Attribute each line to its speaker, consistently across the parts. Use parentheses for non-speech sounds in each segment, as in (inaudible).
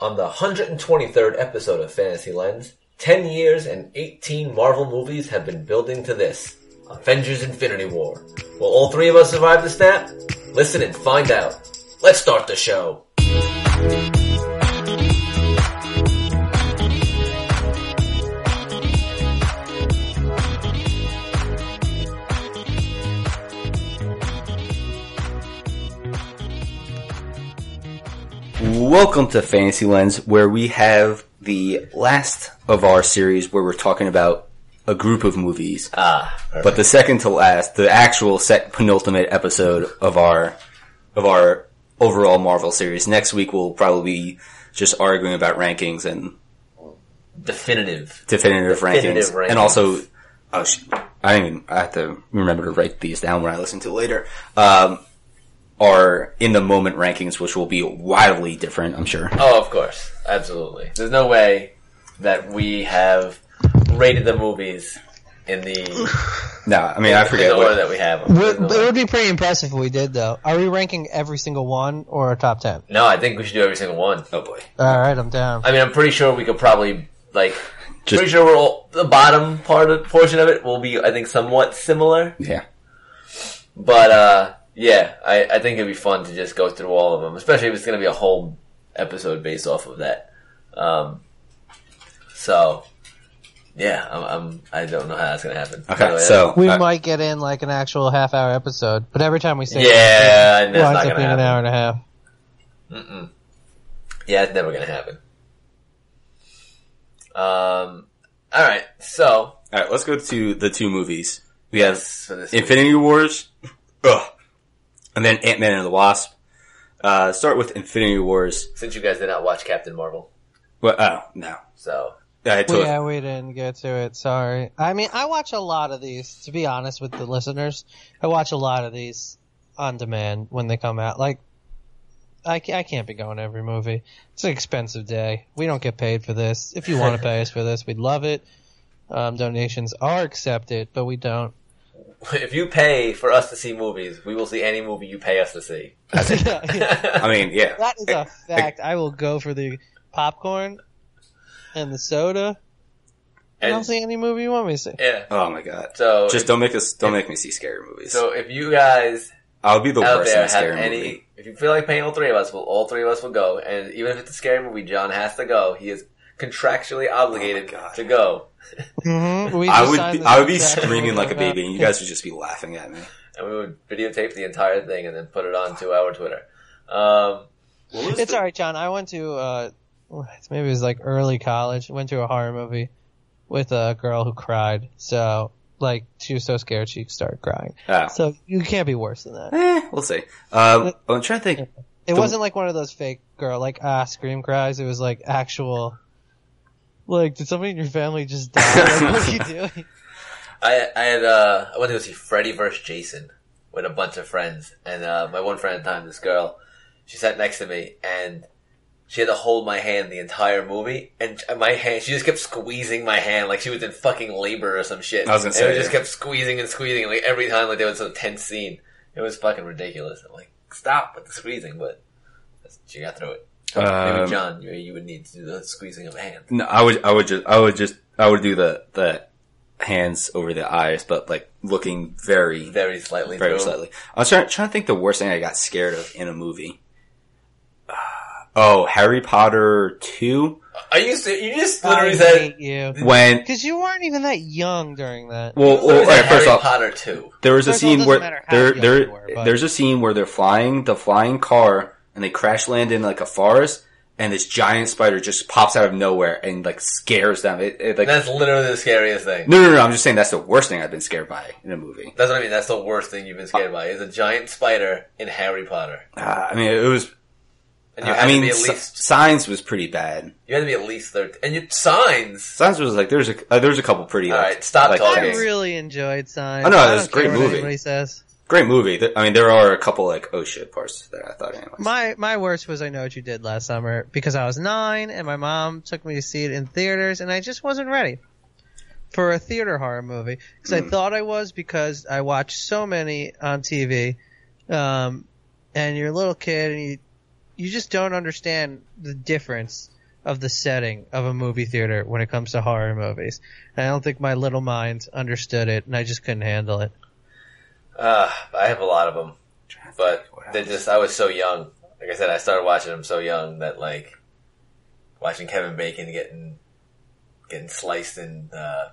Speaker 1: on the 123rd episode of Fantasy Lens, 10 years and 18 Marvel movies have been building to this. Avengers Infinity War. Will all three of us survive the snap? Listen and find out. Let's start the show.
Speaker 2: Welcome to Fantasy Lens, where we have the last of our series where we're talking about a group of movies.
Speaker 1: Ah,
Speaker 2: But the second to last, the actual set penultimate episode of our of our overall Marvel series. Next week we'll probably be just arguing about rankings and
Speaker 1: definitive. Definitive
Speaker 2: definitive, rankings,
Speaker 1: rankings.
Speaker 2: and also oh, sh- I didn't even I have to remember to write these down when I listen to it later. Um, are in the moment rankings, which will be wildly different, I'm sure.
Speaker 1: Oh, of course. Absolutely. There's no way that we have rated the movies in
Speaker 2: (laughs)
Speaker 1: the,
Speaker 2: No, I mean I
Speaker 1: in
Speaker 2: forget
Speaker 1: the order
Speaker 2: what
Speaker 1: that we have them.
Speaker 3: It
Speaker 1: There's no
Speaker 3: would-
Speaker 1: way.
Speaker 3: it would be pretty impressive if we did, though. Are we ranking every single one or our top ten?
Speaker 1: No, I think we should do every single one.
Speaker 2: Oh boy.
Speaker 3: All right, I'm down.
Speaker 1: I mean, I'm pretty sure we could probably like.
Speaker 2: Just-
Speaker 1: pretty sure we're all, the bottom part of, portion of it will be, I think, somewhat similar.
Speaker 2: Yeah.
Speaker 1: But uh, yeah, I, I think it'd be fun to just go through all of them, especially if it's going to be a whole episode based off of that. Um, so yeah, I'm, I'm I don't know how that's going to happen. By the
Speaker 2: Okay,
Speaker 1: way,
Speaker 2: so
Speaker 3: We
Speaker 2: uh,
Speaker 3: might get in like an actual half-hour episode, but every time we say
Speaker 1: yeah, and
Speaker 3: it
Speaker 1: that's
Speaker 3: winds
Speaker 1: not
Speaker 3: up
Speaker 1: going to
Speaker 3: being an
Speaker 1: happen.
Speaker 3: hour and a half.
Speaker 1: Yeah, it's never going to happen. Um, all right, so
Speaker 2: all right, let's go to the two movies. We have
Speaker 1: so this
Speaker 2: Infinity Wars, ugh, and then Ant Man and the Wasp. Uh, start with Infinity Wars.
Speaker 1: since you guys did not watch Captain Marvel,
Speaker 2: Well, oh no,
Speaker 1: so (laughs)
Speaker 2: I
Speaker 3: Well,
Speaker 2: totally-
Speaker 3: yeah, we didn't get to it. Sorry. I mean, I watch a lot of these. To be honest with the listeners, I watch a lot of these on demand when they come out. Like, I, ca- I can't be going to every movie. It's an expensive day. We don't get paid for this. If you
Speaker 2: (laughs)
Speaker 3: want to pay us for this, we'd love it. Um, donations are accepted, but we don't.
Speaker 2: (laughs)
Speaker 1: if you pay for us to see movies, we will see any movie you pay us to see. (laughs)
Speaker 3: (laughs) that
Speaker 2: I mean, yeah,
Speaker 3: is a fact. I will go for the popcorn and the soda. And I'll
Speaker 1: And,
Speaker 3: see any movie you want me to see.
Speaker 1: yeah.
Speaker 2: oh my god.
Speaker 1: So
Speaker 2: Just don't make us, don't make me see scary movies.
Speaker 1: So if you guys
Speaker 2: I'll be the
Speaker 1: out
Speaker 2: worst in
Speaker 1: there
Speaker 2: a
Speaker 1: have
Speaker 2: scary
Speaker 1: any,
Speaker 2: movie.
Speaker 1: if you feel like paying all three of us, well, all three of us will go. And even if it's a scary movie, John has to go. He is contractually obligated
Speaker 2: Oh my God.
Speaker 1: to go,
Speaker 3: Mm-hmm. We
Speaker 2: I
Speaker 3: just
Speaker 2: would,
Speaker 3: signed
Speaker 2: be,
Speaker 3: the
Speaker 2: I would be
Speaker 3: contract.
Speaker 2: screaming
Speaker 3: (laughs)
Speaker 2: like a baby, and you guys would just be laughing at me.
Speaker 1: and we would videotape the entire thing and then put it onto our Twitter. Um,
Speaker 3: It's all right, John. I went to uh, maybe it was like early college. Went to a horror movie with a girl who cried. So like she was so scared she started crying.
Speaker 2: Oh.
Speaker 3: So you can't be worse than that.
Speaker 2: Eh, we'll see. Um, I'm trying to think.
Speaker 3: It wasn't like one of those fake girl like ah scream cries. It was like actual. Like, did somebody in your family just die?
Speaker 2: (laughs)
Speaker 3: Like, what are you doing?
Speaker 1: I I had uh, I went to go see Freddy vs Jason with a bunch of friends, and uh, my one friend at the time, this girl, she sat next to me, and she had to hold my hand the entire movie, and my hand, she just kept squeezing my hand like she was in fucking labor or some shit.
Speaker 2: I was gonna
Speaker 1: And
Speaker 2: say,
Speaker 1: we just
Speaker 2: yeah.
Speaker 1: kept squeezing and squeezing, like every time, like there was some tense scene. It was fucking ridiculous. I'm like, stop with the squeezing, but she got through it. Maybe
Speaker 2: Um,
Speaker 1: John, you, you would need to do the squeezing of a hand.
Speaker 2: No, I would, I would just, I would just, I would do the the hands over the eyes, but like looking very, very,
Speaker 1: Very slightly. through.
Speaker 2: slightly. I was trying, trying to think the worst thing I got scared of in a movie. Uh, oh, Harry Potter two
Speaker 1: Are you, ser- you just
Speaker 3: I
Speaker 1: literally said,
Speaker 3: hate you.
Speaker 2: when
Speaker 3: Because you weren't even that young during that.
Speaker 2: well, well,
Speaker 1: Literally
Speaker 2: all right,
Speaker 1: said
Speaker 2: first
Speaker 1: Harry
Speaker 2: off,
Speaker 1: Potter 2.
Speaker 2: there was a
Speaker 3: First of all, it
Speaker 2: scene
Speaker 3: doesn't
Speaker 2: where
Speaker 3: matter how
Speaker 2: there
Speaker 3: young you
Speaker 2: there
Speaker 3: were, but-
Speaker 2: there's a scene where they're flying the flying car and they crash land in like a forest. And this giant spider just pops out of nowhere and like scares them. It, it like no,
Speaker 1: That's literally the scariest thing.
Speaker 2: no, no. I'm just saying that's the worst thing I've been scared by in a movie.
Speaker 1: That's what I mean. That's the worst thing you've been scared by is a giant spider in Harry Potter.
Speaker 2: Uh, I mean, it was.
Speaker 1: And you
Speaker 2: Uh,
Speaker 1: had
Speaker 2: I mean,
Speaker 1: to be at
Speaker 2: S-
Speaker 1: least
Speaker 2: Signs was pretty bad.
Speaker 1: you had to be at least thirteen. And you signs.
Speaker 2: Signs was like there's a uh, there's a couple pretty.
Speaker 1: All
Speaker 2: like,
Speaker 1: right, stop
Speaker 2: like,
Speaker 1: talking.
Speaker 3: I
Speaker 2: things.
Speaker 3: really enjoyed Signs.
Speaker 2: Oh, no, it
Speaker 3: I
Speaker 2: was
Speaker 3: don't
Speaker 2: a great
Speaker 3: care what
Speaker 2: movie.
Speaker 3: anybody says.
Speaker 2: Great movie. Th- I mean, there are a couple like oh shit parts that I thought anyway.
Speaker 3: My my worst was I know what you did last summer because I was nine and my mom took me to see it in theaters and I just wasn't ready for a theater horror movie because I thought I was because I watched so many on TV, um, and you're a little kid and you you just don't understand the difference of the setting of a movie theater when it comes to horror movies. And I don't think my little mind understood it, and I just couldn't handle it.
Speaker 1: Uh, I have a lot of them, but they just, I was so young. Like I said, I started watching them so young that like watching Kevin Bacon getting, getting sliced in, uh,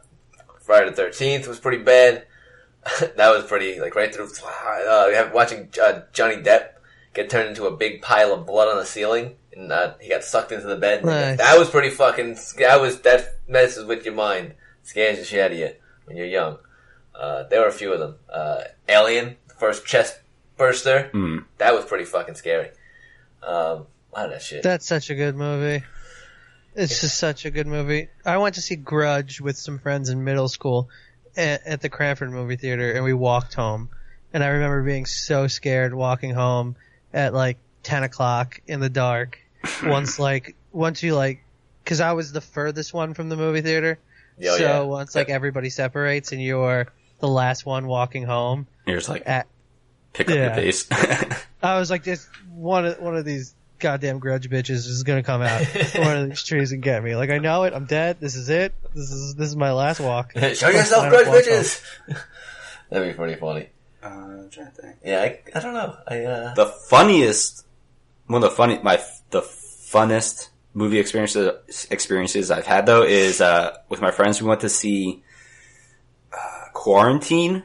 Speaker 1: Friday the 13th was pretty bad. (laughs) that was pretty, like right through, uh, we have- watching uh, Johnny Depp get turned into a big pile of blood on the ceiling and uh, he got sucked into the bed. and
Speaker 3: Nice.
Speaker 1: That was pretty fucking, that was, that messes with your mind. Scares the shit out of you when you're young. Uh, there were a few of them. Uh, Alien, the first chest burster.
Speaker 2: Mm.
Speaker 1: That was pretty fucking scary. Um, a lot of that shit.
Speaker 3: That's such a good movie. It's just such a good movie. I went to see Grudge with some friends in middle school at, at the Cranford movie theater, and we walked home. And I remember being so scared walking home at like ten o'clock in
Speaker 1: (laughs)
Speaker 3: the dark. once like once you like, because I was the furthest one from the movie theater.
Speaker 1: Yeah,
Speaker 3: so
Speaker 1: Oh, yeah.
Speaker 3: once like everybody separates and you're the last one walking home,
Speaker 2: You're just like,
Speaker 3: At-
Speaker 2: pick up your
Speaker 3: yeah.
Speaker 2: pace.
Speaker 1: (laughs)
Speaker 2: (laughs)
Speaker 1: Uh,
Speaker 3: I was like, this one of one of these goddamn grudge bitches is gonna come out from one of these trees and get me. Like I know it. I'm dead. This is it. This is this is my last walk.
Speaker 1: (laughs) Show yourself,
Speaker 3: I
Speaker 1: grudge
Speaker 3: don't watch
Speaker 1: bitches! (laughs) That'd be pretty funny.
Speaker 2: uh, I'm trying to think.
Speaker 1: Yeah, I, I don't know. I, uh,
Speaker 2: the funniest, one of the funny, my the funnest movie experiences experiences I've had though is uh, with my friends. We went to see uh, Quarantine,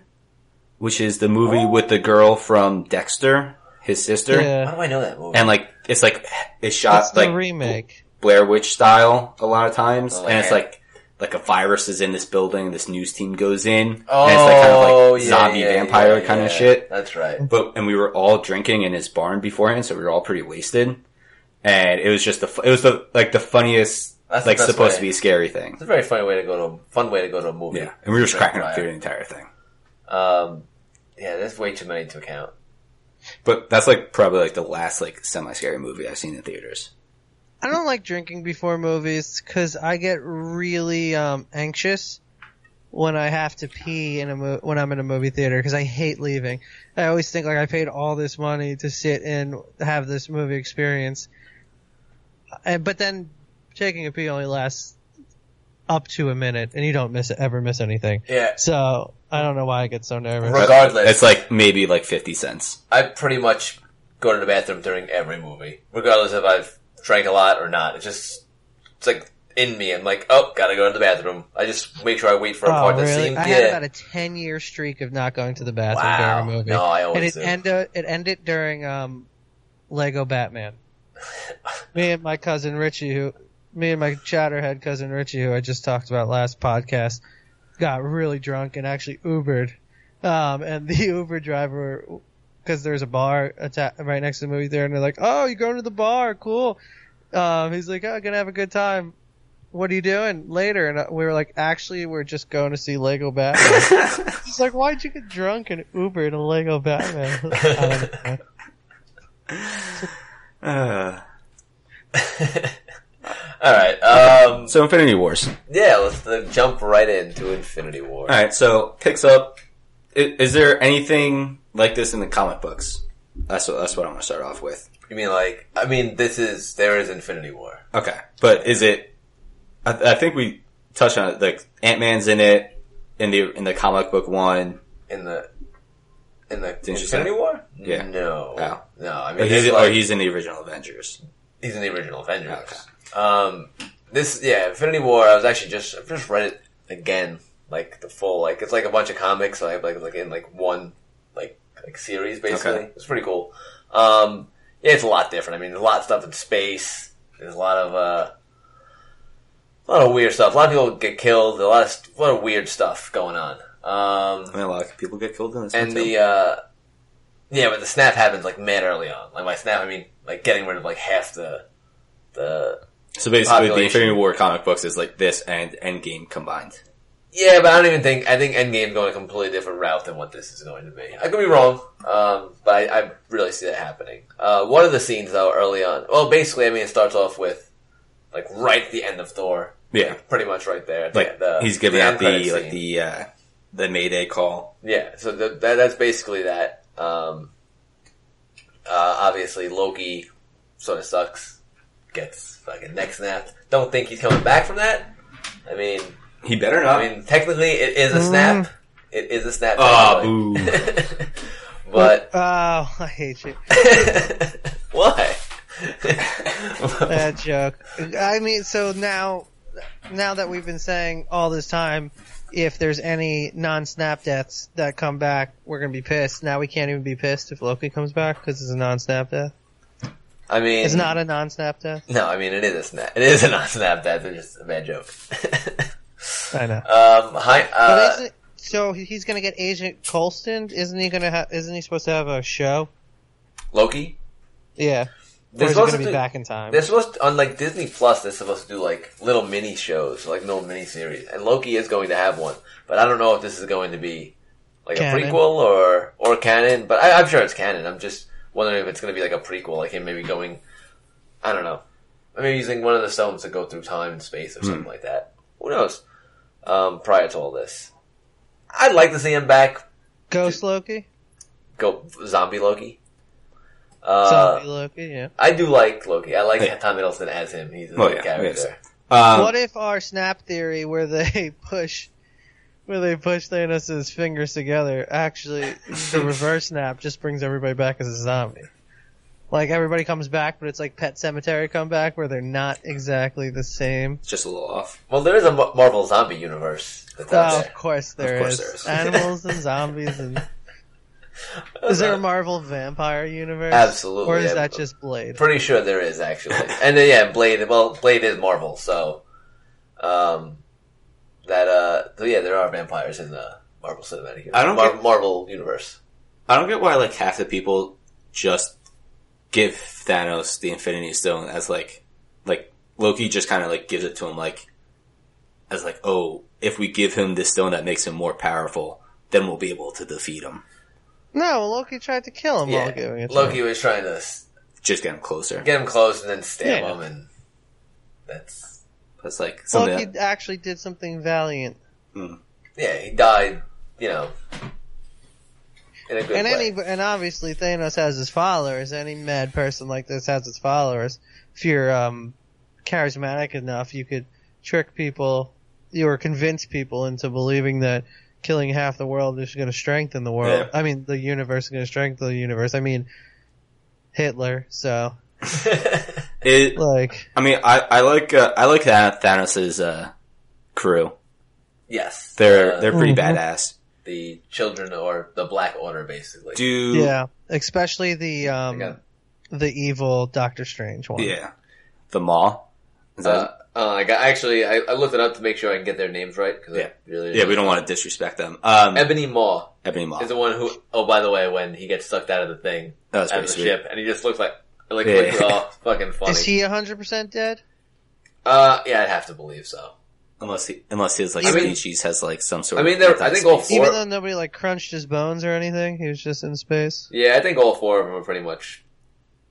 Speaker 2: which is the movie
Speaker 3: Oh.
Speaker 2: with the girl from Dexter, his sister,
Speaker 1: how do I know that movie?
Speaker 2: and like it's like it's shot
Speaker 3: That's
Speaker 2: Uh, like
Speaker 3: the remake.
Speaker 2: Blair Witch style a lot of times,
Speaker 1: Oh,
Speaker 2: and it's
Speaker 1: yeah.
Speaker 2: like. Like a virus is in this building, this news team goes in,
Speaker 1: oh,
Speaker 2: and it's like kind of like
Speaker 1: yeah,
Speaker 2: zombie
Speaker 1: yeah,
Speaker 2: vampire
Speaker 1: yeah,
Speaker 2: kind
Speaker 1: yeah.
Speaker 2: of shit.
Speaker 1: That's right.
Speaker 2: But and we were all drinking in his barn beforehand, so we were all pretty wasted. And it was just the fu- it was the like the funniest
Speaker 1: That's the
Speaker 2: like
Speaker 1: best
Speaker 2: supposed
Speaker 1: way.
Speaker 2: to be scary thing.
Speaker 1: It's a very funny way to go to a, fun way to go to a movie.
Speaker 2: Yeah, and we were just cracking up
Speaker 1: Right.
Speaker 2: through the entire thing.
Speaker 1: Um, yeah, there's way too many to account.
Speaker 2: But that's like probably like the last like semi scary movie I've seen in theaters.
Speaker 3: I don't like drinking before movies because I get really um, anxious when I have to pee in a mo- when I'm in a movie theater because I hate leaving. I always think like I paid all this money to sit and have this movie experience, and, but then taking a pee only lasts up to a minute, and you don't miss ever miss anything.
Speaker 1: Yeah.
Speaker 3: So I don't know why I get so nervous.
Speaker 1: Regardless,
Speaker 2: it's like maybe like fifty cents.
Speaker 1: I pretty much go to the bathroom during every movie, regardless if I've drank a lot or not. It's just it's like in me. I'm like, oh, gotta go to the bathroom. I just make sure I wait for a part
Speaker 3: Oh,
Speaker 1: that
Speaker 3: really?
Speaker 1: seems
Speaker 3: I
Speaker 1: yeah.
Speaker 3: had about a ten-year streak of not going to the bathroom
Speaker 1: wow.
Speaker 3: during a movie.
Speaker 1: No, I
Speaker 3: and
Speaker 1: always
Speaker 3: it
Speaker 1: do.
Speaker 3: ended it ended during um, Lego Batman. me and my cousin Richie, who me and my chatterhead cousin Richie, who I just talked about last podcast, got really drunk and actually Ubered, um, and the (laughs) Uber driver. Because there's a bar atta- right next to the movie theater, and they're like, "Oh, you're going to the bar? Cool." Um, he's like, "Oh, gonna have a good time." What are you doing later? And uh, we were like, "Actually, we're just going to see Lego Batman." It's like, why'd you get drunk and Uber to Lego (laughs) Batman? Um, I don't know.
Speaker 2: Uh,
Speaker 1: All right. Um,
Speaker 2: so Infinity Wars. All
Speaker 1: yeah, let's uh, jump right into Infinity War.
Speaker 2: right, so picks up. Is, is there anything like this in the comic books? That's what, that's what I'm gonna start off with.
Speaker 1: You mean like? I mean, this is there is Infinity War.
Speaker 2: Okay, but is it? I, I think we touched on it. Like Ant Man's in it in the in the comic book one.
Speaker 1: in the in the
Speaker 2: you say?
Speaker 1: Infinity War?
Speaker 2: Yeah.
Speaker 1: No.
Speaker 2: Oh.
Speaker 1: No. I
Speaker 2: Or
Speaker 1: mean,
Speaker 2: he's,
Speaker 1: it's
Speaker 2: or
Speaker 1: like-
Speaker 2: he's in the original Avengers.
Speaker 1: he's in the original Avengers. Um, this yeah, Infinity War. I was actually just I just read it again, like the full like it's like a bunch of comics like like like in like one like like series basically.
Speaker 2: Okay.
Speaker 1: It's pretty cool. Um, yeah, it's a lot different. I mean, there's a lot of stuff in space. There's a lot of uh, a lot of weird stuff. A lot of people get killed. A lot of st- a lot of weird stuff going on. Um,
Speaker 2: I mean, a lot of people get killed in this.
Speaker 1: and
Speaker 2: one, too.
Speaker 1: the uh yeah, but the snap happens like mad early on. Like my snap, I mean, like getting rid of like half the the
Speaker 2: so basically, the
Speaker 1: population.
Speaker 2: Infinity War comic books is like this and Endgame combined.
Speaker 1: yeah. But I don't even think I think Endgame's going a completely different route than what this is going to be. I could be wrong, um, but I, I really see that happening. Uh, one of the scenes though early on, well, basically, I mean, it starts off with like right at the end of Thor,
Speaker 2: Yeah,
Speaker 1: pretty much right there. at the-
Speaker 2: like
Speaker 1: the-
Speaker 2: he's giving
Speaker 1: the
Speaker 2: out
Speaker 1: end credit
Speaker 2: the like
Speaker 1: scene.
Speaker 2: the uh, the Mayday call.
Speaker 1: Yeah, so th- that, that's basically that. Um, uh, obviously, Loki sort of sucks. Gets fucking neck snapped. Don't think he's coming back from that. I mean,
Speaker 2: He better not.
Speaker 1: I mean, technically, it is a
Speaker 3: Mm-hmm.
Speaker 1: snap. It is a snap.
Speaker 2: Ah,
Speaker 1: (laughs) technically. but (laughs)
Speaker 3: Oh, I hate you.
Speaker 1: why? (laughs)
Speaker 3: That joke. I mean, so now, now that we've been saying all this time, if there's any non-snap deaths that come back, we're gonna be pissed. Now we can't even be pissed if Loki comes back because it's a non-snap death.
Speaker 1: I mean,
Speaker 3: It's not a non-snap death.
Speaker 1: No, I mean it is a snap. It is a non-snap death. It's just a bad joke. (laughs)
Speaker 3: I know.
Speaker 1: um, hi,
Speaker 3: But
Speaker 1: uh,
Speaker 3: isn't, so he's gonna get Agent Colston, isn't he gonna? Ha- isn't he supposed to have a show?
Speaker 1: Loki.
Speaker 3: Yeah.
Speaker 1: They're
Speaker 3: Or is he
Speaker 1: supposed
Speaker 3: gonna be
Speaker 1: to-
Speaker 3: back in time?
Speaker 1: They're supposed to, on like Disney Plus. They're supposed to do like little mini shows, like little mini series, and Loki is going to have one. But I don't know if this is going to be like
Speaker 3: Canon.
Speaker 1: a prequel or or canon. But I, I'm sure it's canon. I'm just wondering if it's going to be like a prequel, like him maybe going. I don't know. Maybe using one of the stones to go through time and space or
Speaker 2: Hmm.
Speaker 1: something like that. Who knows? Um, prior to all this, I'd like to see him back.
Speaker 3: Ghost Loki,
Speaker 1: Go zombie Loki. Uh,
Speaker 3: zombie Loki. Yeah.
Speaker 1: I do like Loki. I like
Speaker 2: Yeah.
Speaker 1: Tom Hiddleston as him. He's a
Speaker 2: Oh,
Speaker 1: good
Speaker 2: yeah.
Speaker 1: character. Uh,
Speaker 2: Um,
Speaker 3: what if our snap theory, where they (laughs) push, where they push Thanos' fingers together, actually
Speaker 1: (laughs)
Speaker 3: the reverse snap just brings everybody back as a zombie? Like everybody comes back, but it's like Pet Cemetery come back, where they're not exactly the same.
Speaker 2: it's just a little off.
Speaker 1: Well, there is a Mar- Marvel zombie universe that's out
Speaker 3: Oh,
Speaker 1: there.
Speaker 3: of course there
Speaker 2: Of course
Speaker 3: is.
Speaker 1: (laughs)
Speaker 2: there is.
Speaker 3: Animals and zombies and. Is there a Marvel vampire universe?
Speaker 1: Uh, Absolutely,
Speaker 3: Or is
Speaker 1: yeah.
Speaker 3: that just Blade?
Speaker 1: Pretty sure there is
Speaker 3: (laughs)
Speaker 1: actually. and then, yeah, Blade. Well, Blade is Marvel, so um, that uh, so yeah, there are vampires in the Marvel Cinematic Universe.
Speaker 2: I don't
Speaker 1: Mar-
Speaker 2: get-
Speaker 1: Marvel universe.
Speaker 2: I don't get why like half the people just give Thanos the Infinity Stone as like like Loki just kind of like gives it to him like as like oh if we give him this stone that makes him more powerful then we'll be able to defeat him
Speaker 3: No, Loki tried to kill him while giving
Speaker 1: Yeah,
Speaker 3: it. to him.
Speaker 1: Loki was trying to s-
Speaker 2: just get him closer.
Speaker 1: get him close and then stab
Speaker 3: Yeah.
Speaker 1: him, and that's
Speaker 2: That's like something.
Speaker 3: Loki
Speaker 2: that-
Speaker 3: actually did something valiant.
Speaker 1: yeah, he died. You know, in a good
Speaker 3: (laughs) and
Speaker 1: way. (laughs)
Speaker 3: any and obviously Thanos has his followers. Any mad person like this has his followers. If you're um, charismatic enough, you could trick people, you or convince people into believing that killing half the world is going to strengthen the world.
Speaker 2: Yeah.
Speaker 3: I mean, the universe is going to strengthen the universe. I mean, Hitler. So
Speaker 2: it,
Speaker 3: like,
Speaker 2: I mean, I I like uh, I like that Thanos's uh, crew.
Speaker 1: yes,
Speaker 2: They're
Speaker 1: Uh,
Speaker 2: they're pretty
Speaker 3: Mhm.
Speaker 2: badass.
Speaker 1: the children or the Black Order, basically.
Speaker 2: Do
Speaker 3: yeah, especially the um,
Speaker 1: Again.
Speaker 3: the evil Doctor Strange one.
Speaker 2: yeah. the Maw. Is that-
Speaker 1: Uh, uh, I got, actually, I, I looked it up to make sure I can get their names right. 'cause I
Speaker 2: Yeah.
Speaker 1: really
Speaker 2: yeah, we Ah. don't want to disrespect them. Um,
Speaker 1: Ebony Maw
Speaker 2: Ebony Maw.
Speaker 1: is the one who. Oh, by the way, when he gets sucked out of the thing,
Speaker 2: That was
Speaker 1: out of
Speaker 2: pretty
Speaker 1: the
Speaker 2: sweet.
Speaker 1: ship, and he just looks like like
Speaker 2: Yeah.
Speaker 1: looks
Speaker 2: (laughs)
Speaker 1: all fucking funny.
Speaker 3: Is he hundred percent dead?
Speaker 1: uh, yeah, I'd have to believe so.
Speaker 2: Unless he, unless his like
Speaker 1: I mean-
Speaker 2: species has like some sort.
Speaker 1: I mean,
Speaker 2: of
Speaker 1: they're- I think all
Speaker 2: anti-species.
Speaker 1: Or-
Speaker 3: Even though nobody like crunched his bones or anything, he was just in space.
Speaker 1: Yeah, I think all four of them are pretty much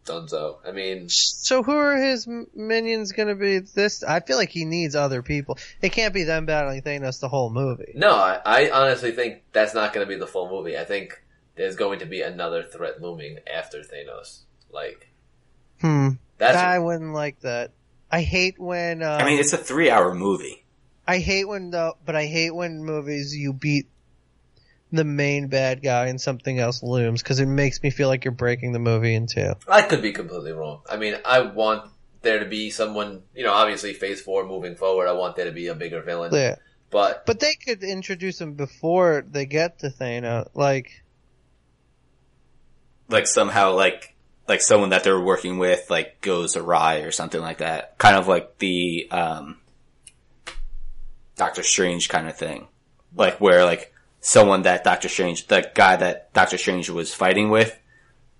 Speaker 1: donezo. I mean,
Speaker 3: So who are his m- minions going to be? This I feel like he needs other people. It can't be them battling Thanos the whole movie.
Speaker 1: no, I, I honestly think that's not going to be the full movie. I think there's going to be another threat looming after Thanos. Like
Speaker 3: Hmm.
Speaker 1: that's
Speaker 3: I wouldn't like that. I hate when. Um,
Speaker 2: I mean, it's a three-hour movie.
Speaker 3: I hate when though, but I hate when movies you beat the main bad guy and something else looms because it makes me feel like you're breaking the movie in two.
Speaker 1: I could be completely wrong. I mean, I want there to be someone, you know, obviously phase four moving forward, I want there to be a bigger villain.
Speaker 3: Yeah.
Speaker 1: But
Speaker 3: But they could introduce him before they get to Thanos. Like,
Speaker 2: Like somehow, like like someone that they're working with like goes awry or something like that. Kind of like the um, Doctor Strange kind of thing. Like where like someone that Doctor Strange, the guy that Doctor Strange was fighting with,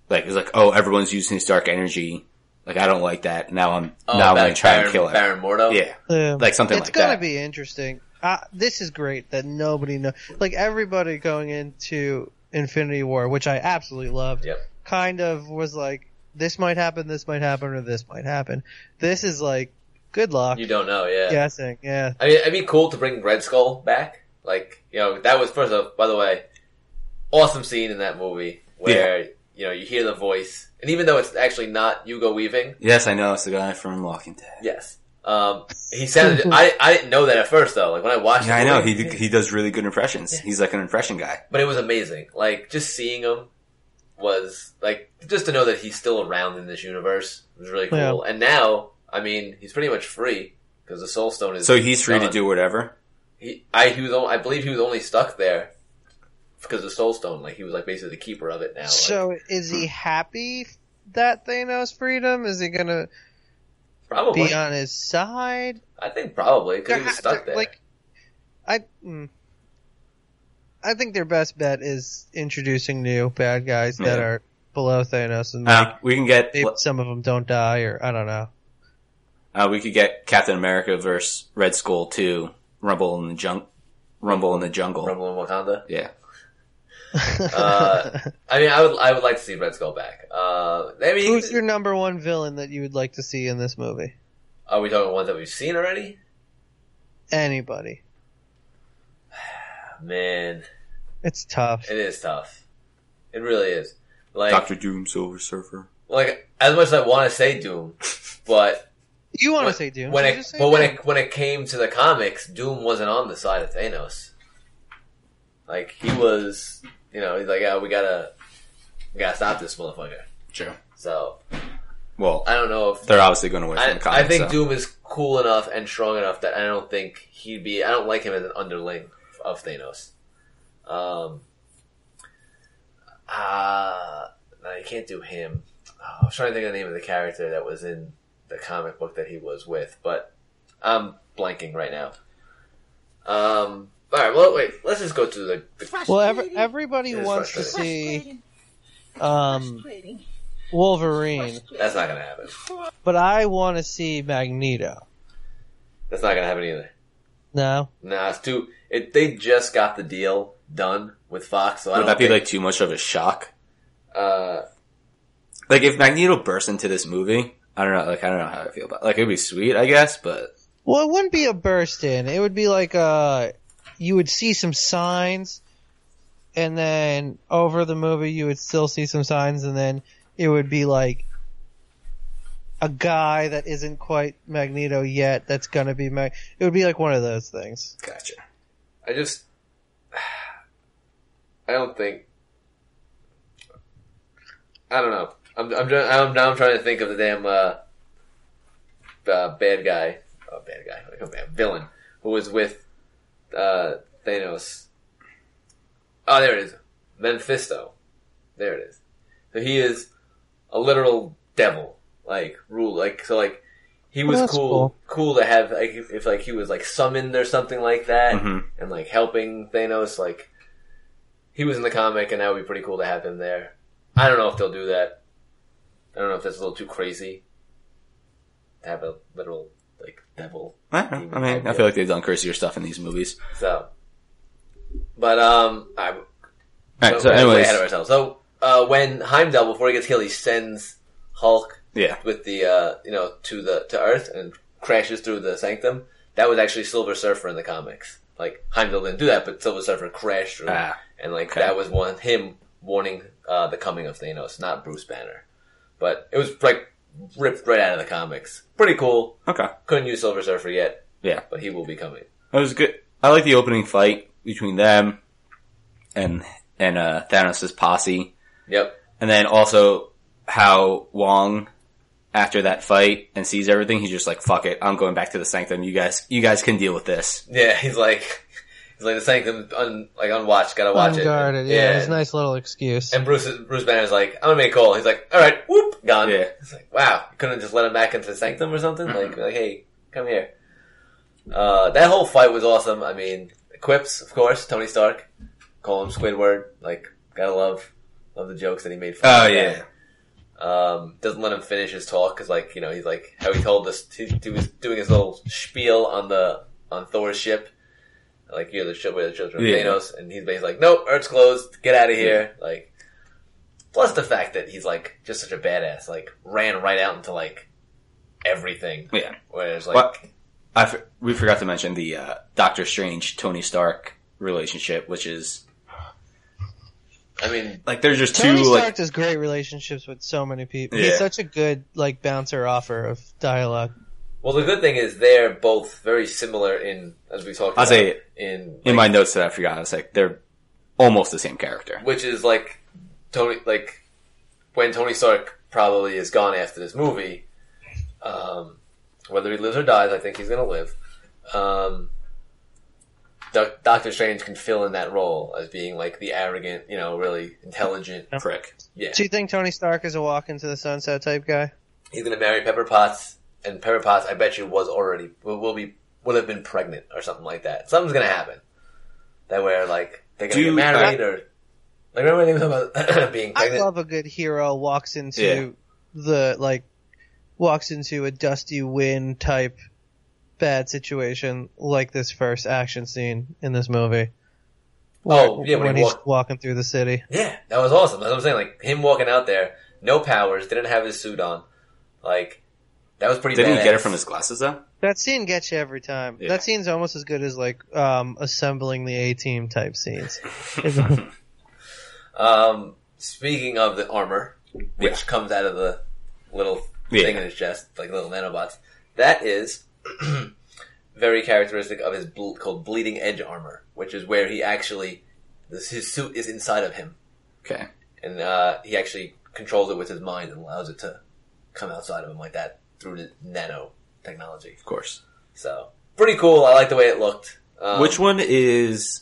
Speaker 2: like is like, oh, everyone's using his dark energy. Like I don't like that. Now I'm
Speaker 1: oh,
Speaker 2: now I'm
Speaker 1: Baron,
Speaker 2: gonna try and kill
Speaker 1: Baron,
Speaker 2: her.
Speaker 1: Baron Mordo.
Speaker 2: Yeah,
Speaker 3: yeah.
Speaker 2: like something
Speaker 3: it's
Speaker 2: like
Speaker 3: gonna
Speaker 2: that.
Speaker 3: be interesting. Uh, this is great that nobody know. Like everybody going into Infinity War, which I absolutely loved,
Speaker 1: Yep.
Speaker 3: kind of was like, this might happen, this might happen, or this might happen. This is like, good luck
Speaker 1: You don't know, yeah.
Speaker 3: guessing. Yeah,
Speaker 1: I mean, it'd be cool to bring Red Skull back. Like, you know, that was first off, by the way, awesome scene in that movie where you know, you hear the voice, and even though it's actually not Hugo Weaving,
Speaker 2: Yes, I know. It's the guy from Walking Dead.
Speaker 1: yes, um,
Speaker 2: (laughs)
Speaker 1: he sounded. I I didn't know that at first though. Like when I watched,
Speaker 2: Yeah, I
Speaker 1: it,
Speaker 2: know.
Speaker 1: like,
Speaker 2: He he does really good impressions. He's like an impression guy.
Speaker 1: but it was amazing. Like just seeing him was like just to know that he's still around in this universe was really cool.
Speaker 3: Yeah.
Speaker 1: And now, I mean, he's pretty much free because the Soul Stone is
Speaker 2: So he's free to
Speaker 1: done.
Speaker 2: do whatever.
Speaker 1: He, I he was on, I believe he was only stuck there because of Soul Stone. Like he was like basically the keeper of it now. Like,
Speaker 3: So is he happy that Thanos freedom? Is he gonna
Speaker 1: probably,
Speaker 3: be on his side?
Speaker 1: I think probably because he
Speaker 3: They're
Speaker 1: was
Speaker 3: ha-
Speaker 1: stuck there.
Speaker 3: they're- Like, I, mm. I think their best bet is introducing new bad guys that
Speaker 2: Yeah.
Speaker 3: are below Thanos, and like,
Speaker 2: Uh, we can get
Speaker 3: maybe some of them don't die, or I don't know.
Speaker 2: uh, we could get Captain America versus Red Skull to Rumble in the jung- Rumble in the jungle.
Speaker 1: Rumble in Wakanda.
Speaker 2: Yeah,
Speaker 1: Uh, I mean, I would I would like to see Red Skull back. Uh, I mean,
Speaker 3: (laughs) Who's your number one villain that you would like to see in this movie?
Speaker 1: are we talking ones that we've seen already?
Speaker 3: Anybody?
Speaker 1: Man,
Speaker 3: It's tough.
Speaker 1: it is tough. It really is. Like
Speaker 2: Doctor Doom, Silver Surfer.
Speaker 1: like as much as I want to say Doom,
Speaker 3: (laughs)
Speaker 1: but
Speaker 3: You want to
Speaker 1: when,
Speaker 3: say Doom?
Speaker 1: when
Speaker 3: so
Speaker 1: it
Speaker 3: just say
Speaker 1: but when
Speaker 3: Doom.
Speaker 1: it when it came to the comics, Doom wasn't on the side of Thanos. Like he was, you know, he's like, oh, we gotta we gotta stop this motherfucker.
Speaker 2: Sure.
Speaker 1: So
Speaker 2: Well,
Speaker 1: I don't know if
Speaker 2: they're obviously going away from
Speaker 1: I,
Speaker 2: the comics.
Speaker 1: I think
Speaker 2: so.
Speaker 1: Doom is cool enough and strong enough that I don't think he'd be. I don't like him as an underling of Thanos. Um. Uh, no, you can't do him. Oh, I was trying to think of the name of the character that was in the comic book that he was with, but I'm blanking right now. Um. All right. Well, wait. Let's just go to the. the
Speaker 3: well, every, everybody
Speaker 1: It is
Speaker 3: wants to see
Speaker 4: Frustrating.
Speaker 3: um,
Speaker 4: Frustrating.
Speaker 3: Wolverine,
Speaker 1: that's not gonna happen.
Speaker 3: but I want to see Magneto.
Speaker 1: That's not gonna happen either.
Speaker 3: No,
Speaker 1: Nah, it's too. It, they just got the deal done with Fox, so I
Speaker 2: Would
Speaker 1: don't
Speaker 2: that be
Speaker 1: think-
Speaker 2: like too much of a shock?
Speaker 1: uh,
Speaker 2: Like if Magneto burst into this movie, I don't know. Like I don't know how I feel about. Like it'd be sweet, I guess, but
Speaker 3: Well, it wouldn't be a burst in. It would be like uh you would see some signs and then over the movie you would still see some signs and then it would be like a guy that isn't quite Magneto yet that's going to be Mag- it would be like one of those things.
Speaker 2: gotcha.
Speaker 1: I just, (sighs) I don't think, I don't know. I'm, I'm, try- I'm now I'm trying to think of the damn uh, uh, bad guy, oh bad guy, oh, man, villain who was with uh, Thanos. Oh, there it is, Mephisto. There it is. So he is a literal devil, like rule, like so, like he was
Speaker 3: Well, that's
Speaker 1: cool,
Speaker 3: cool.
Speaker 1: cool, to have, like if if, like he was like summoned or something like that,
Speaker 2: Mhm.
Speaker 1: and like helping Thanos, like he was in the comic, and that would be pretty cool to have him there. I don't know if they'll do that. I don't know if that's a little too crazy to have a literal like devil.
Speaker 2: I, don't know. I mean, I feel like they've done crazier stuff in these movies.
Speaker 1: So, but um, I,
Speaker 2: All right. So,
Speaker 1: we're way
Speaker 2: anyways,
Speaker 1: ahead of ourselves. So uh, when Heimdall, before he gets killed, he sends Hulk
Speaker 2: yeah.
Speaker 1: with the uh, you know to the to Earth and crashes through the Sanctum. That was actually Silver Surfer in the comics. Like Heimdall didn't do that, but Silver Surfer crashed through,
Speaker 2: Ah,
Speaker 1: and like
Speaker 2: okay.
Speaker 1: that was one him warning uh, the coming of Thanos, not Bruce Banner. But it was like ripped right out of the comics. Pretty cool.
Speaker 2: Okay.
Speaker 1: Couldn't use Silver Surfer yet,
Speaker 2: Yeah.
Speaker 1: but he will be coming.
Speaker 2: That was good. I like the opening fight between them and and uh, Thanos' posse,
Speaker 1: Yep.
Speaker 2: and then also how Wong, after that fight and sees everything, he's just like, "Fuck it, I'm going back to the sanctum. You guys, you guys can deal with this."
Speaker 1: Yeah, (laughs) he's like he's like the Sanctum un, like unwatched. Gotta watch
Speaker 3: Unguarded.
Speaker 1: it.
Speaker 3: Yeah, it's a nice little excuse.
Speaker 1: And Bruce Bruce Banner's like, I'm gonna make a call. He's like, all right, whoop, gone.
Speaker 2: Yeah.
Speaker 1: It's like, wow, you couldn't just let him back into the sanctum or something. Like, like, hey, come here. Uh, that whole fight was awesome. I mean, quips, of course, Tony Stark, call him Squidward. Like, gotta love love the jokes that he made. for
Speaker 2: Oh
Speaker 1: him.
Speaker 2: yeah,
Speaker 1: Um, doesn't let him finish his talk because, like, you know, he's like how he told this. He, he was doing his little spiel on the on Thor's ship. Like, you're the ship where the children of
Speaker 2: Yeah.
Speaker 1: Thanos, and he's basically like, "Nope, Earth's closed. Get out of here." Like, plus the fact that he's like just such a badass. Like, ran right out into like everything.
Speaker 2: yeah.
Speaker 1: Whereas, like,
Speaker 2: But I f- we forgot to mention the uh, Doctor Strange Tony Stark relationship, which is
Speaker 1: I mean,
Speaker 2: Like there's just
Speaker 3: Tony
Speaker 2: two
Speaker 3: Stark
Speaker 2: like
Speaker 3: does great relationships with so many people.
Speaker 2: Yeah.
Speaker 3: He's such a good like bouncer offer of dialogue.
Speaker 1: well, the good thing is they're both very similar in as we talked.
Speaker 2: I'll
Speaker 1: about,
Speaker 2: say it.
Speaker 1: in
Speaker 2: in my notes that I forgot. I was like they're almost the same character.
Speaker 1: which is like Tony, like when Tony Stark probably is gone after this movie. Um, whether he lives or dies, I think he's gonna live. Um, Doc- Doctor Strange can fill in that role as being like the arrogant, you know, really intelligent.
Speaker 2: Prick.
Speaker 1: Yeah,
Speaker 3: Do you think Tony Stark is a walk into the sunset type guy?
Speaker 1: he's gonna marry Pepper Potts, and Pepper Potts, I bet you, was already will, will be would have been pregnant or something like that. Something's gonna happen. That where like they're gonna
Speaker 2: Dude,
Speaker 1: get married or like remember when they were talking about (coughs) being
Speaker 3: I
Speaker 1: pregnant?
Speaker 3: love a good hero walks into
Speaker 2: Yeah.
Speaker 3: the like walks into a dusty wind type bad situation like this first action scene in this movie.
Speaker 1: Oh, yeah, when
Speaker 3: when
Speaker 1: he
Speaker 3: he's
Speaker 1: walked-
Speaker 3: walking through the city.
Speaker 1: Yeah, that was awesome. That's what I'm saying. Like him walking out there, no powers, didn't have his suit on. Like that was pretty.
Speaker 2: Didn't he get it
Speaker 1: badass.
Speaker 2: from his glasses though?
Speaker 3: That scene gets you every time.
Speaker 2: Yeah.
Speaker 3: That scene's almost as good as like um, assembling the A team type scenes.
Speaker 1: Um, speaking of the armor, which
Speaker 2: Yeah.
Speaker 1: comes out of the little
Speaker 2: Yeah.
Speaker 1: thing in his chest, like little nanobots, that is (clears throat) very characteristic of his ble- called bleeding edge armor, which is where he actually this, his suit is inside of him,
Speaker 2: Okay.
Speaker 1: and uh, he actually controls it with his mind and allows it to come outside of him like that through the nano technology.
Speaker 2: Of course.
Speaker 1: So pretty cool. I like the way it looked. Um,
Speaker 2: Which one is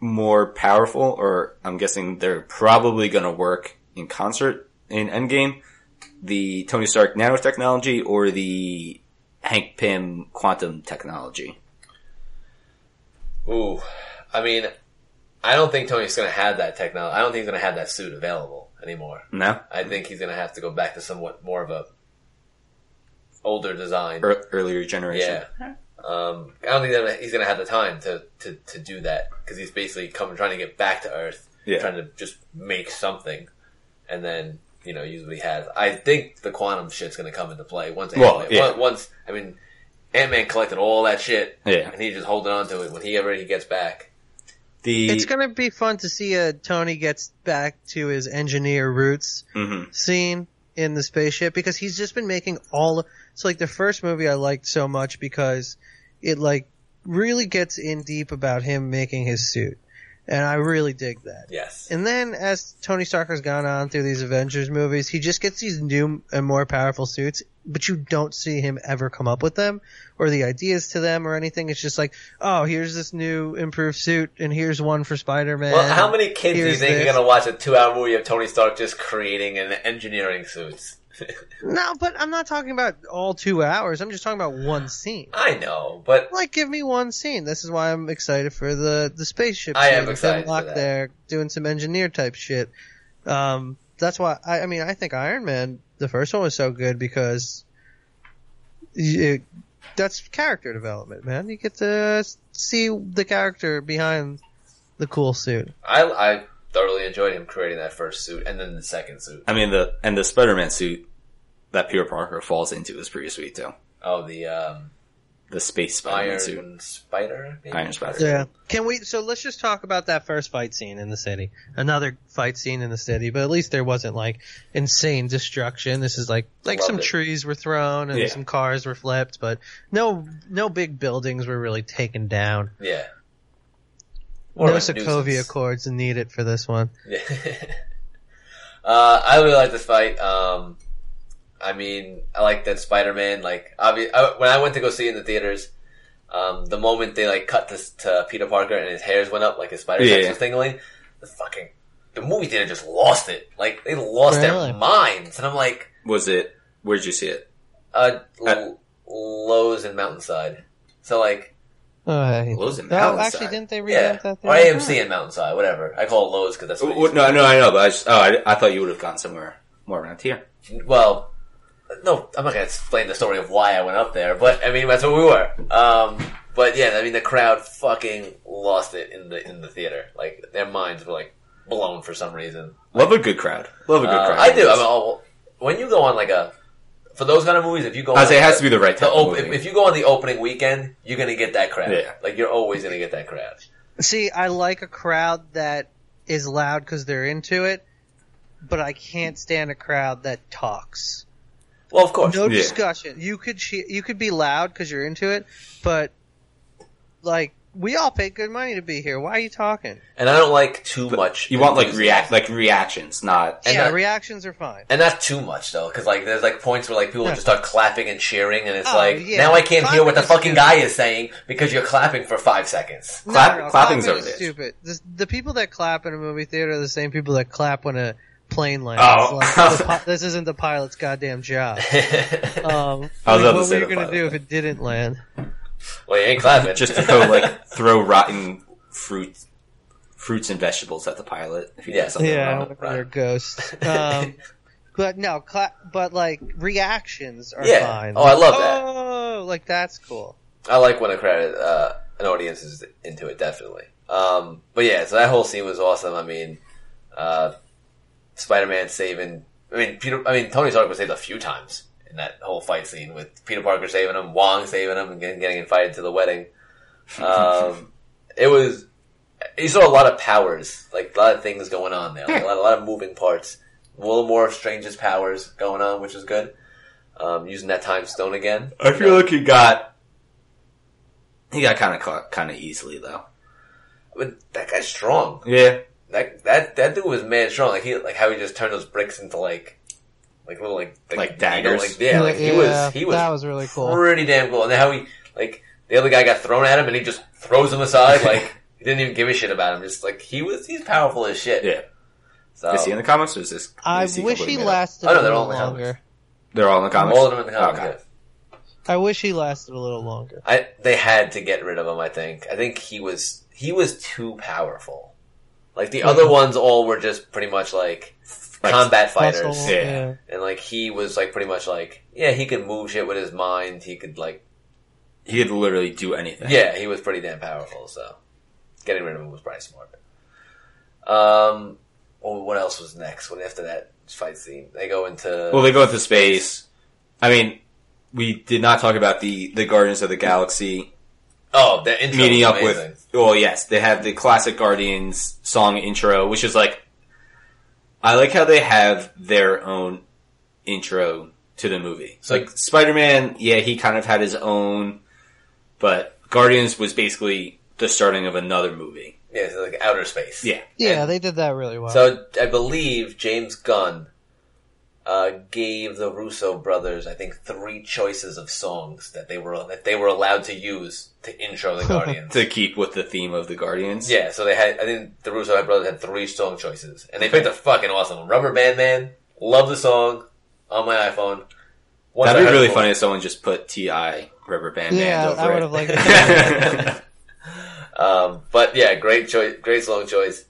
Speaker 2: more powerful, or I'm guessing they're probably going to work in concert in Endgame? The Tony Stark nanotechnology or the Hank Pym quantum technology?
Speaker 1: Ooh, I mean, I don't think Tony's going to have that technology. I don't think he's going to have that suit available anymore.
Speaker 2: No?
Speaker 1: I think he's going to have to go back to somewhat more of a older design.
Speaker 2: Ear earlier generation?
Speaker 1: Yeah. Um, I don't think that he's going to have the time to, to, to do that because he's basically coming trying to get back to Earth,
Speaker 2: Yeah.
Speaker 1: trying to just make something, and then you know usually has. I think the quantum shit's going to come into play once.
Speaker 2: Well,
Speaker 1: Ant-Man-
Speaker 2: yeah.
Speaker 1: on- once I mean, Ant Man collected all that shit,
Speaker 2: Yeah.
Speaker 1: and he's just holding on to it. When he ever he gets back,
Speaker 2: The,
Speaker 3: it's gonna be fun to see a Tony gets back to his engineer roots
Speaker 2: Mhm.
Speaker 3: scene in the spaceship because he's just been making all. So like the first movie I liked so much because it like really gets in deep about him making his suit, and I really dig that.
Speaker 1: yes,
Speaker 3: And then as Tony Stark has gone on through these Avengers movies, he just gets these new and more powerful suits, but you don't see him ever come up with them or the ideas to them or anything. It's just like, oh, here's this new improved suit and here's one for Spider-Man.
Speaker 1: Well, how many kids do you
Speaker 3: Here's
Speaker 1: think
Speaker 3: this.
Speaker 1: are going to watch a two-hour movie of Tony Stark just creating and engineering suits?
Speaker 3: No, but I'm not talking about all 2 hours. I'm just talking about one scene.
Speaker 1: I know, but
Speaker 3: Like give me one scene. This is why I'm excited for the the spaceship.
Speaker 1: I
Speaker 3: scene
Speaker 1: am
Speaker 3: with
Speaker 1: excited
Speaker 3: them
Speaker 1: for
Speaker 3: locked
Speaker 1: that.
Speaker 3: there doing some engineer type shit. Um, that's why I, I mean I think Iron Man the first one was so good because it, that's character development, man. You get to see the character behind the cool suit.
Speaker 1: I, I thoroughly enjoyed him creating that first suit and then the second suit.
Speaker 2: I mean, the, and the Spider-Man suit that Peter Parker falls into is pretty sweet too.
Speaker 1: Oh, the um,
Speaker 2: The space Spider-Man
Speaker 1: Iron
Speaker 2: suit.
Speaker 1: Spider. maybe?
Speaker 2: Iron Spider.
Speaker 3: Yeah. Can we? So let's just talk about that first fight scene in the city. Another fight scene in the city, but at least there wasn't like insane destruction. This is like like
Speaker 1: Loved
Speaker 3: some
Speaker 1: it.
Speaker 3: trees were thrown and
Speaker 2: Yeah.
Speaker 3: some cars were flipped, but no no big buildings were really taken down.
Speaker 1: Yeah.
Speaker 3: no
Speaker 1: of a
Speaker 3: Sokovia
Speaker 1: nuisance.
Speaker 3: Accords needed for this one.
Speaker 1: Yeah. (laughs) uh, I really like this fight. Um, I mean, I like that Spider-Man. Like, obvi- I, when I went to go see it in the theaters, um, the moment they like cut this to Peter Parker and his hairs went up, like his spider
Speaker 2: Yeah,
Speaker 1: sense
Speaker 2: yeah.
Speaker 1: was tingling, the fucking the movie theater just lost it. Like, they lost
Speaker 3: Really?
Speaker 1: their minds, and I'm like,
Speaker 2: Was it, where did you see it?
Speaker 1: uh,
Speaker 2: Uh,
Speaker 1: L- Lowe's and Mountainside. So like,
Speaker 3: Oh, I hate
Speaker 2: Lowe's and
Speaker 3: that. Oh, actually,
Speaker 2: Mountainside.
Speaker 3: didn't they
Speaker 1: yeah,
Speaker 3: revamp that?
Speaker 1: or
Speaker 3: thing?
Speaker 1: AMC and Mountainside, whatever. I call it Lowe's because that's what. it
Speaker 2: Oh,
Speaker 1: used to
Speaker 2: No, no, I know, but I just, oh, I, I thought you would have gone somewhere more around here.
Speaker 1: well, no, I'm not going to explain the story of why I went up there, but I mean that's what we were. Um, but yeah, I mean the crowd fucking lost it in the in the theater. Like their minds were like blown for some reason.
Speaker 2: Love a good crowd. Love a good
Speaker 1: Uh,
Speaker 2: crowd.
Speaker 1: I do. I mean, oh, when you go on like a for those kind of movies, if you go,
Speaker 2: I'd
Speaker 1: on
Speaker 2: say it
Speaker 1: like
Speaker 2: has
Speaker 1: a-
Speaker 2: to be the right
Speaker 1: the
Speaker 2: type of
Speaker 1: op- if,
Speaker 2: movie.
Speaker 1: if you go on the opening weekend, you're gonna get that crowd.
Speaker 2: Yeah.
Speaker 1: Like you're always gonna get that crowd.
Speaker 3: See, I like a crowd that is loud because they're into it, but I can't stand a crowd that talks.
Speaker 1: Well, of course.
Speaker 3: No
Speaker 2: Yeah.
Speaker 3: discussion. You could che- you could be loud because you're into it, but like we all paid good money to be here. Why are you talking?
Speaker 1: And I don't like too much.
Speaker 2: You want like
Speaker 1: enthusiasm.
Speaker 2: react like reactions, not
Speaker 1: And
Speaker 3: yeah,
Speaker 1: that-
Speaker 3: reactions are fine.
Speaker 1: And not too much though, because like there's like points where like people
Speaker 3: No.
Speaker 1: just start clapping and cheering, and it's
Speaker 3: Oh,
Speaker 1: like
Speaker 3: yeah.
Speaker 1: now I can't hear what the fucking
Speaker 3: Clapping is
Speaker 1: guy is saying because you're clapping for five seconds. (laughs)
Speaker 2: Clap- clapping's
Speaker 3: clapping
Speaker 2: over
Speaker 3: is
Speaker 2: there.
Speaker 3: stupid. The, the people that clap in a movie theater are the same people that clap when a plane lands.
Speaker 2: Oh.
Speaker 3: Like, the pi- this isn't the pilot's goddamn
Speaker 2: (laughs)
Speaker 3: job. Um,
Speaker 2: I was about
Speaker 3: like,
Speaker 2: to
Speaker 3: what
Speaker 2: say the
Speaker 3: were you gonna
Speaker 2: pilot.
Speaker 3: do if it didn't land?
Speaker 1: well, you ain't clapping.
Speaker 2: (laughs) just
Speaker 1: (laughs)
Speaker 2: throw like throw rotten fruit fruits and vegetables at the pilot if he
Speaker 1: Yeah.
Speaker 2: does something
Speaker 3: Yeah, I
Speaker 2: wrong.
Speaker 3: don't
Speaker 1: Right.
Speaker 3: they're ghosts.
Speaker 2: (laughs)
Speaker 3: Um, but no, cla- but like reactions are
Speaker 1: Yeah.
Speaker 3: fine.
Speaker 1: Oh, I love that.
Speaker 3: Oh, like that's cool.
Speaker 1: I like when a crowd, uh, an audience is into it definitely. Um, but yeah, so that whole scene was awesome. I mean, uh, Spider-Man saving. I mean, Peter. I mean, Tony Stark was saved a few times in that whole fight scene with Peter Parker saving him, Wong saving him, and getting, getting invited to the wedding. Um, (laughs) it was. You saw a lot of powers, like a lot of things going on there, like, a, lot, a lot of moving parts. A little more of Strange's powers going on, which is good. Um, using that time stone again.
Speaker 2: I feel like he got he got kind of caught kind of easily though.
Speaker 1: But that guy's strong.
Speaker 2: Yeah,
Speaker 1: That that that dude was mad strong. Like he like how he just turned those bricks into like like little like
Speaker 2: Like
Speaker 1: needle-
Speaker 2: daggers.
Speaker 1: like, yeah, like he was he was,
Speaker 3: that was really cool.
Speaker 1: pretty damn cool. And then how he like the other guy got thrown at him and he just throws him aside
Speaker 2: (laughs)
Speaker 1: like he didn't even give a shit about him. Just like he was he's powerful as shit.
Speaker 2: yeah.
Speaker 1: So
Speaker 2: Is he in the comics or is this?
Speaker 3: I
Speaker 2: is he
Speaker 3: wish
Speaker 2: completely
Speaker 3: he
Speaker 2: made up?
Speaker 3: lasted
Speaker 1: Oh, no,
Speaker 3: a
Speaker 1: they're
Speaker 3: little
Speaker 1: all in the comics.
Speaker 3: longer.
Speaker 2: They're all in the comics.
Speaker 1: all of them in the comics.
Speaker 2: Okay.
Speaker 1: yeah.
Speaker 3: I wish he lasted a little longer.
Speaker 1: I they had to get rid of him. I think. I think he was he was too powerful. Like
Speaker 2: Mm-hmm.
Speaker 1: the other ones, all were just pretty much like,
Speaker 2: Like-
Speaker 1: combat fighters.
Speaker 3: Muscle,
Speaker 2: yeah.
Speaker 3: yeah.
Speaker 1: And like he was like pretty much like yeah he could move shit with his mind he could like
Speaker 2: He could literally do anything.
Speaker 1: yeah he was pretty damn powerful so getting rid of him was probably smart. Um, well, what else was next? What after that fight scene they go into
Speaker 2: Well, they go into space. I mean, we did not talk about the the Guardians of the Galaxy
Speaker 1: oh the intro
Speaker 2: meeting
Speaker 1: was
Speaker 2: up
Speaker 1: amazing.
Speaker 2: with. Well, yes, they have the classic Guardians song intro, which is like, I like how they have their own intro to the movie. So like Spider Man, yeah, he kind of had his own, but Guardians was basically the starting of another movie.
Speaker 1: yeah so like outer space
Speaker 2: Yeah,
Speaker 3: Yeah, they did that really well.
Speaker 1: So I believe James Gunn uh, gave the Russo brothers, I think, three choices of songs that they were that they were allowed to use to intro
Speaker 2: (laughs)
Speaker 1: the Guardians.
Speaker 2: to keep with the theme of the Guardians.
Speaker 1: yeah, so they had. I think the Russo brothers had three song choices, and they picked a fucking awesome one. Rubber Band Man. Love the song on my iPhone. Once I
Speaker 2: That'd be
Speaker 1: heard it
Speaker 2: really
Speaker 1: before-
Speaker 2: funny if someone just put Ti rubber band
Speaker 3: Yeah,
Speaker 2: band over
Speaker 3: I
Speaker 2: it.
Speaker 3: would've liked
Speaker 2: (laughs)
Speaker 1: that. Um, but yeah, great choice, great song choice,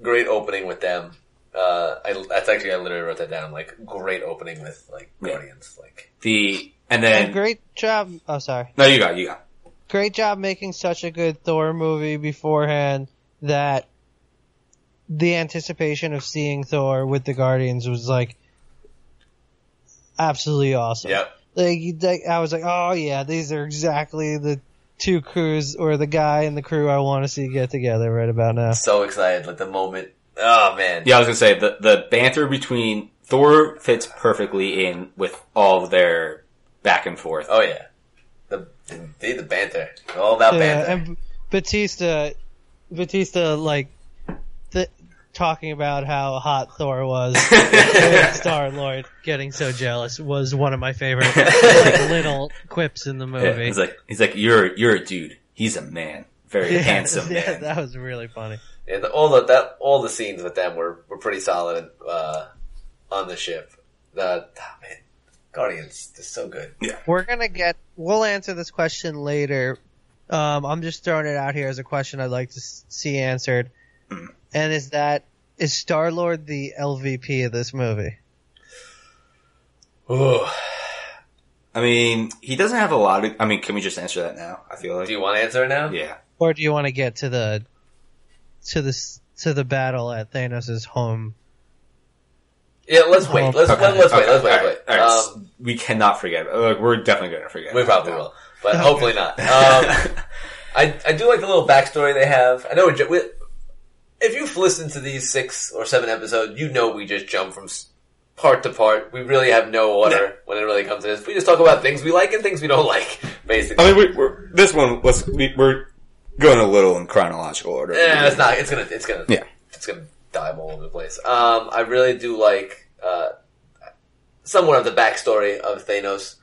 Speaker 1: great opening with them. Uh, I, that's actually I literally wrote that down. I'm like, great opening with like
Speaker 2: Yeah.
Speaker 1: Guardians. Like,
Speaker 2: the and
Speaker 3: And
Speaker 2: then
Speaker 3: great job. Oh, sorry.
Speaker 2: no, you got you got.
Speaker 3: Great job making such a good Thor movie beforehand that the anticipation of seeing Thor with the Guardians was like absolutely awesome.
Speaker 1: yep,
Speaker 3: Like, you- like, I was like, oh yeah, these are exactly the two crews or the guy and the crew I want to see get together right about now.
Speaker 1: so excited. Like the moment. Oh man,
Speaker 2: Yeah, I was gonna say the the banter between Thor fits perfectly in with all of their back and forth.
Speaker 1: Oh yeah, the the, the banter. All about
Speaker 3: Yeah,
Speaker 1: banter.
Speaker 3: and Batista, Batista, like th- talking about how hot
Speaker 2: (laughs)
Speaker 3: Thor was, Star Lord getting so jealous was one of my favorite
Speaker 2: (laughs)
Speaker 3: like, little quips in the
Speaker 2: Yeah,
Speaker 3: movie.
Speaker 2: he's like he's like you're you're a dude. He's a man, very
Speaker 3: (laughs) Yeah,
Speaker 2: handsome
Speaker 3: yeah,
Speaker 2: man.
Speaker 3: that was really funny.
Speaker 1: Yeah, the, all the that all the scenes with them were, were pretty solid uh, on the ship. The ah, man, Guardians is so good.
Speaker 3: We're gonna get. We'll answer this question later. Um, I'm just throwing it out here as a question I'd like to s- see answered.
Speaker 2: Mm.
Speaker 3: And is that is Star Lord the LVP of this movie?
Speaker 1: Ooh.
Speaker 2: I mean, he doesn't have a lot of. I mean, can we just answer that now? I feel like
Speaker 1: Do you want to answer it now?
Speaker 2: yeah.
Speaker 3: or do you want to get to the to the s- to the battle at Thanos' home?
Speaker 1: Yeah, let's wait. Let's
Speaker 2: Okay.
Speaker 1: let, us wait.
Speaker 2: Okay.
Speaker 1: Let's wait.
Speaker 2: All right.
Speaker 1: wait.
Speaker 2: All right.
Speaker 1: Um,
Speaker 2: we cannot forget. uh, Like, we're definitely gonna forget.
Speaker 1: we
Speaker 2: about
Speaker 1: probably
Speaker 2: that. (laughs)
Speaker 1: will, but Um, hopefully not. Um, I I do like the little backstory they have. I know we, ju- we if you've listened to these six or seven episodes, you know we just jump from s- part to part. We really have no order when it really comes to this. We just talk about things we like and things we don't like, basically.
Speaker 2: I mean, we, we're this one was we, we're going a little in chronological order.
Speaker 1: Yeah, it's not. It's gonna. It's gonna.
Speaker 2: Yeah.
Speaker 1: It's gonna dive all over the place. Um, I really do like uh, somewhat of the backstory of Thanos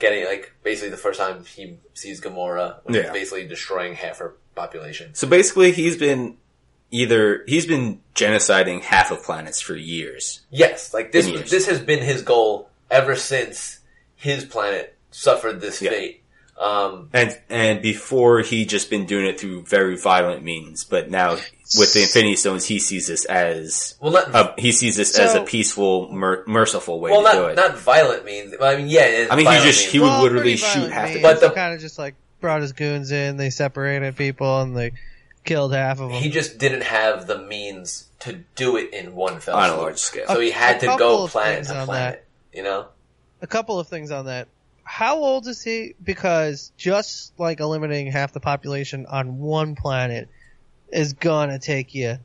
Speaker 1: getting like basically the first time he sees Gamora, when he's
Speaker 2: Yeah.
Speaker 1: basically destroying half her population.
Speaker 2: So basically, he's been either he's been genociding half of planets for years.
Speaker 1: Yes, like this.
Speaker 2: In years.
Speaker 1: This has been his goal ever since his planet suffered this
Speaker 2: Yeah.
Speaker 1: fate. Um,
Speaker 2: And and before he just been doing it through very violent means, but now with the Infinity Stones, he sees this as
Speaker 1: well, not
Speaker 2: a, he sees this as a
Speaker 3: So-
Speaker 2: peaceful, mer- merciful way
Speaker 1: well,
Speaker 2: to do
Speaker 1: not
Speaker 2: it.
Speaker 1: not violent means. I mean, yeah. It is
Speaker 2: I mean, he
Speaker 1: violent
Speaker 2: just
Speaker 1: means.
Speaker 2: he would
Speaker 3: Well,
Speaker 2: literally
Speaker 3: pretty
Speaker 2: shoot
Speaker 3: violent
Speaker 2: half the.
Speaker 3: means.
Speaker 1: But the-
Speaker 3: he kind of just like brought his goons in. They separated people and they killed half of them.
Speaker 1: he just didn't have the means to do it in one fell
Speaker 2: On a
Speaker 1: swoop.
Speaker 2: large scale.
Speaker 1: So he had
Speaker 3: A
Speaker 1: to
Speaker 3: couple
Speaker 1: go
Speaker 3: of
Speaker 1: planet
Speaker 3: things
Speaker 1: to
Speaker 3: on
Speaker 1: planet. You know,
Speaker 3: a couple of things on that. How old is he? Because just like eliminating half the population on one planet is gonna take you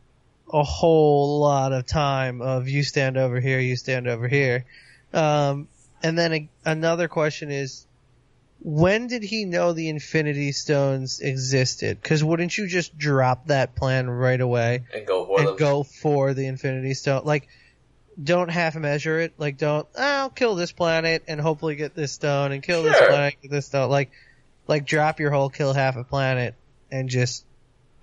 Speaker 3: a whole lot of time of you stand over here, you stand over here. Um, and then a, another question is, when did he know the Infinity Stones existed? Because wouldn't you just drop that plan right away?
Speaker 1: and go for them.
Speaker 3: and go for the Infinity Stone. Like, don't half measure it. Like, don't "Ah, I'll kill this planet and hopefully get this stone and kill this
Speaker 1: Sure.
Speaker 3: planet, get this stone. Like, like drop your whole kill half a planet and just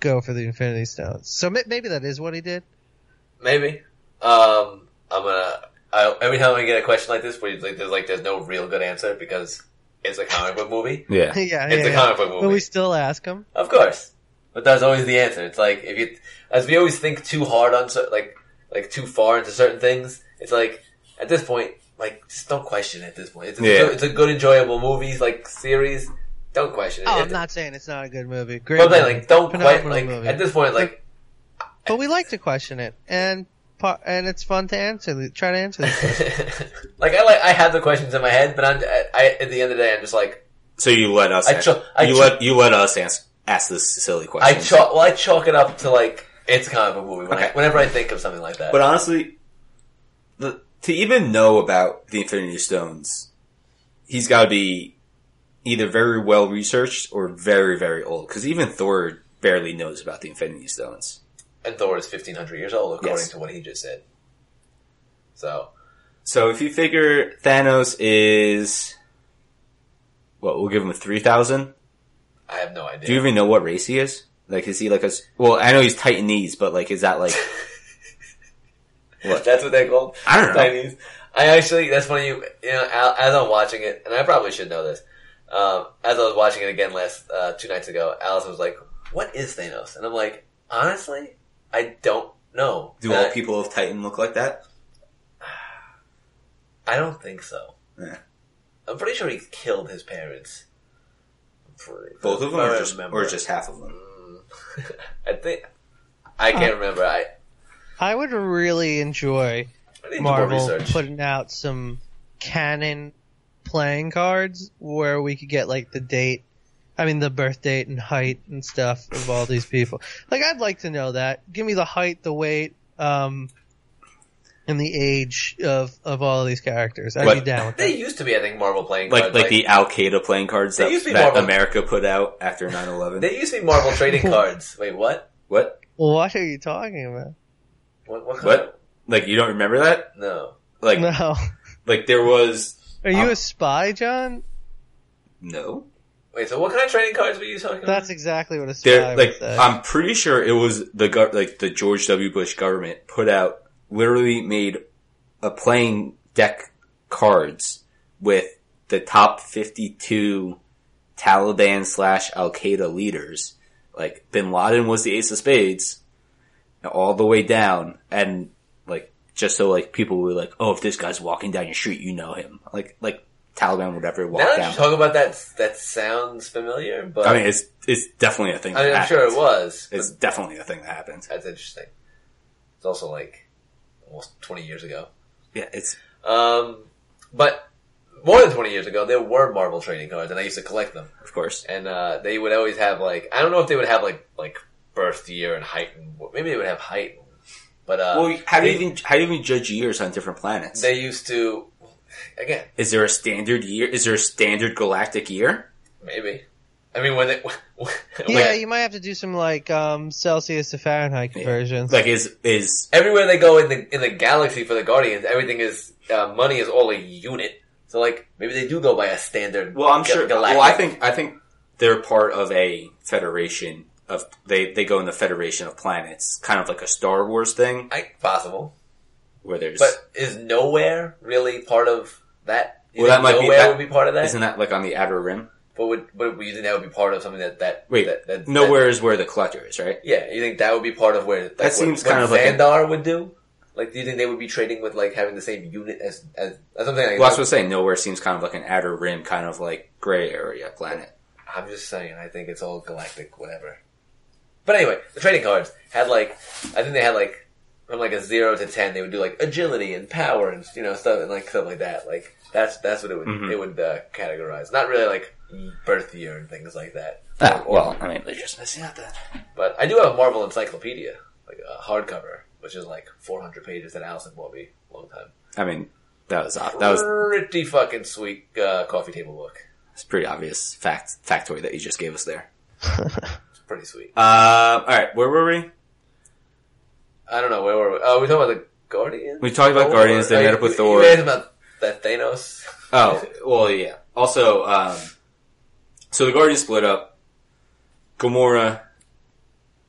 Speaker 3: go for the Infinity Stones. So ma- maybe that is what he did. (laughs)
Speaker 1: Maybe. Um, I'm gonna. I, every time I get a question like this, where you, like, there's like there's no real good answer because it's a comic book
Speaker 3: (laughs)
Speaker 1: movie.
Speaker 2: yeah,
Speaker 3: yeah, yeah,
Speaker 1: It's a
Speaker 3: yeah.
Speaker 1: comic book
Speaker 3: But
Speaker 1: movie.
Speaker 3: we still ask him.
Speaker 1: Of course, but that's always the answer. It's like if you, as we always think too hard on cer- like like too far into certain things. It's like at this point, like just don't question it. At this point, it's, it's,
Speaker 2: Yeah.
Speaker 1: a, good, it's a good, enjoyable movie like series. Don't question it.
Speaker 3: Oh, I'm
Speaker 1: It-
Speaker 3: not saying it's not a good movie. Great,
Speaker 1: But I'm saying,
Speaker 3: movie.
Speaker 1: like, don't
Speaker 3: Phenomenal
Speaker 1: quite like
Speaker 3: movie.
Speaker 1: at this point, like
Speaker 3: But we like to question it, and pa- and it's fun to answer. the- Try to
Speaker 1: (laughs)
Speaker 3: answer. This.
Speaker 1: like I like I have the questions in my head, but I'm I, I at the end of the day, I'm just like
Speaker 2: So you let us.
Speaker 1: I cho- I
Speaker 2: you
Speaker 1: cho-
Speaker 2: let you let us ans ask this silly
Speaker 1: I
Speaker 2: question.
Speaker 1: chalk well I chalk it up to like it's a comic book movie when I,
Speaker 2: Okay.
Speaker 1: whenever I think of something like that.
Speaker 2: But honestly, the, to even know about the Infinity Stones, he's got to be either very well researched or very very old. Because even Thor barely knows about the Infinity Stones.
Speaker 1: and Thor is fifteen hundred years old, according
Speaker 2: Yes.
Speaker 1: to what he just said. So
Speaker 2: So if you figure Thanos is, what we'll give him three thousand.
Speaker 1: I have no idea.
Speaker 2: Do you even know what race he is? Like, is he like a? s- Well, I know he's Titanese, but like, is
Speaker 1: (laughs)
Speaker 2: that like? what?
Speaker 1: That's what they call
Speaker 2: I don't know.
Speaker 1: Chinese. I actually, that's funny. You, you know, a- as I'm watching it, and I probably should know this. Um, as I was watching it again last uh, two nights ago, Allison was like, "What is Thanos?" And I'm like, honestly, I don't know.
Speaker 2: Do
Speaker 1: And
Speaker 2: all
Speaker 1: I-
Speaker 2: people of Titan look like that?
Speaker 1: I don't think so.
Speaker 2: Yeah.
Speaker 1: I'm pretty sure he killed his parents. I'm pretty-
Speaker 2: Both of them,
Speaker 1: I
Speaker 2: or
Speaker 1: don't
Speaker 2: just,
Speaker 1: remember.
Speaker 2: or just half of them?
Speaker 1: I think I can't
Speaker 3: Uh,
Speaker 1: remember. I,
Speaker 3: I would really enjoy
Speaker 1: I need to do more
Speaker 3: Marvel
Speaker 1: research.
Speaker 3: putting out some canon playing cards where we could get like the date, I mean the birth date and height and stuff of all these people. Like I'd like to know that. Give me the height, the weight, um, and the age of of all of these characters. I'd
Speaker 2: What-
Speaker 3: be down with that.
Speaker 1: they used to be, I think, Marvel playing
Speaker 2: Like,
Speaker 1: cards,
Speaker 2: like the Al Qaeda playing cards
Speaker 1: Uh, They
Speaker 2: that,
Speaker 1: used to be
Speaker 2: that
Speaker 1: more-
Speaker 2: America put out after 9 11.
Speaker 1: They used to be Marvel
Speaker 3: (laughs)
Speaker 1: trading cards. Wait, what?
Speaker 2: What?
Speaker 3: What are you talking about?
Speaker 1: What? What? Kind
Speaker 2: What? Like, you don't remember that?
Speaker 1: Of, no.
Speaker 2: Like,
Speaker 3: No,
Speaker 2: like there was.
Speaker 3: are you
Speaker 1: uh,
Speaker 2: Um,
Speaker 3: a spy, John?
Speaker 2: No.
Speaker 1: Wait. So, what kind of trading cards were you talking about?
Speaker 3: That's exactly what a spy
Speaker 2: There,
Speaker 3: would
Speaker 2: like,
Speaker 3: say.
Speaker 1: um,
Speaker 2: I'm pretty sure it was the, gov- like, the George W. Bush government put out, literally made a playing deck cards with the top 52 Taliban slash Al Qaeda leaders. Like Bin Laden was the ace of spades all the way down and like just so like people were like, Oh, if this guy's walking down your street, you know him. Like like Taliban would ever walk
Speaker 1: Now that
Speaker 2: down.
Speaker 1: you talk about that, that sounds familiar. But
Speaker 2: I mean it's it's definitely a thing that
Speaker 1: I mean, I'm
Speaker 2: happened.
Speaker 1: sure it was. but
Speaker 2: It's definitely a thing that happened.
Speaker 1: that's interesting. It's also like almost 20 years ago.
Speaker 2: Yeah, it's
Speaker 1: Um, but more than 20 years ago, there were Marvel trading cards, and I used to collect them.
Speaker 2: of course.
Speaker 1: And uh, they would always have like I don't know if they would have like like birth year and height. And, maybe they would have height, but uh,
Speaker 2: Well, how do you
Speaker 1: they-
Speaker 2: even how do you even judge years on different planets?
Speaker 1: they used to. Again,
Speaker 2: Is there a standard year? Is there a standard galactic year?
Speaker 1: maybe. I mean, when they (laughs)
Speaker 3: Yeah,
Speaker 1: like,
Speaker 3: you might have to do some like um, Celsius to Fahrenheit conversions.
Speaker 2: Like is is
Speaker 1: everywhere they go in the in the galaxy for the Guardians, everything is uh, money is all a unit. So like maybe they do go by a standard.
Speaker 2: well? I'm
Speaker 1: ga-
Speaker 2: sure.
Speaker 1: Galactic.
Speaker 2: Well, I think I think they're part of a federation of they they go in the federation of planets, kind of like a Star Wars thing
Speaker 1: I, possible,
Speaker 2: where there's.
Speaker 1: but is nowhere really part of that? You
Speaker 2: Well,
Speaker 1: think
Speaker 2: that might be-
Speaker 1: nowhere
Speaker 2: that-
Speaker 1: would be part of that.
Speaker 2: isn't that like on the outer rim?
Speaker 1: but would but you think that would be part of something that that
Speaker 2: Wait,
Speaker 1: that, that
Speaker 2: nowhere is where the collector is, right?
Speaker 1: Yeah, you think that would be part of where like,
Speaker 2: That seems
Speaker 1: what,
Speaker 2: kind of
Speaker 1: what
Speaker 2: like a-
Speaker 1: Xandar would do? Like, do you think they would be trading with like having the same unit as as, as something? Like,
Speaker 2: Well, that's what I'm saying. Nowhere seems kind of like an outer rim, kind of like gray area planet.
Speaker 1: I'm just saying. I think it's all galactic, whatever. But anyway, the trading cards had like I think they had like from like a zero to ten. They would do like agility and power and you know stuff and like stuff like that. Like that's that's what it would
Speaker 2: Mhm.
Speaker 1: it would uh, categorize. Not really like birth year and things like that.
Speaker 2: Ah, well, I mean, they're just missing out that.
Speaker 1: But I do have a Marvel encyclopedia, like a hardcover, which is like 400 pages that Allison bought me a long time.
Speaker 2: I mean, that was ob- that was
Speaker 1: Uh. pretty fucking sweet uh, coffee table book.
Speaker 2: It's a pretty obvious fact factoid that you just gave us there.
Speaker 1: It's pretty sweet.
Speaker 2: Uh, all right, where were we?
Speaker 1: I don't know where were we? Oh, we talking about the Guardians.
Speaker 2: We talked about
Speaker 1: Thor?
Speaker 2: Guardians. They
Speaker 1: Oh,
Speaker 2: met
Speaker 1: you-
Speaker 2: up with
Speaker 1: you
Speaker 2: Thor.
Speaker 1: guys about that Thanos.
Speaker 2: Oh, well, yeah. Also, um, so the Guardians split up. Gamora,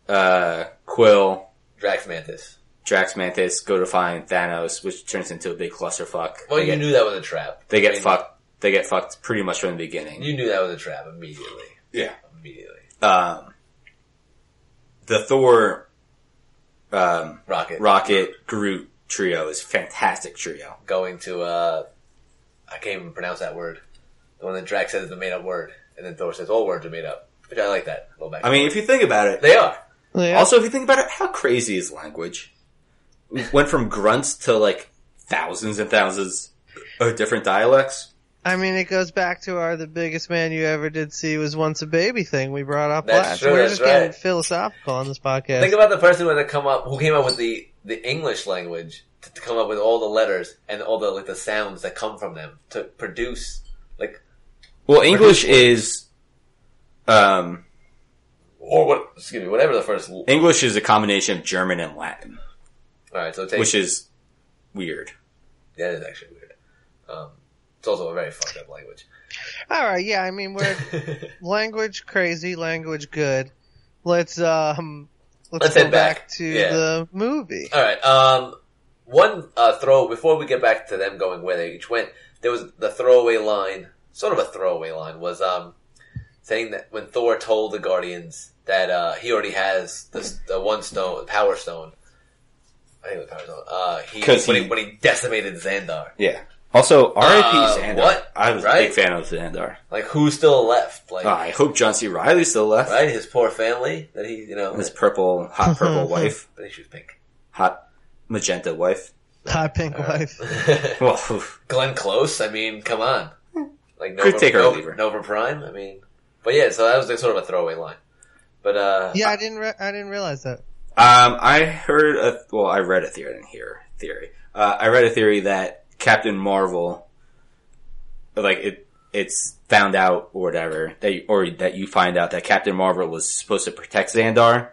Speaker 2: uh, Quill,
Speaker 1: Drax Mantis.
Speaker 2: Drax Mantis go to find Thanos, which turns into a big clusterfuck.
Speaker 1: Well,
Speaker 2: they
Speaker 1: you
Speaker 2: get,
Speaker 1: knew that was a trap.
Speaker 2: they
Speaker 1: I
Speaker 2: get
Speaker 1: mean,
Speaker 2: fucked. They get fucked pretty much from the beginning.
Speaker 1: You knew that was a trap immediately.
Speaker 2: yeah.
Speaker 1: Immediately.
Speaker 2: Um, the Thor, um,
Speaker 1: Rocket
Speaker 2: Rocket, Groot trio is a fantastic trio.
Speaker 1: going to uh, I can't even pronounce that word. The one that Drax says is a made up word, and then Thor says all words are made up. Which I like that. A little back.
Speaker 2: I mean, if you think about it,
Speaker 1: they are.
Speaker 3: Yeah.
Speaker 2: also if you think about it, how crazy is language? We went from grunts to like thousands and thousands of different dialects.
Speaker 3: I mean, it goes back to our the biggest man you ever did see was once a baby thing we brought up
Speaker 1: That's
Speaker 3: last.
Speaker 1: true,
Speaker 3: We're
Speaker 1: that's
Speaker 3: just
Speaker 1: right.
Speaker 3: getting philosophical on this podcast.
Speaker 1: Think about the person who had to come up, who came up with the the English language to, to come up with all the letters and all the like the sounds that come from them to produce. Like
Speaker 2: Well, English is, um,
Speaker 1: or what? Excuse me. Whatever the first. All
Speaker 2: English is a combination of German and Latin,
Speaker 1: right. So take
Speaker 2: which is weird.
Speaker 1: that is actually weird. Um, it's also a very fucked up language. (laughs)
Speaker 3: All right, yeah. I mean, we're language crazy, language good. Let's um, let's,
Speaker 1: Let's
Speaker 3: go
Speaker 1: head back.
Speaker 3: to
Speaker 1: Yeah.
Speaker 3: the movie.
Speaker 1: All right. Um, one uh, throw before we get back to them going where they each went. There was the throwaway line, sort of a throwaway line, was um, saying that when Thor told the Guardians that uh, he already has the, the one stone, Power Stone. I think it was Power Stone. Uh, he,
Speaker 2: 'Cause
Speaker 1: when
Speaker 2: he-
Speaker 1: he when he decimated Xandar,
Speaker 2: Yeah. Also, R.I.P.
Speaker 1: Uh,
Speaker 2: Xandar.
Speaker 1: what?
Speaker 2: I was a
Speaker 1: Right?
Speaker 2: big fan of Xandar.
Speaker 1: like who's still left? Like
Speaker 2: Uh, I hope John C. Riley's still left.
Speaker 1: right, his poor family that he you know.
Speaker 2: His purple, hot purple wife,
Speaker 1: I think she was pink.
Speaker 2: hot magenta (laughs) wife. Oh,
Speaker 1: Uh,
Speaker 3: Hot
Speaker 1: (laughs)
Speaker 3: pink wife.
Speaker 2: Well,
Speaker 1: Glenn Close. I mean, come on. Like Nova,
Speaker 2: Could take her or leave
Speaker 1: Nova,
Speaker 2: her.
Speaker 1: Nova Prime. I mean, but yeah. So that was like sort of a throwaway line. But uh,
Speaker 3: Yeah, I didn't. Re- I didn't realize that.
Speaker 2: Um, I heard a well, I read a theory. I didn't hear a theory. Uh, I read a theory that Captain Marvel, like it, it's found out or whatever that you, or that you find out that Captain Marvel was supposed to protect Xandar,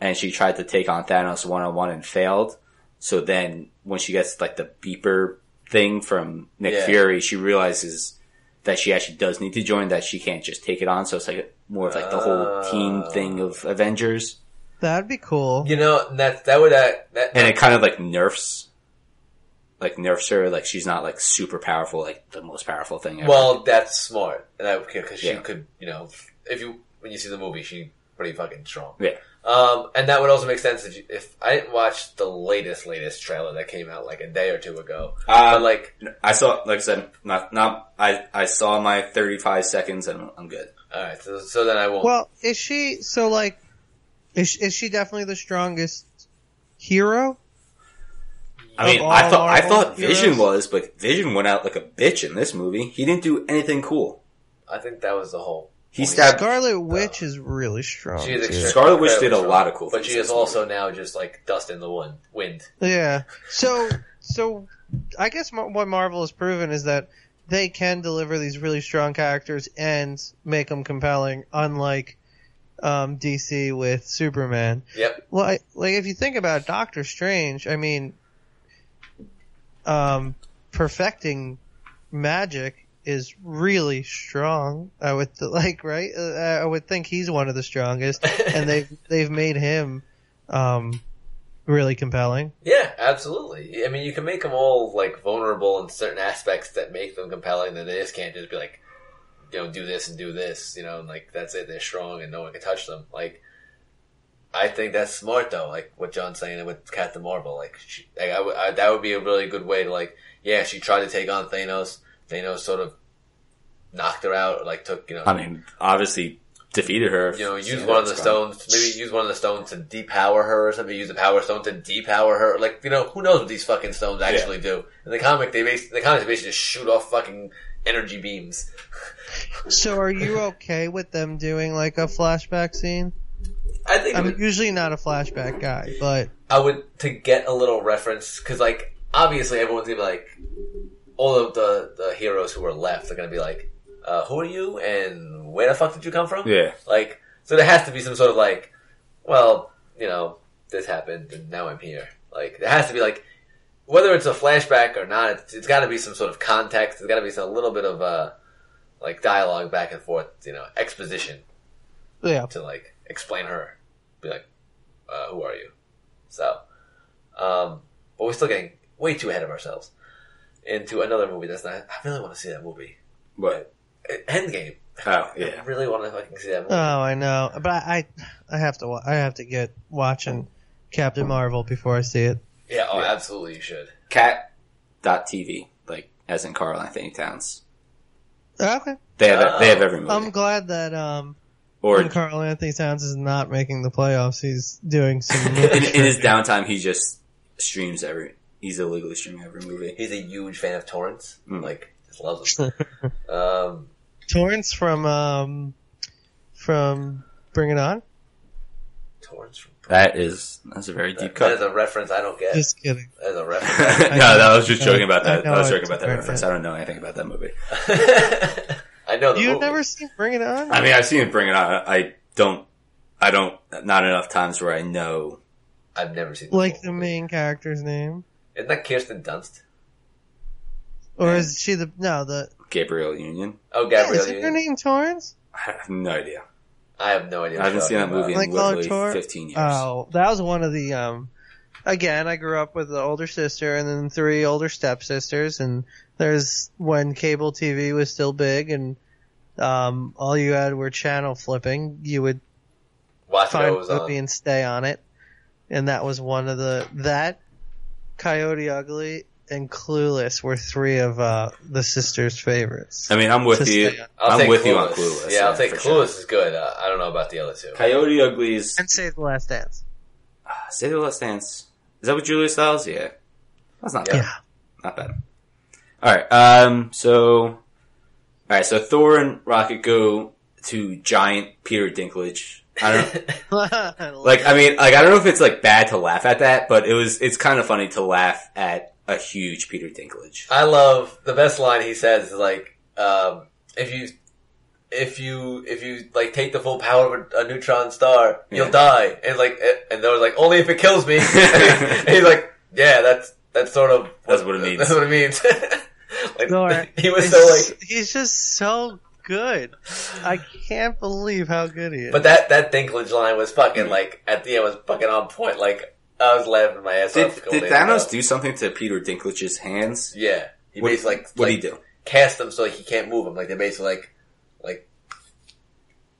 Speaker 2: and she tried to take on Thanos one on one and failed. So then, when she gets like the beeper thing from Nick
Speaker 1: Yeah.
Speaker 2: Fury, she realizes that she actually does need to join. That she can't just take it on. So it's like more of like the whole team
Speaker 1: Oh.
Speaker 2: thing of Avengers.
Speaker 3: That'd be cool.
Speaker 1: you know that that would uh, that
Speaker 2: and it kind of like nerfs like nerfs her like she's not like super powerful like the most powerful thing ever.
Speaker 1: well that's smart and I because she
Speaker 2: Yeah.
Speaker 1: could you know if you when you see the movie she pretty fucking strong.
Speaker 2: yeah
Speaker 1: Um, and that would also make sense if you, if I didn't watch the latest latest trailer that came out like a day or two ago.
Speaker 2: Uh,
Speaker 1: but like
Speaker 2: i saw like i said not not i i saw my 35 seconds and i'm good
Speaker 1: all right, so so then I won't.
Speaker 3: Well, is she so like? Is she, is she definitely the strongest hero?
Speaker 2: i mean
Speaker 3: Of all
Speaker 2: i thought i
Speaker 3: Marvel
Speaker 2: thought vision
Speaker 3: heroes?
Speaker 2: was but vision went out like a bitch in this movie he didn't do anything cool
Speaker 1: I think that was the whole.
Speaker 2: He stabbed.
Speaker 3: Scarlet Witch is really strong.
Speaker 1: She is
Speaker 3: too.
Speaker 1: extra-
Speaker 2: oh, Scarlet Witch did a
Speaker 1: incredibly
Speaker 2: lot
Speaker 1: strong,
Speaker 2: of cool
Speaker 1: but
Speaker 2: things
Speaker 1: she is
Speaker 2: this
Speaker 1: also now just like dust in the wind. Wind.
Speaker 3: Yeah. So, so I guess mar- what Marvel has proven is that they can deliver these really strong characters and make them compelling, unlike um, DC with Superman.
Speaker 1: Yep.
Speaker 3: Like, like if you think about Doctor Strange, I mean, um, perfecting magic is really strong. I would th- (laughs) like, right? Uh, I would think he's one of the strongest, and they've they've made him um, really compelling.
Speaker 1: Yeah, absolutely. I mean, you can make them all like vulnerable in certain aspects that make them compelling. That they just can't just be like, you know, do this and do this. You know, and, like that's it. They're strong and no one can touch them. Like, I think that's smart though. Like what John's saying with Captain Marvel. Like, she, like I would- I- that would be a really good way to like. Yeah, she tried to take on Thanos. Thanos sort of knocked her out. Or, like took you know.
Speaker 2: I mean, obviously defeated her.
Speaker 1: you know, use
Speaker 2: Yeah,
Speaker 1: one of the
Speaker 2: that's gone.
Speaker 1: stones. Maybe use one of the stones to depower her or something. Use the power stone to depower her. Like you know, who knows what these fucking stones actually do? In the comic, they base the comics basically just shoot off fucking energy beams. (laughs)
Speaker 3: So are you okay with them doing like a flashback scene?
Speaker 1: I think it
Speaker 3: I'm
Speaker 1: would-
Speaker 3: usually not a flashback guy, but
Speaker 1: I would to get a little reference because like obviously everyone's gonna be like all of the the heroes who are left are gonna be like, uh, who are you and where the fuck did you come from?
Speaker 2: Yeah.
Speaker 1: like so there has to be some sort of like, well, you know, this happened and now I'm here. Like there has to be like whether it's a flashback or not, it's, it's got to be some sort of context. There's got to be some, a little bit of uh like dialogue back and forth, you know, exposition
Speaker 3: yeah.
Speaker 1: to like explain her, be like, uh, "Who are you?" So, um, but we're still getting way too ahead of ourselves into another movie that's not. I really want to see that movie,
Speaker 2: But
Speaker 1: Eh, Endgame.
Speaker 2: oh
Speaker 1: I
Speaker 2: yeah, Uh,
Speaker 1: really want to fucking see that movie.
Speaker 3: Oh, I know, but I I have to wa- I have to get watching Captain Marvel before I see it.
Speaker 1: yeah, oh,
Speaker 2: yeah.
Speaker 1: absolutely, you should.
Speaker 2: cat dot TV like as in Carl Anthony Towns.
Speaker 3: Okay,
Speaker 2: They have
Speaker 1: Oh.
Speaker 2: they have every movie
Speaker 3: I'm glad that um
Speaker 2: or in,
Speaker 3: Carl Anthony Towns is not making the playoffs. He's doing
Speaker 2: (laughs)
Speaker 3: some.
Speaker 2: in his downtime he just streams every. He's illegally streaming every movie.
Speaker 1: He's a huge fan of Torrance.
Speaker 2: Mm.
Speaker 1: Like, just loves him. um,
Speaker 3: Torrance from um from Bring It On.
Speaker 1: Torrance. From-
Speaker 2: That is that's a very deep
Speaker 1: that is
Speaker 2: cut.
Speaker 1: a reference I don't get.
Speaker 3: Just kidding.
Speaker 1: That is a
Speaker 2: (laughs) no,
Speaker 1: reference. (laughs)
Speaker 2: that I was just joking about
Speaker 3: I
Speaker 2: that.
Speaker 3: know
Speaker 2: I was
Speaker 3: it's
Speaker 2: joking about that
Speaker 3: very
Speaker 2: reference.
Speaker 3: good.
Speaker 2: I don't know anything about that movie.
Speaker 1: I know the
Speaker 3: You've
Speaker 1: movie.
Speaker 3: never seen Bring It On?
Speaker 2: I mean, I've seen it bring it on. I don't, I don't, not enough times where I know.
Speaker 1: I've never seen the
Speaker 3: like
Speaker 1: whole
Speaker 3: the
Speaker 1: movie.
Speaker 3: main character's name,
Speaker 1: Isn't that Kirsten Dunst?
Speaker 3: or is she the no the
Speaker 2: Gabriel Union.
Speaker 1: Oh,
Speaker 3: yeah,
Speaker 1: Gabrielle
Speaker 3: is her
Speaker 1: Union.
Speaker 3: name Torrance?
Speaker 2: I have no idea.
Speaker 1: I have no idea.
Speaker 2: I
Speaker 1: what
Speaker 2: haven't
Speaker 1: you're
Speaker 2: seen that
Speaker 1: talking about.
Speaker 2: movie in
Speaker 3: Like
Speaker 2: literally
Speaker 3: Longshore?
Speaker 2: 15 years.
Speaker 3: Oh, that was one of the um again, I grew up with the older sister and then three older stepsisters and there's when cable TV was still big and um all you had were channel flipping, you would
Speaker 1: Watch what
Speaker 3: find
Speaker 1: was
Speaker 3: a
Speaker 1: on.
Speaker 3: movie and stay on it. And that was one of the that Coyote Ugly and Clueless were three of uh the sisters' favorites.
Speaker 2: I mean, I'm with
Speaker 3: Just
Speaker 2: you.
Speaker 3: stay on-
Speaker 1: I'll
Speaker 2: I'm
Speaker 1: take
Speaker 2: with you on Clueless,
Speaker 1: Yeah, I'll
Speaker 2: yeah,
Speaker 1: take
Speaker 2: for
Speaker 1: Clueless is good. Uh, I don't know about the other two.
Speaker 2: Coyote Uglies.
Speaker 3: And Save the Last Dance. (laughs)
Speaker 2: Ah, Say the Last Dance. Is that with Julia Stiles? Yeah. That's not bad.
Speaker 1: Yeah.
Speaker 2: Not bad. Alright, um, so, alright, so Thor and Rocket go to giant Peter Dinklage. I don't
Speaker 1: (laughs)
Speaker 2: Like, I mean, like, I don't know if it's like bad to laugh at that, but it was, it's kind of funny to laugh at a huge Peter Dinklage.
Speaker 1: I love the best line he says is like, um, if you, if you, if you like take the full power of a, a neutron star, you'll
Speaker 2: Yeah.
Speaker 1: die. And like, eh, and they were like, only if it kills
Speaker 2: (laughs)
Speaker 1: me. and he's like, yeah, that's that's sort of
Speaker 2: That's what it means.
Speaker 1: That's what it means. (laughs) like,
Speaker 3: Nor-
Speaker 1: (laughs) he was
Speaker 3: He's
Speaker 1: so
Speaker 3: just-
Speaker 1: like,
Speaker 3: he's just so good. I can't believe how good he is.
Speaker 1: but that that Dinklage line was
Speaker 2: Mm.
Speaker 1: fucking like at the end was fucking on point. Like I was laughing my ass
Speaker 2: Did,
Speaker 1: off. a couple
Speaker 2: did
Speaker 1: days
Speaker 2: Thanos
Speaker 1: ago.
Speaker 2: do something to Peter Dinklage's hands?
Speaker 1: Yeah, he
Speaker 2: What-
Speaker 1: basically like
Speaker 2: what'd
Speaker 1: like,
Speaker 2: he do?
Speaker 1: Cast him so like, he can't move him. Like they're basically like like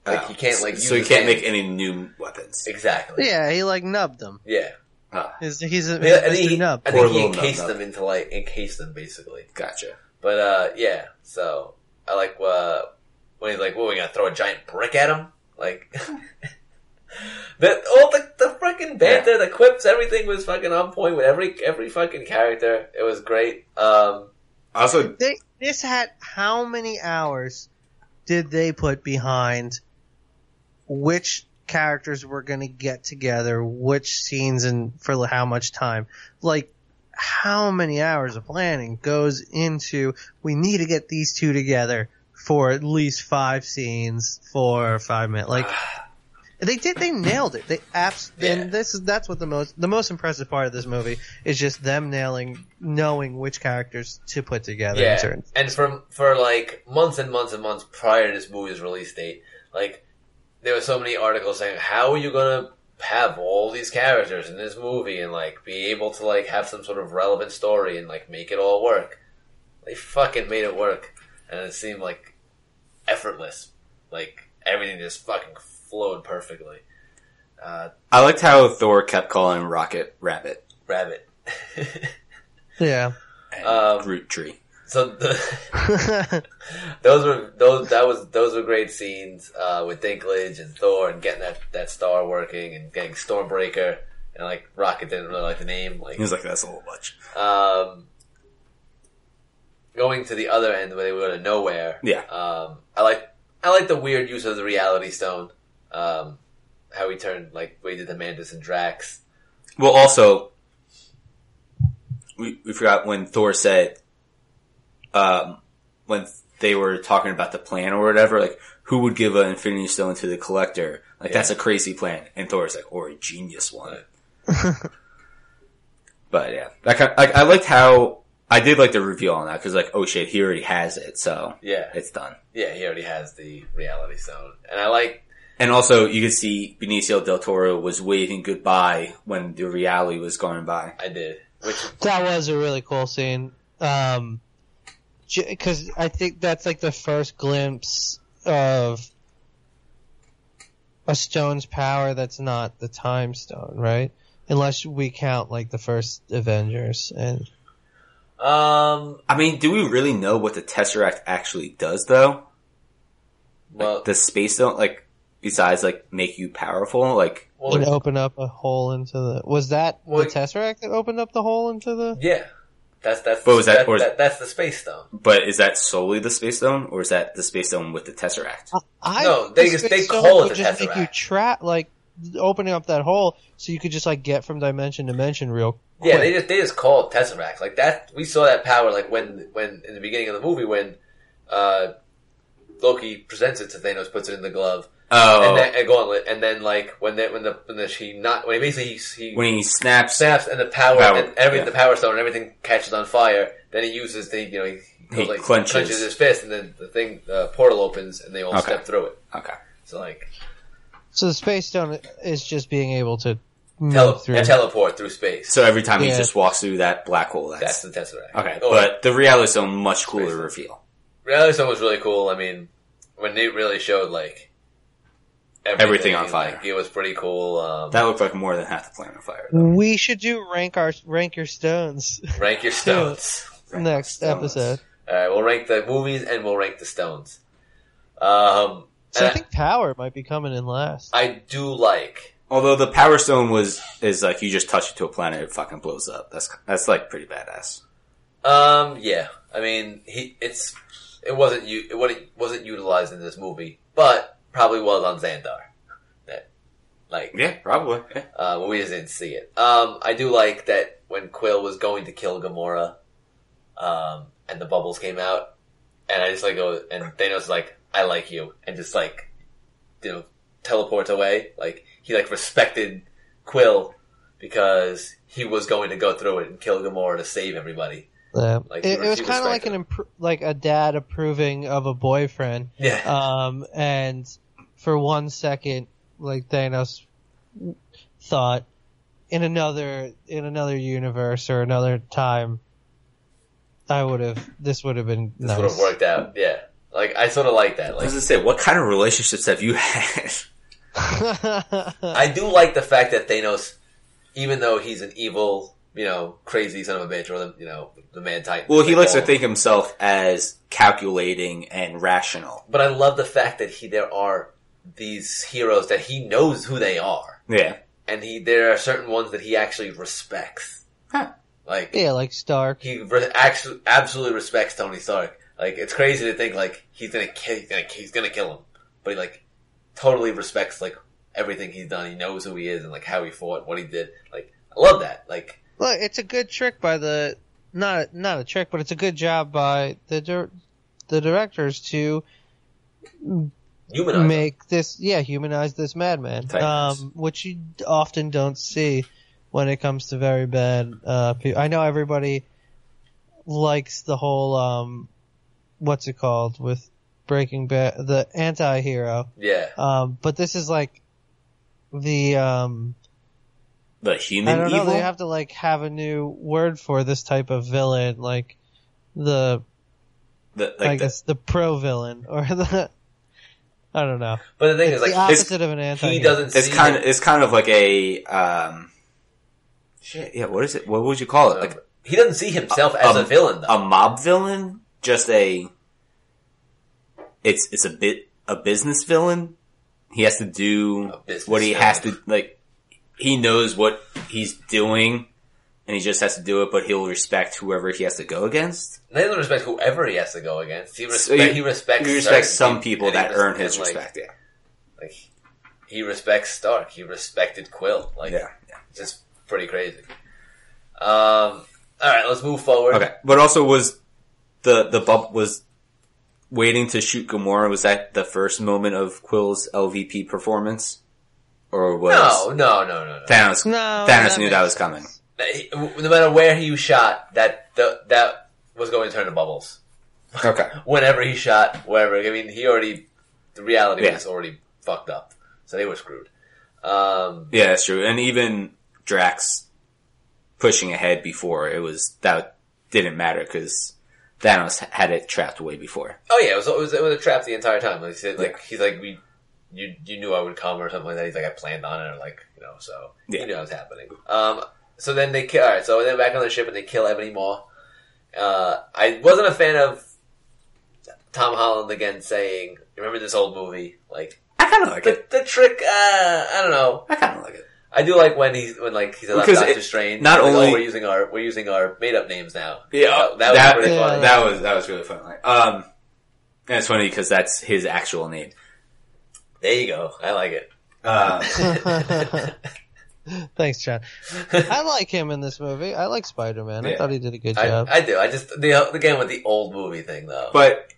Speaker 1: like
Speaker 2: Oh.
Speaker 1: he can't like use
Speaker 2: so he
Speaker 1: his
Speaker 2: can't
Speaker 1: hands.
Speaker 2: make any new weapons.
Speaker 1: exactly.
Speaker 3: yeah, he like nubbed him.
Speaker 1: yeah.
Speaker 2: Ah,
Speaker 3: He's he's, a,
Speaker 1: Yeah, I think
Speaker 3: he's Mr.
Speaker 1: he, I
Speaker 3: Nub.
Speaker 1: think
Speaker 2: Poor
Speaker 1: he
Speaker 2: little
Speaker 1: encased
Speaker 2: nub,
Speaker 1: them
Speaker 2: nub.
Speaker 1: into like encased them basically.
Speaker 2: gotcha.
Speaker 1: But uh, yeah. So I like uh, when he's like, "What? We gonna throw a giant brick at him?" Like (laughs) that. All the the freaking banter, the quips, everything was fucking on point with every every fucking character. It was great. Um,
Speaker 2: Also,
Speaker 3: They, this had how many hours did they put behind which characters were going to get together, which scenes, and for how much time? Like, how many hours of planning goes into we need to get these two together for at least five scenes for five minutes? Like, they did. They nailed it. They abs.
Speaker 1: Yeah.
Speaker 3: And this is that's what the most the most impressive part of this movie is just them nailing knowing which characters to put together. in
Speaker 1: Yeah,
Speaker 3: certain.
Speaker 1: and from for like months and months and months prior to this movie's release date, like there were so many articles saying how are you gonna have all these characters in this movie and like be able to like have some sort of relevant story and like make it all work. They fucking made it work, and it seemed like effortless. Like everything just fucking flowed perfectly. Uh,
Speaker 2: I liked how Thor kept calling Rocket Rabbit
Speaker 1: rabbit. (laughs)
Speaker 3: Yeah.
Speaker 2: and
Speaker 1: Um,
Speaker 2: Groot Tree.
Speaker 1: so the. those were those that was those were great scenes uh, with Dinklage and Thor and getting that, that star working and getting Stormbreaker and like Rocket didn't really like the name like
Speaker 2: He was like, "That's a little much."
Speaker 1: um, going to the other end where they were to nowhere
Speaker 2: Yeah.
Speaker 1: um, I like I like the weird use of the Reality Stone um, how he turned like we did the Mantis and Drax
Speaker 2: Well, also, we, we forgot when Thor said, um, when they were talking about the plan or whatever, like, who would give an Infinity Stone to the Collector? Like, that's a crazy plan. And Thor's like, or a genius one. (laughs) but yeah, that kind like, I liked how, I did like the reveal on that, cause like, oh shit, he already has it, so
Speaker 1: yeah
Speaker 2: it's done.
Speaker 1: yeah he already has the Reality Stone and I like
Speaker 2: And also, you could see Benicio del Toro was waving goodbye when the reality was going by.
Speaker 1: I did which
Speaker 3: That was a really cool scene. Um, because I think that's like the first glimpse of a stone's power that's not the time stone, right? Unless we count like the first Avengers and
Speaker 1: um
Speaker 2: I mean, do we really know what the Tesseract actually does though?
Speaker 1: well
Speaker 2: The space don't like besides like make you powerful, like
Speaker 1: well,
Speaker 3: would open up a hole into the. Was that
Speaker 1: Well,
Speaker 3: the Tesseract that opened up the hole into the?
Speaker 1: Yeah, that's that's
Speaker 2: But was that- Oh,
Speaker 1: that,
Speaker 2: or-
Speaker 1: that- that's the space stone.
Speaker 2: but is that solely the space stone or is that the space stone with the Tesseract?
Speaker 3: I
Speaker 1: No, they just- they call it the
Speaker 3: just make you
Speaker 1: Tesseract.
Speaker 3: trap like opening up that hole so you could just like get from dimension to dimension real. Quick.
Speaker 1: Yeah, they just they just call it tesseract like that. We saw that power like when when in the beginning of the movie when uh, Loki presents it to Thanos, puts it in the glove
Speaker 2: Oh,
Speaker 1: and then a gauntlet, and then like when that when the when the, she not when he basically he, he
Speaker 2: when he snaps,
Speaker 1: snaps and the power,
Speaker 2: Power,
Speaker 1: and every
Speaker 2: yeah.
Speaker 1: the power stone and everything catches on fire. Then he uses the you know he,
Speaker 2: He
Speaker 1: like,
Speaker 2: clenches.
Speaker 1: his fist, and then the thing the portal opens and they all
Speaker 2: Okay.
Speaker 1: step through it.
Speaker 2: okay,
Speaker 1: So like
Speaker 3: So the space stone is just being able to move
Speaker 1: tele-
Speaker 3: through.
Speaker 1: teleport through space.
Speaker 2: so every time he
Speaker 3: Yeah.
Speaker 2: just walks through that black hole,
Speaker 1: That's
Speaker 2: that's,
Speaker 1: the Tesseract.
Speaker 2: okay.
Speaker 1: Oh,
Speaker 2: but the reality stone much cooler
Speaker 1: Space Stone.
Speaker 2: reveal.
Speaker 1: Reality Stone was really cool. I mean, when they really showed like
Speaker 2: Everything on fire.
Speaker 1: like, it was pretty cool. Um,
Speaker 2: That looked like more than half the planet on fire. Though.
Speaker 3: we should do rank our rank your stones (laughs)
Speaker 1: rank your stones.
Speaker 3: next
Speaker 2: Stones.
Speaker 3: episode.
Speaker 1: All right, we'll rank the movies and we'll rank the stones. Um,
Speaker 3: So
Speaker 1: and
Speaker 3: I think power might be coming in last.
Speaker 1: I, do like.
Speaker 2: Although the power stone was is like you just touch it to a planet, it fucking blows up. That's that's like pretty badass.
Speaker 1: Um, yeah, I mean, he it's it wasn't you it wasn't, wasn't utilized in this movie, but probably was on Xandar. That like
Speaker 2: Yeah, probably. Yeah.
Speaker 1: Uh, but we just didn't see it. Um, I do like that when Quill was going to kill Gamora, um, and the bubbles came out, and I just like go and Thanos is like, "I like you," and just like, you know, teleports away. Like he like respected Quill because he was going to go through it and kill Gamora to save everybody.
Speaker 3: Yeah.
Speaker 1: Like,
Speaker 3: Uh, it,
Speaker 1: you
Speaker 3: it was
Speaker 1: receive
Speaker 3: kind of
Speaker 1: respect.
Speaker 3: like an impro- like a dad approving of a boyfriend,
Speaker 1: Yeah,
Speaker 3: um, and for one second, like Thanos thought in another in another universe or another time, I would have this would have been
Speaker 1: this
Speaker 3: nice.
Speaker 1: would have worked out. Yeah, like I sort of like that.
Speaker 2: I
Speaker 1: Like
Speaker 2: was gonna say, what kind of relationships have you had? (laughs)
Speaker 1: I do like the fact that Thanos, even though he's an evil, you know, crazy son of a bitch, or the, you know, the man type.
Speaker 2: well, he likes to
Speaker 1: all-
Speaker 2: think himself as calculating and rational.
Speaker 1: But I love the fact that he there are these heroes that he knows who they are,
Speaker 2: Yeah.
Speaker 1: and he there are certain ones that he actually respects.
Speaker 2: Huh.
Speaker 1: Like
Speaker 3: (laughs) yeah, like Stark.
Speaker 1: he re- actually absolutely respects Tony Stark. Like it's crazy to think like he's gonna kill, he's gonna, he's gonna kill him, but he like totally respects like everything he's done. He knows who he is and like how he fought, what he did. Like I love that. Like
Speaker 3: Look, it's a good trick by the not not a trick, but it's a good job by the dir- the directors to
Speaker 1: humanize. him.
Speaker 3: make this yeah humanize this madman,
Speaker 2: Titans.
Speaker 3: um, which you d- often don't see when it comes to very bad uh, people. I know everybody likes the whole um, what's it called with Breaking Bad, the anti-hero,
Speaker 1: Yeah.
Speaker 3: um, but this is like the um,
Speaker 2: The
Speaker 3: I
Speaker 2: human
Speaker 3: don't know.
Speaker 2: evil.
Speaker 3: They have to like have a new word for this type of villain, like the
Speaker 2: The- like
Speaker 3: I
Speaker 2: the-
Speaker 3: guess the pro villain or (laughs) the I don't know.
Speaker 1: But the thing is
Speaker 3: the
Speaker 1: like
Speaker 2: it's-
Speaker 3: opposite of an anti.
Speaker 1: he doesn't.
Speaker 2: it's
Speaker 1: see
Speaker 2: kind
Speaker 1: him-
Speaker 2: of it's kind of like a um, shit. Yeah, what is it? What would you call it? Like
Speaker 1: he doesn't see himself
Speaker 2: A-
Speaker 1: as
Speaker 2: a-
Speaker 1: a villain though.
Speaker 2: a mob villain? Just a it's it's a bit a business villain. He has to do
Speaker 1: A business
Speaker 2: what he
Speaker 1: villain.
Speaker 2: has to like. He knows what he's doing, and he just has to do it. But he'll respect whoever he has to go against.
Speaker 1: He doesn't respect whoever he has to go against. He, respe-
Speaker 2: So you-
Speaker 1: he respects.
Speaker 2: He respects
Speaker 1: certain
Speaker 2: some
Speaker 1: peop-
Speaker 2: people
Speaker 1: and he
Speaker 2: that
Speaker 1: res-
Speaker 2: earn his
Speaker 1: and, like,
Speaker 2: respect. Yeah,
Speaker 1: Like, he respects Stark. He respected Quill. Like
Speaker 2: yeah.
Speaker 1: it's just pretty crazy. Um. All right, let's move forward.
Speaker 2: Okay, but also was the the bub was waiting to shoot Gamora. Was that the first moment of Quill's LVP performance, or was
Speaker 1: No, no, no, no, no.
Speaker 2: Thanos?
Speaker 3: No,
Speaker 2: Thanos
Speaker 3: that
Speaker 2: knew that was
Speaker 3: makes
Speaker 2: coming.
Speaker 1: That he- No matter where he shot, that the, that was going to turn to bubbles.
Speaker 2: Okay,
Speaker 1: Whenever he shot, wherever. I mean, he already the reality
Speaker 2: Yeah.
Speaker 1: was already fucked up, so they were screwed. Um.
Speaker 2: (laughs) yeah, that's true. And even Drax pushing ahead before it was that didn't matter because Thanos had it trapped way before.
Speaker 1: Oh yeah, it was it was, it was a trap the entire time. Like he said, like he's like we, you you knew I would come or something like that. He's like I planned on it or like you know so
Speaker 2: Yeah.
Speaker 1: you knew it was happening. Um, so then they kill. All right, so then back on the ship and they kill Ebony Maw. Uh, I wasn't a fan of Tom Holland again saying, "Remember this old movie?" Like
Speaker 2: I kind of like
Speaker 1: the
Speaker 2: it.
Speaker 1: the trick. Uh, I don't know.
Speaker 2: I kind of like it.
Speaker 1: I do like when he's when like he's a
Speaker 2: Because
Speaker 1: Doctor
Speaker 2: it-
Speaker 1: Strange.
Speaker 2: not
Speaker 1: Like, oh,
Speaker 2: only-
Speaker 1: we're using our we're using our made up names now.
Speaker 2: Yeah,
Speaker 1: oh, that, that was pretty
Speaker 3: Yeah.
Speaker 1: funny.
Speaker 2: That was that was really funny. Um, and it's funny because that's his actual name.
Speaker 1: There you go. I like it.
Speaker 2: (laughs) Um,
Speaker 3: Thanks, John. I like him in this movie. I like Spider Man.
Speaker 2: Yeah.
Speaker 3: I thought he did a good
Speaker 1: I,
Speaker 3: job.
Speaker 1: I do. I just the again with the old movie thing though.
Speaker 2: but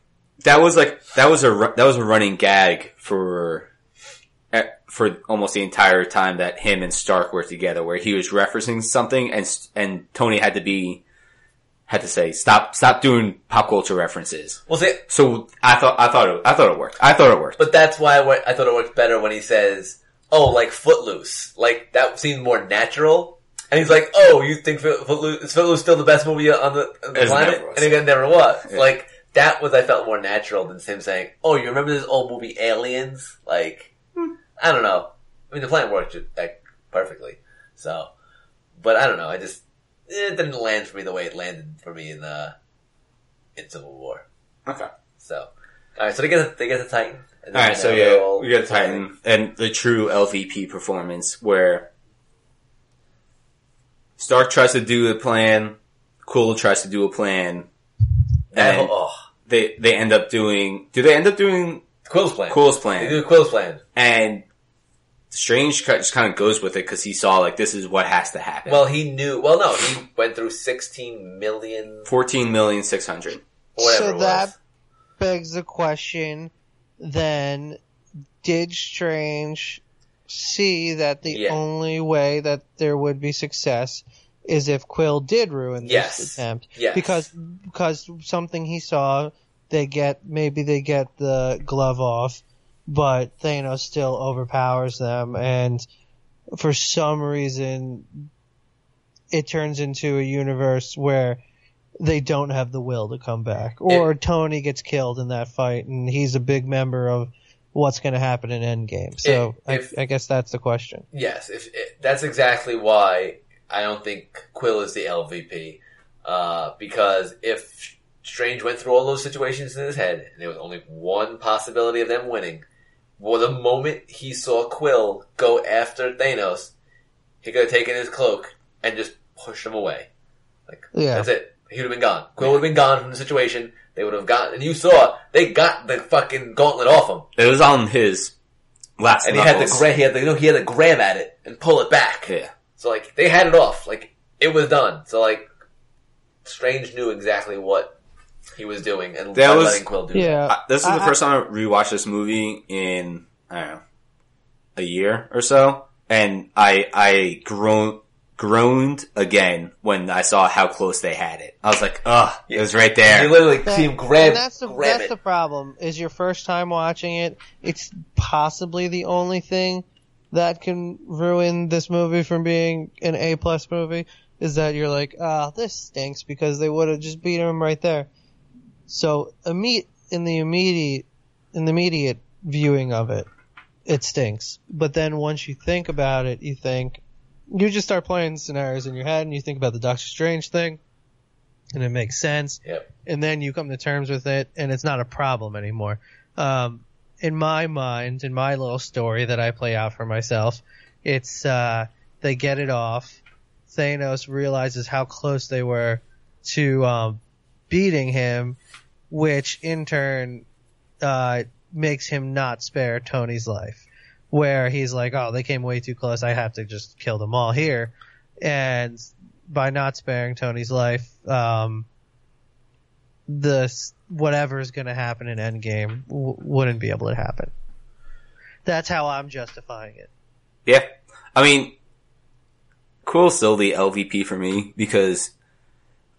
Speaker 2: that was like that was a ru- that was a running gag for eh, for almost the entire time that him and Stark were together, where he was referencing something and s- and Tony had to be had to say stop stop doing pop culture references.
Speaker 1: well, see,
Speaker 2: So I thought I thought it, I thought it worked. I thought it worked.
Speaker 1: but that's why I, wa- I thought it worked better when he says, "Oh, like Footloose." Like that seemed more natural. And he's like, "Oh, you think Foot- Footloose is Footloose still the best movie on the, on the
Speaker 2: It
Speaker 1: planet?"
Speaker 2: never was.
Speaker 1: And again, never was.
Speaker 2: Yeah.
Speaker 1: Like that was I felt more natural than him saying, "Oh, you remember this old movie Aliens?" Like I don't know. I mean, the plan worked like, perfectly. So, but I don't know. I just it didn't land for me the way it landed for me in uh, in Civil War.
Speaker 2: okay.
Speaker 1: So, all right. So they get they get the Titan. And
Speaker 2: All
Speaker 1: then
Speaker 2: right, so
Speaker 1: they're
Speaker 2: yeah,
Speaker 1: all-
Speaker 2: we got Titan and the true LVP performance where Stark tries to do a plan, Quill tries to do a plan,
Speaker 1: And,
Speaker 2: and
Speaker 1: oh,
Speaker 2: they they end up doing. Do they end up doing
Speaker 1: Quill's plan.
Speaker 2: Quill's
Speaker 1: They
Speaker 2: plan?
Speaker 1: do Quill's plan.
Speaker 2: And Strange ki- just kind of goes with it because he saw like this is what has to happen.
Speaker 1: Well, he knew. Well, no, he went through sixteen million.
Speaker 2: fourteen million six hundred.
Speaker 1: or Whatever
Speaker 3: So
Speaker 1: it was.
Speaker 3: that- Begs the question, then, did Strange see that the
Speaker 1: Yeah.
Speaker 3: only way that there would be success is if Quill did ruin this
Speaker 1: Yes.
Speaker 3: attempt?
Speaker 1: yes.
Speaker 3: because because something he saw they get maybe they get the glove off but Thanos still overpowers them and for some reason it turns into a universe where they don't have the will to come back or Tony gets killed in that fight and he's a big member of what's going to happen in Endgame so
Speaker 1: If- if-
Speaker 3: I, I guess that's the question
Speaker 1: yes, if it, that's exactly why I don't think Quill is the LVP. Uh, because if Strange went through all those situations in his head, and there was only one possibility of them winning, well, the moment he saw Quill go after Thanos, he could have taken his cloak and just pushed him away.
Speaker 3: yeah
Speaker 1: That's it. He would have been gone. Quill would have been gone from the situation. they would have gotten. And you saw they got the fucking gauntlet off him,
Speaker 2: It was on his last.
Speaker 1: and he had to
Speaker 2: knuckles.
Speaker 1: grab. He had to, you know, he had to grab at it and pull it back.
Speaker 2: Yeah.
Speaker 1: So like they had it off, like it was done. So like Strange knew exactly what he was doing and
Speaker 2: That
Speaker 1: by
Speaker 2: was-
Speaker 1: letting Quill do. it.
Speaker 3: Yeah.
Speaker 2: I- Uh, this is the
Speaker 3: Uh, I-
Speaker 2: first time I rewatched this movie in I don't know a year or so, and I I groaned groaned again when I saw how close they had it. I was like, ugh, it was right
Speaker 1: You
Speaker 2: there.
Speaker 1: literally see him grab,
Speaker 3: and that's the
Speaker 1: grab
Speaker 3: that's
Speaker 1: it.
Speaker 3: the problem. Is your first time watching it? It's possibly the only thing that can ruin this movie from being an A plus movie. Is that you're like, ah, this stinks because they would have just beat him right there. So imme- in the immediate in the immediate viewing of it, it stinks. But then once you think about it, you think you just start playing scenarios in your head, and you think about the Doctor Strange thing, and it makes sense
Speaker 1: Yep.
Speaker 3: and then you come to terms with it and it's not a problem anymore um, in my mind in my little story that i play out for myself it's uh, they get it off thanos realizes how close they were to um, beating him which in turn uh, makes him not spare tony's life where he's like oh they came way too close i have to just kill them all here and by not sparing tony's life um, the s- whatever is going to happen in Endgame w- wouldn't be able to happen. That's how I'm justifying it.
Speaker 2: Yeah, I mean, Quill's still the LVP for me because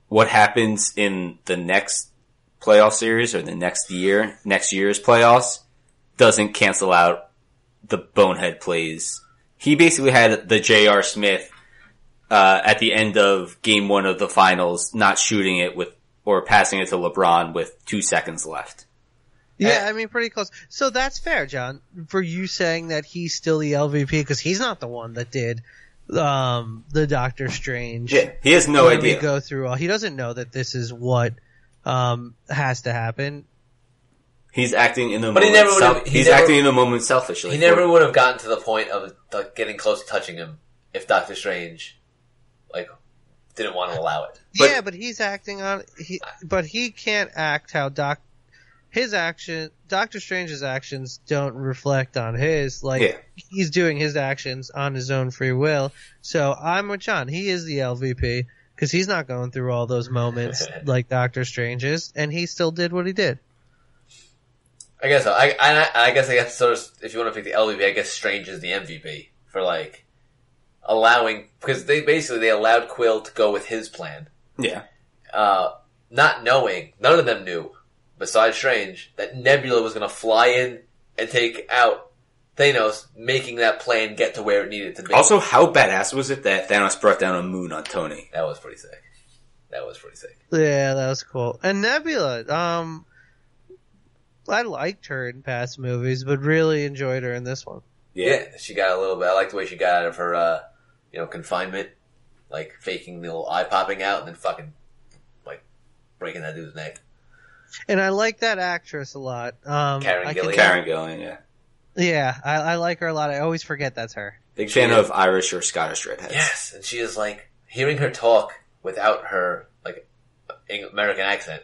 Speaker 2: what happens in the next playoff series or the next year, next year's playoffs, doesn't cancel out the bonehead plays. He basically had the J.R. Smith uh, at the end of game one of the finals, not shooting it with or passing it to LeBron with two seconds left.
Speaker 3: Yeah, I mean, pretty close. So that's fair, John, for you saying that he's still the LVP because he's not the one that did um, the Doctor Strange.
Speaker 2: he has no
Speaker 3: when we
Speaker 2: idea.
Speaker 3: go through all. He doesn't know that this is what um, has to happen.
Speaker 2: He's acting in the
Speaker 1: But he
Speaker 2: moment.
Speaker 1: never would've-
Speaker 2: self-
Speaker 1: he
Speaker 2: he's
Speaker 1: never-
Speaker 2: acting in the moment selfishly.
Speaker 1: He never would have gotten to the point of like, getting close to touching him if Doctor Strange, like, didn't want to allow it.
Speaker 2: But-
Speaker 3: yeah, but he's acting on he, but he can't act how Doc, his action, Doctor Strange's actions don't reflect on his. Like
Speaker 2: Yeah.
Speaker 3: he's doing his actions on his own free will. So I'm with John. He is the LVP because he's not going through all those moments like Doctor Strange is, and he still did what he did.
Speaker 1: I guess so. I, I, I guess I guess sort of, if you want to pick the LVP, I guess Strange is the MVP for like allowing because they basically they allowed Quill to go with his plan,
Speaker 2: Yeah.
Speaker 1: uh, not knowing none of them knew besides Strange that Nebula was going to fly in and take out Thanos, making that plan get to where it needed to be.
Speaker 2: Also, how badass was it that Thanos brought down a moon on Tony?
Speaker 1: that was pretty sick. That was pretty sick.
Speaker 3: Yeah, that was cool. And Nebula, um, I liked her in past movies, but really enjoyed her in this one.
Speaker 1: Yeah, she got a little bit. I like the way she got out of her, uh, you know, confinement, like faking the little eye popping out and then fucking like breaking that dude's neck.
Speaker 3: And I like that actress a lot. Um,
Speaker 1: Karen
Speaker 3: I can-
Speaker 1: Gillian.
Speaker 2: Karen Gillan, yeah.
Speaker 3: Yeah, I, I like her a lot. I always forget that's her.
Speaker 2: Big fan
Speaker 1: Yeah.
Speaker 2: of Irish or Scottish redheads.
Speaker 1: Yes, and she is like hearing her talk without her like Eng- American accent.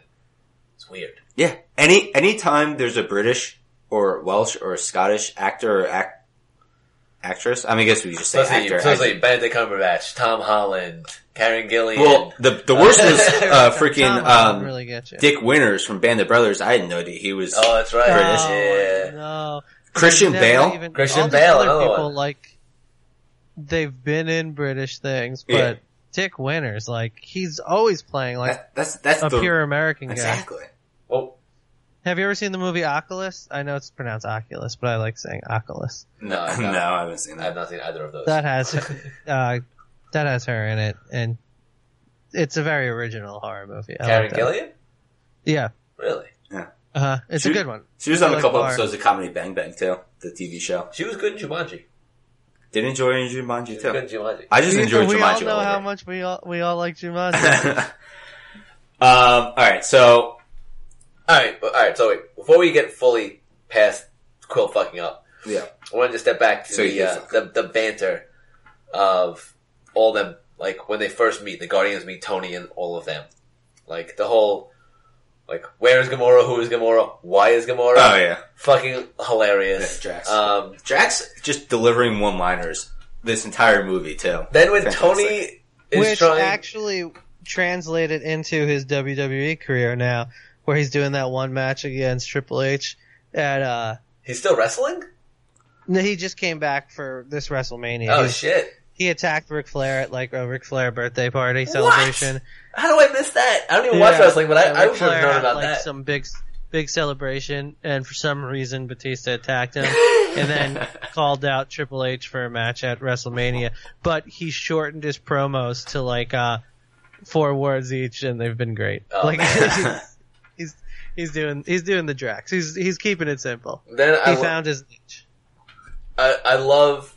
Speaker 1: It's weird.
Speaker 2: Yeah. Any anytime there's a British or Welsh or Scottish actor or act, actress, I mean, I guess we just say
Speaker 1: Especially,
Speaker 2: actor.
Speaker 1: especially
Speaker 2: actor.
Speaker 1: Benedict Cumberbatch, Tom Holland, Karen Gillian.
Speaker 2: Well, the the worst (laughs) is uh, freaking
Speaker 3: Tom Holland
Speaker 2: um,
Speaker 3: really get you.
Speaker 2: Dick Winters from Band of Brothers. I didn't know that he was
Speaker 1: oh, that's right.
Speaker 3: Oh,
Speaker 1: yeah.
Speaker 3: no.
Speaker 2: Christian
Speaker 3: Never
Speaker 2: Bale.
Speaker 3: even-
Speaker 1: Christian
Speaker 3: all these
Speaker 1: Bale, oh.
Speaker 3: other
Speaker 1: another
Speaker 3: people
Speaker 1: one.
Speaker 3: like they've been in British things, but
Speaker 2: Yeah.
Speaker 3: Dick Winters, like he's always playing like
Speaker 2: That- that's that's
Speaker 3: a
Speaker 2: the
Speaker 3: pure American guy.
Speaker 2: exactly.
Speaker 1: Well,
Speaker 3: Have you ever seen the movie Oculus? I know it's pronounced Oculus, but I like saying Oculus.
Speaker 2: (laughs)
Speaker 1: no, I've
Speaker 2: no,
Speaker 1: not,
Speaker 2: I haven't seen
Speaker 1: I've
Speaker 2: that.
Speaker 1: not seen either of those.
Speaker 3: That has uh, that has her in it, and it's a very original horror movie.
Speaker 1: (laughs)
Speaker 3: I
Speaker 1: Karen
Speaker 3: like that.
Speaker 1: Gillian,
Speaker 3: Yeah,
Speaker 1: really?
Speaker 3: uh it's
Speaker 2: She-
Speaker 3: a good one.
Speaker 2: She was on a
Speaker 3: Like
Speaker 2: couple
Speaker 3: Barb.
Speaker 2: episodes of Comedy Bang Bang too, the TV show.
Speaker 1: She was good in Jumanji.
Speaker 2: Did enjoy Jumanji
Speaker 1: She was
Speaker 2: too.
Speaker 1: good in Jumanji.
Speaker 2: I just enjoy
Speaker 3: (laughs) we
Speaker 2: Jumanji.
Speaker 3: all know
Speaker 2: a
Speaker 3: how
Speaker 2: lot.
Speaker 3: much we all we all
Speaker 2: (laughs)
Speaker 3: like Jumanji.
Speaker 2: um, all right, so
Speaker 1: All right, all right. So wait, before we get fully past Quill fucking up,
Speaker 2: yeah,
Speaker 1: I wanted to step back to
Speaker 2: So you
Speaker 1: the,
Speaker 2: did
Speaker 1: uh,
Speaker 2: fuck
Speaker 1: the the banter of all them, like when they first meet, the Guardians meet Tony and all of them, like the whole Like, where is Gamora? Who is Gamora? Why is Gamora?
Speaker 2: Oh yeah,
Speaker 1: Fucking hilarious.
Speaker 2: Yeah, Drax.
Speaker 1: Um,
Speaker 2: Drax just delivering one liners this entire movie too.
Speaker 1: then when
Speaker 2: Fantastic.
Speaker 1: Tony is
Speaker 3: Which
Speaker 1: trying,
Speaker 3: actually translated into his WWE career now, where he's doing that one match against Triple H at uh
Speaker 1: he's still wrestling.
Speaker 3: no, he just came back for this WrestleMania.
Speaker 1: Oh
Speaker 3: he,
Speaker 1: shit!
Speaker 3: he attacked Ric Flair at like a Ric Flair birthday party celebration.
Speaker 1: How do I miss that? I don't even (laughs) watch
Speaker 3: Yeah.
Speaker 1: wrestling, but I,
Speaker 3: And
Speaker 1: I
Speaker 3: Ric
Speaker 1: would have
Speaker 3: Flair
Speaker 1: known
Speaker 3: had,
Speaker 1: about
Speaker 3: like,
Speaker 1: that.
Speaker 3: Some big, big celebration, and for some reason Batista attacked
Speaker 1: (laughs)
Speaker 3: him, and then called out Triple H for a match at WrestleMania. But he shortened his promos to like uh, four words each, and they've been great.
Speaker 1: Oh,
Speaker 3: like (laughs)
Speaker 1: man.
Speaker 3: he's, he's he's doing he's doing the Drax. He's he's keeping it simple.
Speaker 1: Then
Speaker 3: He
Speaker 1: I, lo-
Speaker 3: found his niche.
Speaker 1: I, I love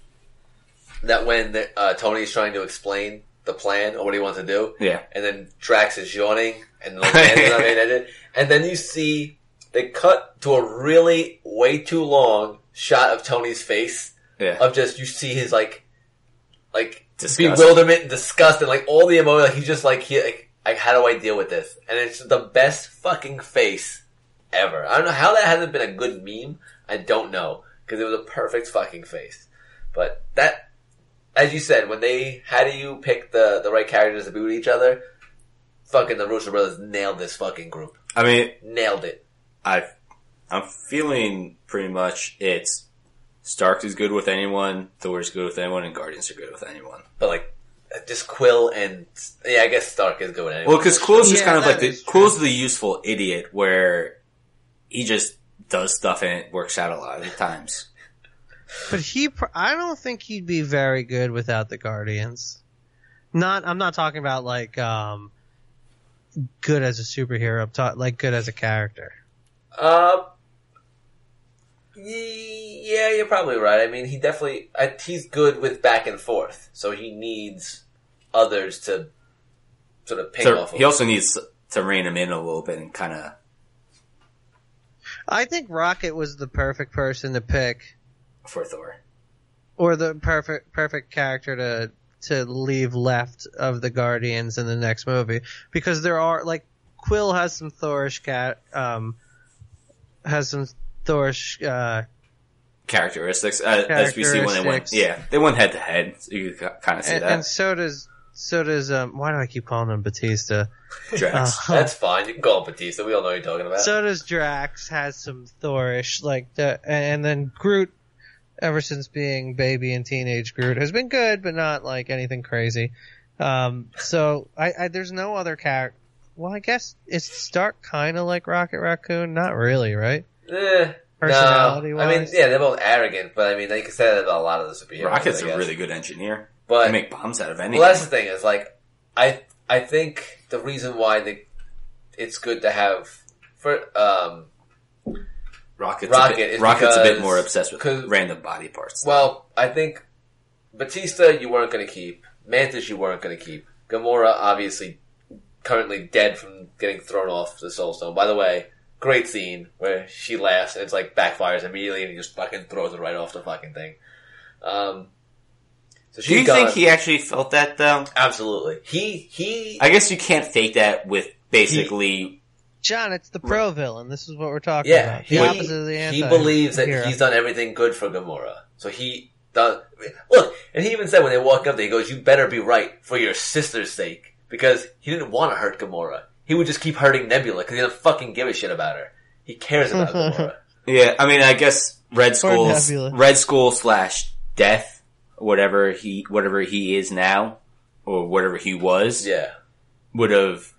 Speaker 1: that when uh, Tony's trying to explain the plan or what he wants to do,
Speaker 2: Yeah,
Speaker 1: and then Drax is yawning and like, hands on it, and it- and then you see they cut to a really way too long shot of Tony's face
Speaker 2: yeah.
Speaker 1: of just you see his like like
Speaker 2: Disgust.
Speaker 1: bewilderment and disgust and like all the emotion like he's just like he like, like how do I deal with this and it's the best fucking face ever I don't know how that hasn't been a good meme I don't know because it was a perfect fucking face but that as you said when they how do you pick the the right characters to be with each other fucking the Russo brothers nailed this fucking group
Speaker 2: I mean,
Speaker 1: nailed it
Speaker 2: I I'm feeling pretty much it's Stark is good with anyone, Thor's good with anyone, and Guardians are good with anyone.
Speaker 1: but like just Quill and yeah I guess Stark is going anyway
Speaker 2: Well, because Quill's just
Speaker 3: Yeah,
Speaker 2: kind of
Speaker 3: that
Speaker 2: like the
Speaker 3: is true.
Speaker 2: Quill's the useful idiot where he just does stuff and it works out a lot of the times.
Speaker 3: But he, pr- I don't think he'd be very good without the Guardians. Not, I'm not talking about like um, good as a superhero. I'm ta- like good as a character.
Speaker 1: Uh, y- yeah, you're probably right. I mean, he definitely I, he's good with back and forth, so he needs others to sort of ping
Speaker 2: So
Speaker 1: off.
Speaker 2: he
Speaker 1: of.
Speaker 2: also needs to rein him in a little bit and kind of
Speaker 3: I think Rocket was the perfect person to pick,
Speaker 2: for Thor.
Speaker 3: or the perfect perfect character to to leave left of the Guardians in the next movie because there are like Quill has some Thorish cat um has some Thorish uh
Speaker 2: Characteristics, uh, as we see when they went,
Speaker 3: Characteristics.
Speaker 2: yeah, they went head to head. So you kind of see
Speaker 3: and, and
Speaker 2: that.
Speaker 3: so does so does um why do I keep calling him Batista
Speaker 2: Drax.
Speaker 3: Uh,
Speaker 1: That's fine. You can call him Batista. We all know who you're talking about.
Speaker 3: So does Drax has some Thorish like the and then Groot ever since being baby and teenage Groot has been good but not like anything crazy. Um, so I, I there's no other character. Well, I guess it's Stark kind of like Rocket Raccoon, not really, right?
Speaker 1: Eh,
Speaker 3: Personality
Speaker 1: no. I mean,
Speaker 3: wise,
Speaker 1: yeah, they're both arrogant, but I mean, they can say that about a lot of the superheroes.
Speaker 2: Rocket's
Speaker 1: I
Speaker 2: a
Speaker 1: guess.
Speaker 2: really good engineer. They
Speaker 1: but
Speaker 2: make bombs out of anything.
Speaker 1: Well, that's the thing is like I I think the reason why the it's good to have for um
Speaker 2: Rocket's
Speaker 1: Rocket
Speaker 2: a bit,
Speaker 1: is
Speaker 2: Rocket's a
Speaker 1: because-
Speaker 2: bit more obsessed
Speaker 1: because-
Speaker 2: with random body parts.
Speaker 1: Well, I think Batista you weren't going to keep. Mantis you weren't going to keep. Gamora obviously currently dead from getting thrown off the Soul Stone. By the way, great scene where she laughs and it's like backfires immediately and he just fucking throws it right off the fucking thing. Um, so
Speaker 2: Do
Speaker 1: she's
Speaker 2: you
Speaker 1: gone.
Speaker 2: think he actually felt that though?
Speaker 1: absolutely he he
Speaker 2: I guess you can't fake that with basically.
Speaker 3: John, it's the pro villain. This is what we're talking
Speaker 1: yeah
Speaker 3: about. The
Speaker 1: he,
Speaker 3: opposite of the anti.
Speaker 1: he believes that
Speaker 3: hero.
Speaker 1: he's done everything good for Gamora. So he does. Look, and he even said when they walk up, there, he goes, "You better be right for your sister's sake," because he didn't want to hurt Gamora. He would just keep hurting Nebula because he doesn't fucking give a shit about her. He cares
Speaker 3: (laughs)
Speaker 1: about Gamora.
Speaker 2: Yeah, I mean, I guess Red Skull's
Speaker 3: Nebula.
Speaker 2: Red Skull slash Death, whatever he whatever he is now, or whatever he was,
Speaker 1: Yeah,
Speaker 2: would have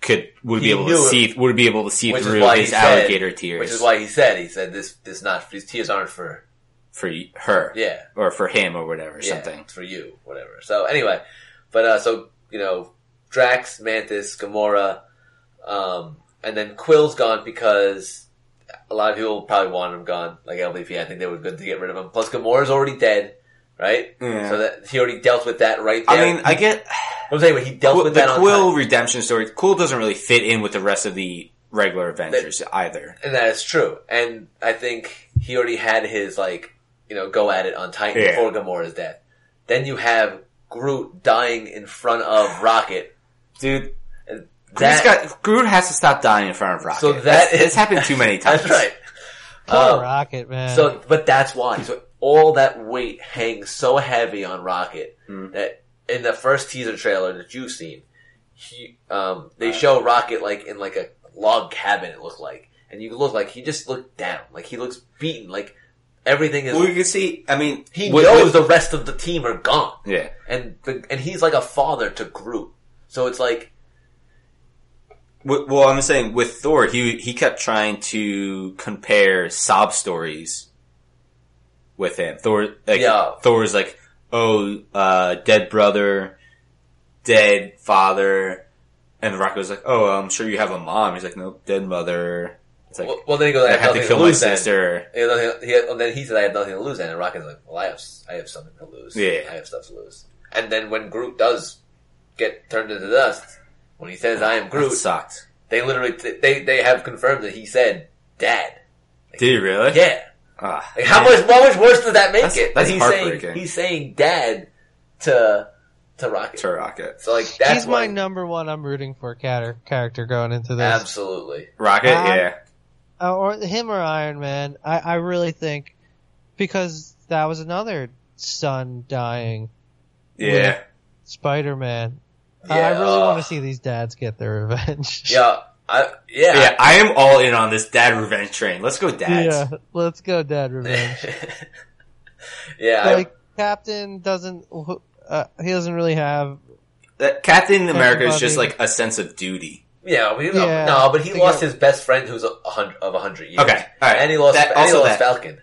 Speaker 2: could would
Speaker 1: He
Speaker 2: be able to
Speaker 1: knew it.
Speaker 2: see would be able to see
Speaker 1: Which is
Speaker 2: through
Speaker 1: why he
Speaker 2: his
Speaker 1: said-
Speaker 2: alligator tears,
Speaker 1: which is why he said he said this this not these tears aren't for
Speaker 2: for her,
Speaker 1: yeah
Speaker 2: or for him, or whatever
Speaker 1: yeah,
Speaker 2: something.
Speaker 1: it's for you whatever. So anyway, but uh, so you know Drax, Mantis, Gamora, um, and then Quill's gone because a lot of people probably want him gone. Like LVP, I think they were good to get rid of him. Plus, Gamora's already dead, right?
Speaker 2: Yeah.
Speaker 1: So that he already dealt with that right there.
Speaker 2: I mean, I get
Speaker 1: I'm saying, but he dealt with that
Speaker 2: the
Speaker 1: on
Speaker 2: Quill
Speaker 1: time.
Speaker 2: redemption story. Quill doesn't really fit in with the rest of the regular Avengers either.
Speaker 1: and that is true. And I think he already had his like, you know, go at it on Titan
Speaker 2: Yeah.
Speaker 1: before Gamora's death.
Speaker 2: (sighs)
Speaker 1: Then you have Groot dying in front of Rocket.
Speaker 2: Dude, Groot's
Speaker 1: That-
Speaker 2: got, Groot has to stop dying in front of Rocket.
Speaker 1: So that
Speaker 2: That's-
Speaker 1: is- (laughs)
Speaker 2: it's happened too many times.
Speaker 1: That's right.
Speaker 3: Poor
Speaker 1: Um,
Speaker 3: Rocket, man.
Speaker 1: So, but that's why. So all that weight hangs so heavy on Rocket
Speaker 2: Mm.
Speaker 1: that in the first teaser trailer that you've seen, he, um, they show Rocket like in like a log cabin. It looked like, and you look like he just looked down, like he looks beaten, like everything is.
Speaker 2: Well, you can see. I mean,
Speaker 1: he
Speaker 2: with-
Speaker 1: knows
Speaker 2: with-
Speaker 1: the rest of the team are gone,
Speaker 2: yeah.
Speaker 1: and the, and he's like a father to Groot. So it's like
Speaker 2: With- Well, I'm saying with Thor, he he kept trying to compare sob stories with him. Thor, like,
Speaker 1: Yeah.
Speaker 2: Thor's like, oh, uh, dead brother, dead father, and Rocket was like, oh, I'm sure you have a mom. He's like, no, dead mother. It's like,
Speaker 1: well, well, then he goes,
Speaker 2: I
Speaker 1: I
Speaker 2: have to kill my
Speaker 1: lose then."
Speaker 2: sister.
Speaker 1: He had nothing, he had, and then he said, "I have nothing to lose." Then and Rocket's like, "Well, I have, I have something to lose.
Speaker 2: Yeah.
Speaker 1: I have stuff to lose." And then when Groot does get turned into dust, when he says, "I am
Speaker 2: Groot
Speaker 1: Groot,"
Speaker 2: sucked.
Speaker 1: they literally they they have confirmed that he said, "Dad."
Speaker 2: Did he really?
Speaker 1: Yeah.
Speaker 2: Ah,
Speaker 1: Like how much how much worse does that make
Speaker 2: That's-
Speaker 1: it?
Speaker 2: that's
Speaker 1: That he's
Speaker 2: heartbreaking.
Speaker 1: saying he's saying "Dad" to to Rocket.
Speaker 2: to Rocket.
Speaker 1: So like that's
Speaker 3: He's
Speaker 1: why-
Speaker 3: my number one. I'm rooting for character character going into this.
Speaker 1: absolutely.
Speaker 2: Rocket,
Speaker 3: Um,
Speaker 2: yeah.
Speaker 3: Uh, or him or Iron Man. I, I really think because that was another son dying
Speaker 2: Yeah.
Speaker 3: Spider Man. I
Speaker 1: Yeah. uh,
Speaker 3: really want to see these dads get their revenge.
Speaker 1: (laughs)
Speaker 3: (laughs)
Speaker 1: Yeah. I
Speaker 2: Yeah, I am all in on this dad revenge train. Let's go dads.
Speaker 3: Yeah, let's go, Dad revenge.
Speaker 1: (laughs) yeah. I-
Speaker 3: like Captain doesn't, wh- uh, he doesn't really have.
Speaker 2: That Uh, Captain America is just
Speaker 3: Everybody-
Speaker 2: like a sense of duty.
Speaker 1: Yeah, we,
Speaker 3: Yeah.
Speaker 1: no, but he
Speaker 3: They
Speaker 1: lost
Speaker 3: got-
Speaker 1: his best friend, who's a hundred of a hundred years.
Speaker 2: Okay, all right.
Speaker 1: and he lost.
Speaker 2: That-
Speaker 1: and
Speaker 2: also
Speaker 1: he lost
Speaker 2: that.
Speaker 1: Falcon.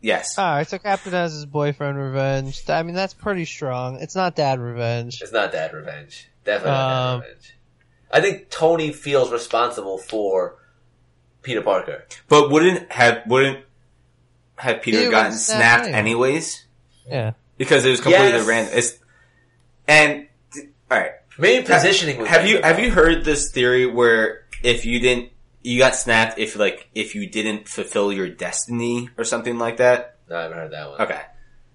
Speaker 2: Yes.
Speaker 3: All right, so Captain has his boyfriend revenge. I mean, that's pretty strong. It's not Dad revenge.
Speaker 1: It's not dad revenge. Definitely not
Speaker 3: Um,
Speaker 1: dad revenge. I think Tony feels responsible for Peter Parker.
Speaker 2: But wouldn't have wouldn't have Peter
Speaker 3: He
Speaker 2: gotten
Speaker 3: would've
Speaker 2: snapped
Speaker 3: snapped anyway.
Speaker 2: anyways?
Speaker 3: Yeah,
Speaker 2: Because it was completely
Speaker 1: Yes.
Speaker 2: random. It's and all right.
Speaker 1: Maybe positioning. was
Speaker 2: Have you
Speaker 1: better.
Speaker 2: have you heard this theory where if you didn't you got snapped if like if you didn't fulfill your destiny or something like that?
Speaker 1: No, I haven't heard that one.
Speaker 2: Okay.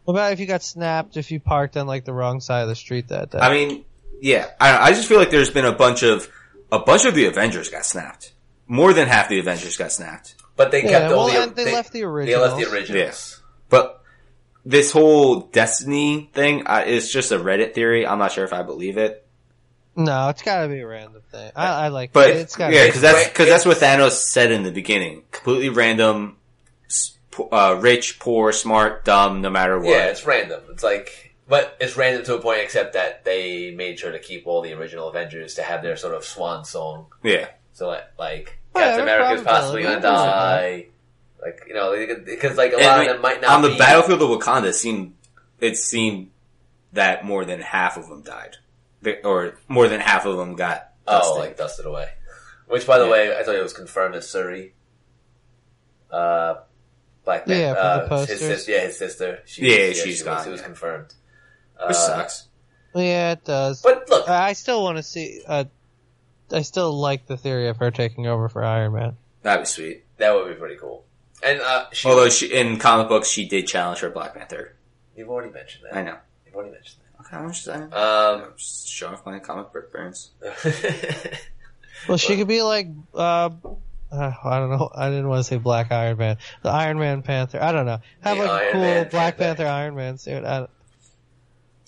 Speaker 3: What about if you got snapped if you parked on like the wrong side of the street that day?
Speaker 2: I mean, yeah. I don't know. I just feel like there's been a bunch of a bunch of the Avengers got snapped. More than half the Avengers got snapped.
Speaker 1: but they
Speaker 3: yeah,
Speaker 1: kept all
Speaker 3: well,
Speaker 1: the.
Speaker 3: and they, left the
Speaker 1: They
Speaker 3: original.
Speaker 1: left the originals.
Speaker 2: But this whole destiny thing I, is just a Reddit theory. I'm not sure if I believe it,
Speaker 3: No, it's got to be a random thing. I, I like
Speaker 2: but
Speaker 3: it. It's got
Speaker 2: yeah,
Speaker 3: to
Speaker 2: because that's
Speaker 1: Right,
Speaker 2: because that's what Thanos said in the beginning. Completely random, s- po- uh, rich, poor, smart, dumb, no matter what.
Speaker 1: Yeah, it's random. It's like, but it's random to a point, except that they made sure to keep all the original Avengers to have their sort of swan song.
Speaker 2: Yeah.
Speaker 1: So like, like
Speaker 3: Yeah,
Speaker 1: Captain
Speaker 3: they're
Speaker 1: America's possibly gonna
Speaker 3: probably gonna lose it,
Speaker 1: die. Like you know, because like a
Speaker 2: And,
Speaker 1: lot
Speaker 2: like,
Speaker 1: of them might not
Speaker 2: on the
Speaker 1: be-
Speaker 2: battlefield of Wakanda. It seemed it seemed that more than half of them died, They- or more than half of them got.
Speaker 1: Oh,
Speaker 2: dusted.
Speaker 1: like dusted away. Which, by the
Speaker 2: Yeah.
Speaker 1: way, I thought it was confirmed as Suri. Uh, Black Panther.
Speaker 3: Yeah, from
Speaker 1: uh,
Speaker 3: the
Speaker 1: his
Speaker 3: posters.
Speaker 1: sis- yeah, his sister. She
Speaker 2: Yeah,
Speaker 1: was,
Speaker 2: she's
Speaker 1: she was-
Speaker 2: gone,
Speaker 1: It was
Speaker 2: yeah.
Speaker 1: confirmed.
Speaker 2: which
Speaker 1: Uh,
Speaker 2: sucks.
Speaker 3: be. Yeah, it does.
Speaker 1: But look,
Speaker 3: I I still want to see. Uh, I still like the theory of her taking over for Iron Man.
Speaker 2: That'd be sweet.
Speaker 1: that would be pretty cool. And uh, she,
Speaker 2: Although she, in comic books, she did challenge for Black Panther.
Speaker 1: you've already mentioned that.
Speaker 2: I know.
Speaker 1: You've already mentioned
Speaker 2: Okay, I'm just, I'm
Speaker 1: that. Um, (laughs)
Speaker 2: just showing off my comic book burns.
Speaker 3: Well, she could be like. Uh, uh, I don't know. I didn't want to say Black Iron Man. The Iron Man Panther. I don't know. Have
Speaker 1: The
Speaker 3: like a
Speaker 1: Iron
Speaker 3: cool
Speaker 1: Man
Speaker 3: Black
Speaker 1: Panther.
Speaker 3: Panther. Iron Man suit. I don't,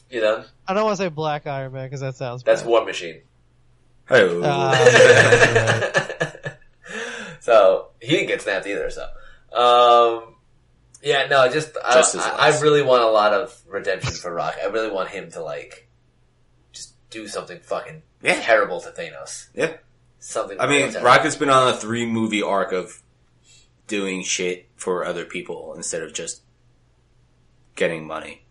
Speaker 1: you know,
Speaker 3: I don't want to say Black Iron Man because that sounds.
Speaker 1: that's
Speaker 3: bad.
Speaker 1: War Machine.
Speaker 2: Oh, (laughs)
Speaker 3: Uh,
Speaker 1: Um, (laughs) so he didn't get snapped either. So, um, yeah, no, just, I,
Speaker 2: Just his
Speaker 1: I, I
Speaker 2: last.
Speaker 1: really want a lot of redemption for Rock. I really want him to like just do something fucking
Speaker 2: Yeah.
Speaker 1: terrible to Thanos.
Speaker 2: yeah.
Speaker 1: Something.
Speaker 2: I mean,
Speaker 1: real terrible.
Speaker 2: Rocket's been on a three movie arc of doing shit for other people instead of just getting money.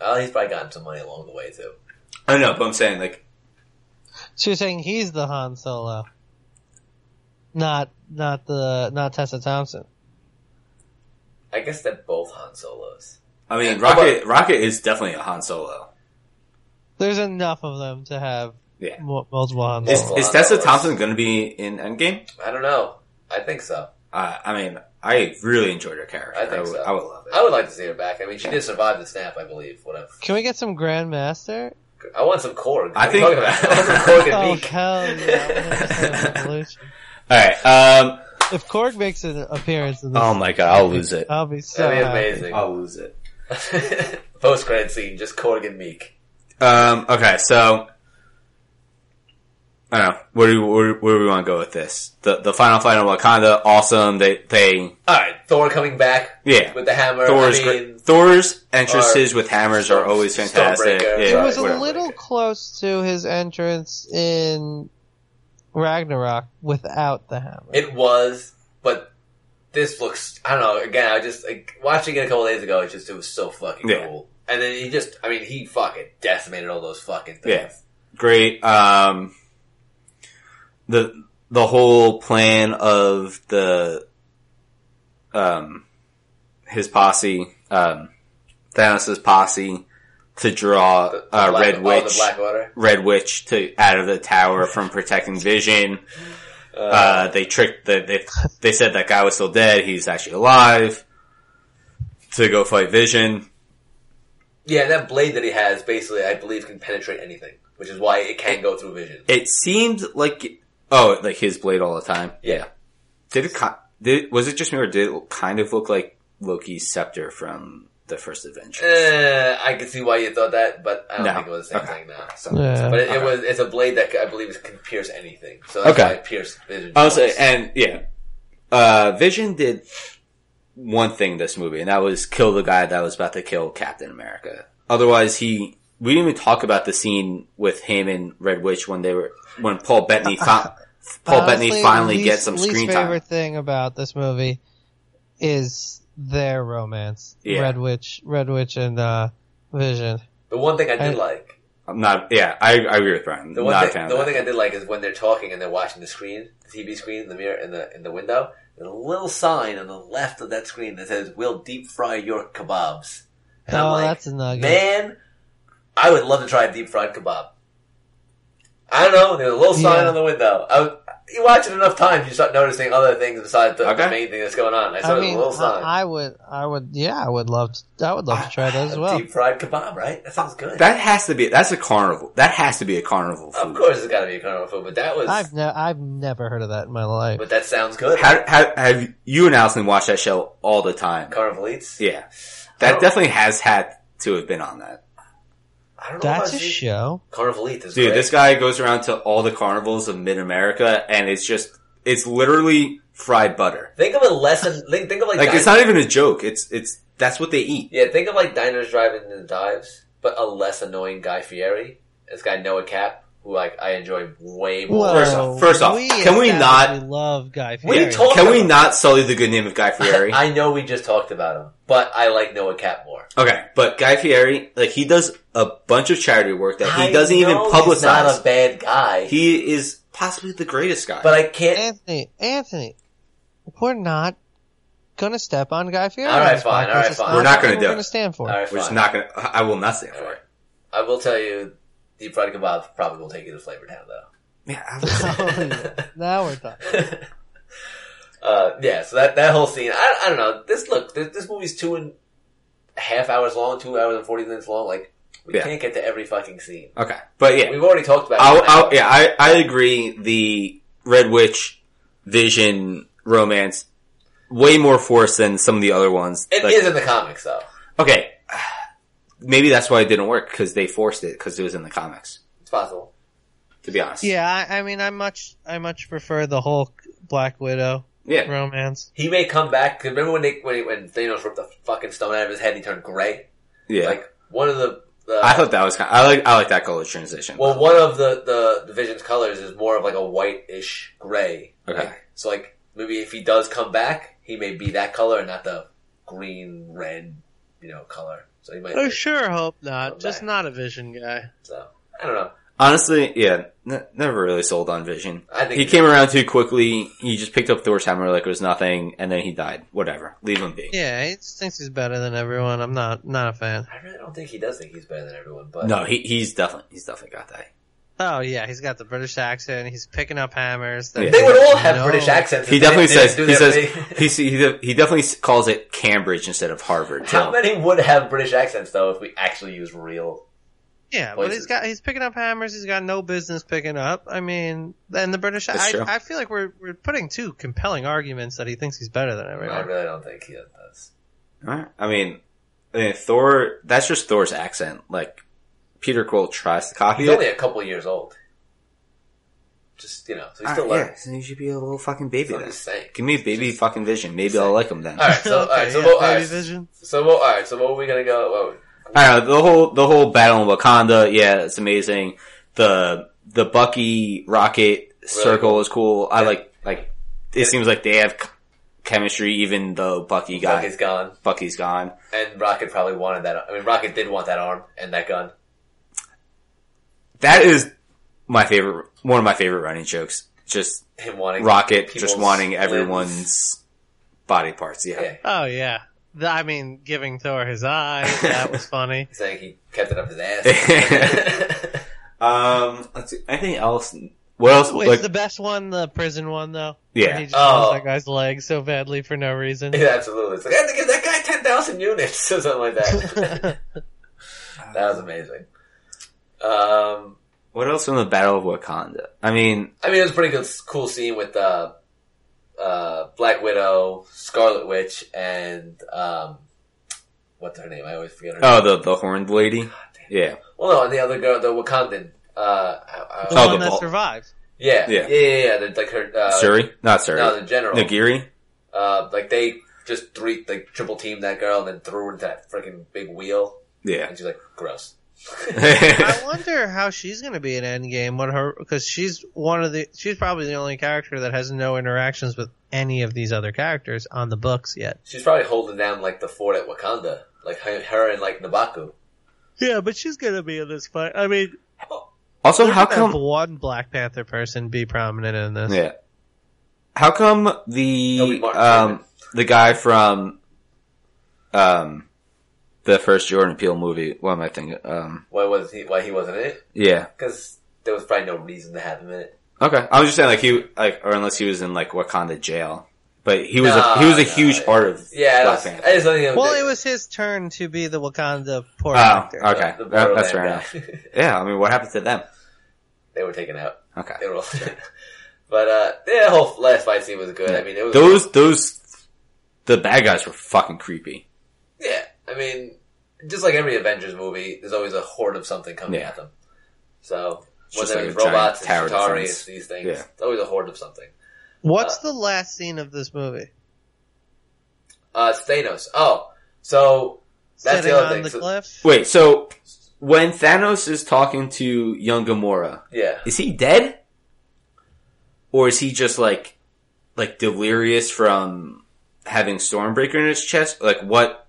Speaker 1: Oh, he's probably gotten some money along the way too.
Speaker 2: I know, but I'm saying like,
Speaker 3: she was saying he's the Han Solo. Not, not the, not Tessa Thompson.
Speaker 1: I guess they're both Han Solos.
Speaker 2: I mean,
Speaker 1: Yeah, how
Speaker 2: Rocket, Rocket is definitely a Han Solo.
Speaker 3: There's enough of them to have
Speaker 2: Yeah.
Speaker 3: mu- multiple Han
Speaker 2: Is,
Speaker 3: Solos.
Speaker 1: Multiple
Speaker 2: is
Speaker 1: Han
Speaker 2: Tessa
Speaker 1: Solos.
Speaker 2: Thompson going to be in Endgame?
Speaker 1: I don't know. I think so.
Speaker 2: Uh, I mean, I really enjoyed her character.
Speaker 1: I think
Speaker 2: would,
Speaker 1: so.
Speaker 2: I would love it.
Speaker 1: I would like to see her back. I mean, she did survive the snap, I believe. Whatever.
Speaker 3: Can we get some Grandmaster?
Speaker 1: I want some corn.
Speaker 2: I
Speaker 1: What are you
Speaker 2: think-
Speaker 1: talking
Speaker 2: (laughs)
Speaker 1: about? I want some corn
Speaker 3: Oh
Speaker 1: and meat.
Speaker 3: hell yeah! 100% Revolution.
Speaker 2: All right. Um,
Speaker 3: If Korg makes an appearance in this,
Speaker 2: oh my god, I'll lose it.
Speaker 3: I'll be so
Speaker 1: That'd be
Speaker 3: happy.
Speaker 1: amazing.
Speaker 2: lose it.
Speaker 1: (laughs) Post credit scene, just Korg and Meek.
Speaker 2: Um, okay, so I don't know where do where, where do we want to go with this? The the final fight on Wakanda, awesome. They they
Speaker 1: All right, Thor coming back
Speaker 2: yeah.
Speaker 1: with the hammer.
Speaker 2: Thor's
Speaker 1: I
Speaker 2: gr-
Speaker 1: mean,
Speaker 2: Thor's entrances with hammers
Speaker 1: Storm-
Speaker 2: are always fantastic.
Speaker 1: Stormbreaker.
Speaker 2: Yeah,
Speaker 3: It was a
Speaker 2: whatever.
Speaker 3: little close to his entrance in Ragnarok without the hammer.
Speaker 1: it was, but this looks. I don't know. Again, I just like, watching it a couple days ago. It just it was so fucking
Speaker 2: Yeah.
Speaker 1: cool. And then he just, I mean, he fucking decimated all those fucking things.
Speaker 2: Yeah. great. Um, the the whole plan of the um his posse, um, Thanos' posse to draw
Speaker 1: The, the
Speaker 2: uh,
Speaker 1: Black-
Speaker 2: Red
Speaker 1: oh,
Speaker 2: Witch.
Speaker 1: the Black Water.
Speaker 2: Red Witch to out of the tower from protecting Vision.
Speaker 1: Uh,
Speaker 2: Uh, they tricked the, they they said that guy was still dead. He's actually alive. To go fight Vision.
Speaker 1: yeah, that blade that he has basically, I believe, can penetrate anything, which is why it can go through vision.
Speaker 2: It seemed like oh, like his blade all the time.
Speaker 1: Yeah.
Speaker 2: Did it? ki- Did was it just me or did it kind of look like Loki's scepter from the first Avengers?
Speaker 1: Eh, I can see why you thought that, but I don't
Speaker 2: No.
Speaker 1: think it was the same
Speaker 2: Okay.
Speaker 1: thing now.
Speaker 2: So-
Speaker 3: Yeah.
Speaker 1: But it, it
Speaker 2: Okay.
Speaker 1: was it's a blade that I believe is- can pierce anything. So that's
Speaker 2: Okay.
Speaker 1: why it pierced vision.
Speaker 2: I would say, eh,
Speaker 1: twice.
Speaker 2: and yeah, uh, Vision did one thing this movie, and that was kill the guy that was about to kill Captain America. Otherwise, he we didn't even talk about the scene with him and Red Witch when they were when Paul Bettany
Speaker 3: (laughs)
Speaker 2: fi- Paul Bettany
Speaker 3: Honestly,
Speaker 2: finally
Speaker 3: least-
Speaker 2: gets some screen
Speaker 3: least
Speaker 2: time.
Speaker 3: favorite thing about this movie is their romance.
Speaker 2: Yeah.
Speaker 3: Red Witch, Red Witch, and uh, Vision.
Speaker 1: the one thing I did
Speaker 3: I-
Speaker 1: like,
Speaker 2: I'm not, yeah, I, I agree with Brian.
Speaker 1: the one
Speaker 2: not a
Speaker 1: thing,
Speaker 2: fan
Speaker 1: the
Speaker 2: of
Speaker 1: one
Speaker 2: that.
Speaker 1: thing I did like is when they're talking and they're watching the screen, the TV screen, in the mirror, in the in the window. There's a little sign on the left of that screen that says "We'll deep fry your kebabs." And
Speaker 3: oh,
Speaker 1: I'm like,
Speaker 3: that's a nugget.
Speaker 1: man, I would love to try a deep fried kebab. I don't know. There's a little sign
Speaker 3: Yeah.
Speaker 1: on the window. I was, you watch it enough times, you start noticing other things besides the, the
Speaker 2: Okay.
Speaker 1: main thing that's going on. I saw
Speaker 3: I
Speaker 1: a
Speaker 3: mean,
Speaker 1: little sign.
Speaker 3: I, I would, I would, yeah, I would love, to, I would love to try that as
Speaker 1: A
Speaker 3: well.
Speaker 1: Deep fried kebab, right? That sounds good.
Speaker 2: that has to be that's a carnival. That has to be a carnival food.
Speaker 1: of course, it's got to be a carnival food, but that was.
Speaker 3: I've ne- I've never heard of that in my life.
Speaker 1: but that sounds good.
Speaker 2: How, how, have you and Allison watched that show all the time?
Speaker 1: carnival eats.
Speaker 2: Yeah,
Speaker 1: I
Speaker 2: that
Speaker 1: don't-
Speaker 2: definitely has had to have been on that.
Speaker 1: I don't know.
Speaker 3: That's
Speaker 1: if
Speaker 3: a
Speaker 1: I've seen-
Speaker 3: show.
Speaker 1: Carnival eats is
Speaker 2: Dude,
Speaker 1: great.
Speaker 2: this guy goes around to all the carnivals of Mid America, and it's just it's literally fried butter.
Speaker 1: think of a lesson. (laughs) Think, think of like,
Speaker 2: Like it's
Speaker 1: din-
Speaker 2: not even a joke. It's it's that's what they eat.
Speaker 1: yeah. Think of like diners, driving and dives, but a less annoying Guy Fieri. This guy Noah Cap, who like I enjoy way more.
Speaker 3: Whoa,
Speaker 2: First
Speaker 3: (laughs)
Speaker 2: off- first off, can we
Speaker 3: established We love Guy
Speaker 1: What are you
Speaker 3: Fieri.
Speaker 1: talking-
Speaker 2: Can we not sully the good name of Guy
Speaker 1: (laughs)
Speaker 2: Fieri?
Speaker 1: I know we just talked about him, but I like Noah Cap more.
Speaker 2: okay, but Guy Fieri, like he does a bunch of charity work that
Speaker 1: I
Speaker 2: he doesn't even
Speaker 1: know He's not
Speaker 2: publicize.
Speaker 1: a bad guy,
Speaker 2: he is possibly the greatest guy.
Speaker 1: but I can't.
Speaker 3: Anthony, Anthony, we're not gonna step on Guy Fieri.
Speaker 1: All
Speaker 3: on
Speaker 1: right,
Speaker 3: this
Speaker 1: fine,
Speaker 3: podcast.
Speaker 1: all right,
Speaker 3: It's
Speaker 1: fine.
Speaker 2: We're not
Speaker 3: something
Speaker 2: gonna do
Speaker 3: we're
Speaker 2: it.
Speaker 3: Gonna stand for.
Speaker 1: All
Speaker 3: (laughs)
Speaker 1: right,
Speaker 2: We're just
Speaker 1: fine.
Speaker 2: not gonna. I will not stand for it.
Speaker 1: I will tell you, deep fried kebab probably will take you to Flavor Town though.
Speaker 2: Yeah, I will say-
Speaker 3: Oh, yeah. now we're talking.
Speaker 1: (laughs) uh, yeah, so that that whole scene, I, I don't know. This look, this, this movie's two and a half hours long, two hours and forty minutes long. Like we
Speaker 2: Yeah.
Speaker 1: can't get to every fucking scene.
Speaker 2: (laughs) okay, but yeah,
Speaker 1: We've already talked about.
Speaker 2: I'll,
Speaker 1: it.
Speaker 2: I'll, yeah, I, I agree. The Red Witch Vision romance way more forced than some of the other ones.
Speaker 1: It
Speaker 2: Like,
Speaker 1: is in the comics though.
Speaker 2: okay. Maybe that's why it didn't work because they forced it because it was in the comics.
Speaker 1: It's possible.
Speaker 2: To be honest,
Speaker 3: Yeah, I, I mean, I much, I much prefer the Hulk Black Widow
Speaker 2: yeah,
Speaker 3: romance.
Speaker 1: He may come back. 'cause remember when they, when, when Thanos ripped the fucking stone out of his head and he turned gray?
Speaker 2: yeah.
Speaker 1: Like one of the, the
Speaker 2: I thought that was kind. I like I like that color transition.
Speaker 1: well, one of the the division's colors is more of like a whitish gray.
Speaker 2: Okay.
Speaker 1: Like, so like maybe if he does come back, he may be that color and not the green red, you know, color. So he might.
Speaker 3: I sure hope not.
Speaker 1: Okay.
Speaker 3: Just not a Vision guy.
Speaker 1: So I don't know.
Speaker 2: Honestly, yeah, n- never really sold on Vision.
Speaker 1: I think
Speaker 2: He came around too quickly. He just picked up Thor's hammer like it was nothing, and then he died. Whatever, leave him be.
Speaker 3: Yeah, he just thinks he's better than everyone. I'm not, not a fan.
Speaker 1: I really don't think he does think he's better than everyone, but
Speaker 2: No, he, he's definitely he's definitely got that.
Speaker 3: Oh yeah, he's got the British accent. He's picking up hammers. That-
Speaker 2: Yeah.
Speaker 1: they would all have
Speaker 3: No.
Speaker 1: British accents.
Speaker 2: He
Speaker 1: if they
Speaker 2: definitely
Speaker 1: didn't
Speaker 2: says
Speaker 1: do
Speaker 2: he
Speaker 1: that
Speaker 2: says
Speaker 1: thing.
Speaker 2: (laughs)
Speaker 1: (laughs)
Speaker 2: he se- he de- he definitely s- calls it Cambridge instead of Harvard.
Speaker 1: How
Speaker 2: So.
Speaker 1: many would have British accents though if we actually use real
Speaker 3: Yeah, but
Speaker 1: places.
Speaker 3: he's got he's picking up hammers. He's got no business picking up. I mean, and the British.
Speaker 2: That's
Speaker 3: I,
Speaker 2: true.
Speaker 3: I feel like we're we're putting two compelling arguments that he thinks he's better than
Speaker 1: I
Speaker 3: everyone.
Speaker 1: really don't think he does.
Speaker 2: Alright. I mean, I mean, Thor. That's just Thor's accent. Like Peter Quill tries to copy
Speaker 1: He's
Speaker 2: it.
Speaker 1: only a couple years old. Just you know, so he's still
Speaker 2: Alright,
Speaker 1: learning.
Speaker 2: yeah, so you should be a little fucking baby.
Speaker 1: I'm
Speaker 2: Then.
Speaker 1: just saying.
Speaker 2: Give me a baby fucking vision. Maybe I'll like him then.
Speaker 1: All right,
Speaker 3: (laughs)
Speaker 1: so all right, so
Speaker 3: yeah,
Speaker 1: what, all
Speaker 3: baby
Speaker 1: right,
Speaker 3: vision.
Speaker 1: so what, all right, so what are we gonna go? Well,
Speaker 2: I don't know, the whole the whole battle in Wakanda, yeah, it's amazing. The the Bucky Rocket circle is cool. I like like it seems like they have c- chemistry, even though Bucky got
Speaker 1: Rocket's gone,
Speaker 2: Bucky's gone.
Speaker 1: and Rocket probably wanted that. I mean, Rocket did want that arm and that gun.
Speaker 2: That is my favorite, one of my favorite running jokes. Just
Speaker 1: Him wanting
Speaker 2: Rocket,
Speaker 1: people's
Speaker 2: just wanting
Speaker 1: limbs.
Speaker 2: everyone's body parts. Yeah,
Speaker 1: Yeah,
Speaker 3: Oh yeah, The- I mean, giving Thor his eye.
Speaker 1: (laughs)
Speaker 3: That was funny.
Speaker 1: he's like he kept it up his
Speaker 2: (laughs)
Speaker 1: ass. (laughs)
Speaker 2: Um, let's see. Anything else? What else?
Speaker 3: Wait,
Speaker 2: like,
Speaker 3: the best one, the prison one though.
Speaker 2: Yeah.
Speaker 3: Where he just
Speaker 1: Oh.
Speaker 3: wants that guy's leg so badly for no reason. (laughs)
Speaker 1: yeah, absolutely. It's like I had to give that guy ten thousand units (laughs) or something like that.
Speaker 2: (laughs)
Speaker 1: that was amazing. Um,
Speaker 2: what else from the Battle of Wakanda? I mean,
Speaker 1: I mean, it was a pretty good, cool scene with uh, uh, Black Widow, Scarlet Witch, and um, what's her name? I always forget her. name.
Speaker 2: oh, the the horned lady. Yeah,
Speaker 1: Well, no, and the other girl, the Wakandan. Uh, uh,
Speaker 3: the
Speaker 2: Oh,
Speaker 3: one
Speaker 2: the
Speaker 3: that
Speaker 2: vault.
Speaker 3: survived.
Speaker 1: yeah,
Speaker 2: Yeah.
Speaker 1: yeah, yeah, yeah, yeah. Like her, uh,
Speaker 2: Suri, not Suri.
Speaker 1: no, the general.
Speaker 2: Nagiri?
Speaker 1: Uh, like they just three, like triple teamed that girl and then threw her into that freaking big wheel,
Speaker 2: Yeah.
Speaker 1: and she's like,
Speaker 2: (laughs)
Speaker 1: gross.
Speaker 3: I wonder how she's going to be in Endgame. What her because she's one of the she's probably the only character that has no interactions with any of these other characters on the books yet.
Speaker 1: She's probably holding down like the fort at Wakanda, like her, her and like Nabaku.
Speaker 3: Yeah, but she's going to be in this fight. I mean,
Speaker 2: also, how
Speaker 3: have
Speaker 2: come?
Speaker 3: one Black Panther person be prominent in this?
Speaker 2: Yeah. How come
Speaker 1: That'll be
Speaker 2: the
Speaker 1: Martin
Speaker 2: um
Speaker 1: Freeman.
Speaker 2: the guy from um the first Jordan Peele movie? What am I thinking? Um,
Speaker 1: Why was he? Why he wasn't in it?
Speaker 2: yeah.
Speaker 1: Because there was probably no reason to have him in it.
Speaker 2: Okay, I was just saying like he like or unless he was in like Wakanda jail, but he was
Speaker 1: No,
Speaker 2: a he was a
Speaker 1: no,
Speaker 2: huge
Speaker 1: yeah.
Speaker 2: part of
Speaker 1: Yeah, I,
Speaker 2: Black
Speaker 1: don't,
Speaker 2: Panther.
Speaker 1: I just don't think
Speaker 3: Well, it was his turn to be the Wakanda poor
Speaker 2: Oh,
Speaker 3: actor.
Speaker 2: okay,
Speaker 1: the
Speaker 2: That-
Speaker 1: Borderland
Speaker 2: that's fair
Speaker 1: guy.
Speaker 2: enough. Yeah, I mean, what happened to them?
Speaker 1: (laughs) they were taken out.
Speaker 2: Okay,
Speaker 1: They were
Speaker 2: (laughs)
Speaker 1: all (laughs) But uh, yeah, the whole last fight scene was good. I mean, it was
Speaker 2: those those the bad guys were fucking creepy.
Speaker 1: Yeah, I mean, just like every Avengers movie, there's always a horde of something coming
Speaker 2: Yeah.
Speaker 1: at them. So
Speaker 2: just
Speaker 1: whether
Speaker 2: like
Speaker 1: it's
Speaker 2: a giant
Speaker 1: robots, it's
Speaker 2: tower of
Speaker 1: Chitauri,
Speaker 2: defense.
Speaker 1: it's these things.
Speaker 2: Yeah.
Speaker 1: It's always a horde of something.
Speaker 3: What's the last scene of this movie?
Speaker 1: Uh, it's Thanos. Oh, so that's
Speaker 3: Sitting
Speaker 1: the other
Speaker 3: on
Speaker 1: thing.
Speaker 3: the
Speaker 1: So-
Speaker 3: cliff.
Speaker 2: Wait, so when Thanos is talking to young Gamora,
Speaker 1: yeah,
Speaker 2: is he dead, or is he just like like delirious from having Stormbreaker in his chest? Like what?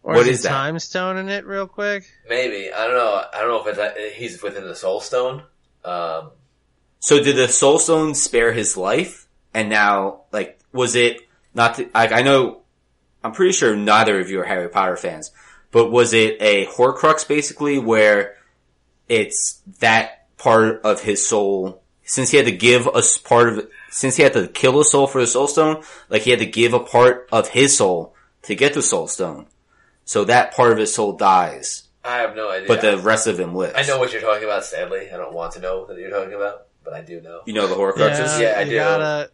Speaker 3: Or
Speaker 2: What is
Speaker 3: is, he
Speaker 2: that?
Speaker 3: time stone in it real quick?
Speaker 1: maybe I don't know. I don't know if it's uh, he's within the Soul Stone. Um,
Speaker 2: So did the Soul Stone spare his life? And now, like, was it not? To, like, I know, I'm pretty sure neither of you are Harry Potter fans, but was it a Horcrux basically where it's that part of his soul? Since he had to give a s- part of, since he had to kill a soul for the Soul Stone, like he had to give a part of his soul to get the Soul Stone. So that part of his soul dies,
Speaker 1: I have no idea.
Speaker 2: but the rest of him lives.
Speaker 1: I know what you're talking about. Sadly, I don't want to know that you're talking about, but I do know.
Speaker 2: You know the Horcruxes?
Speaker 1: Yeah, I
Speaker 3: you
Speaker 1: do.
Speaker 3: Gotta,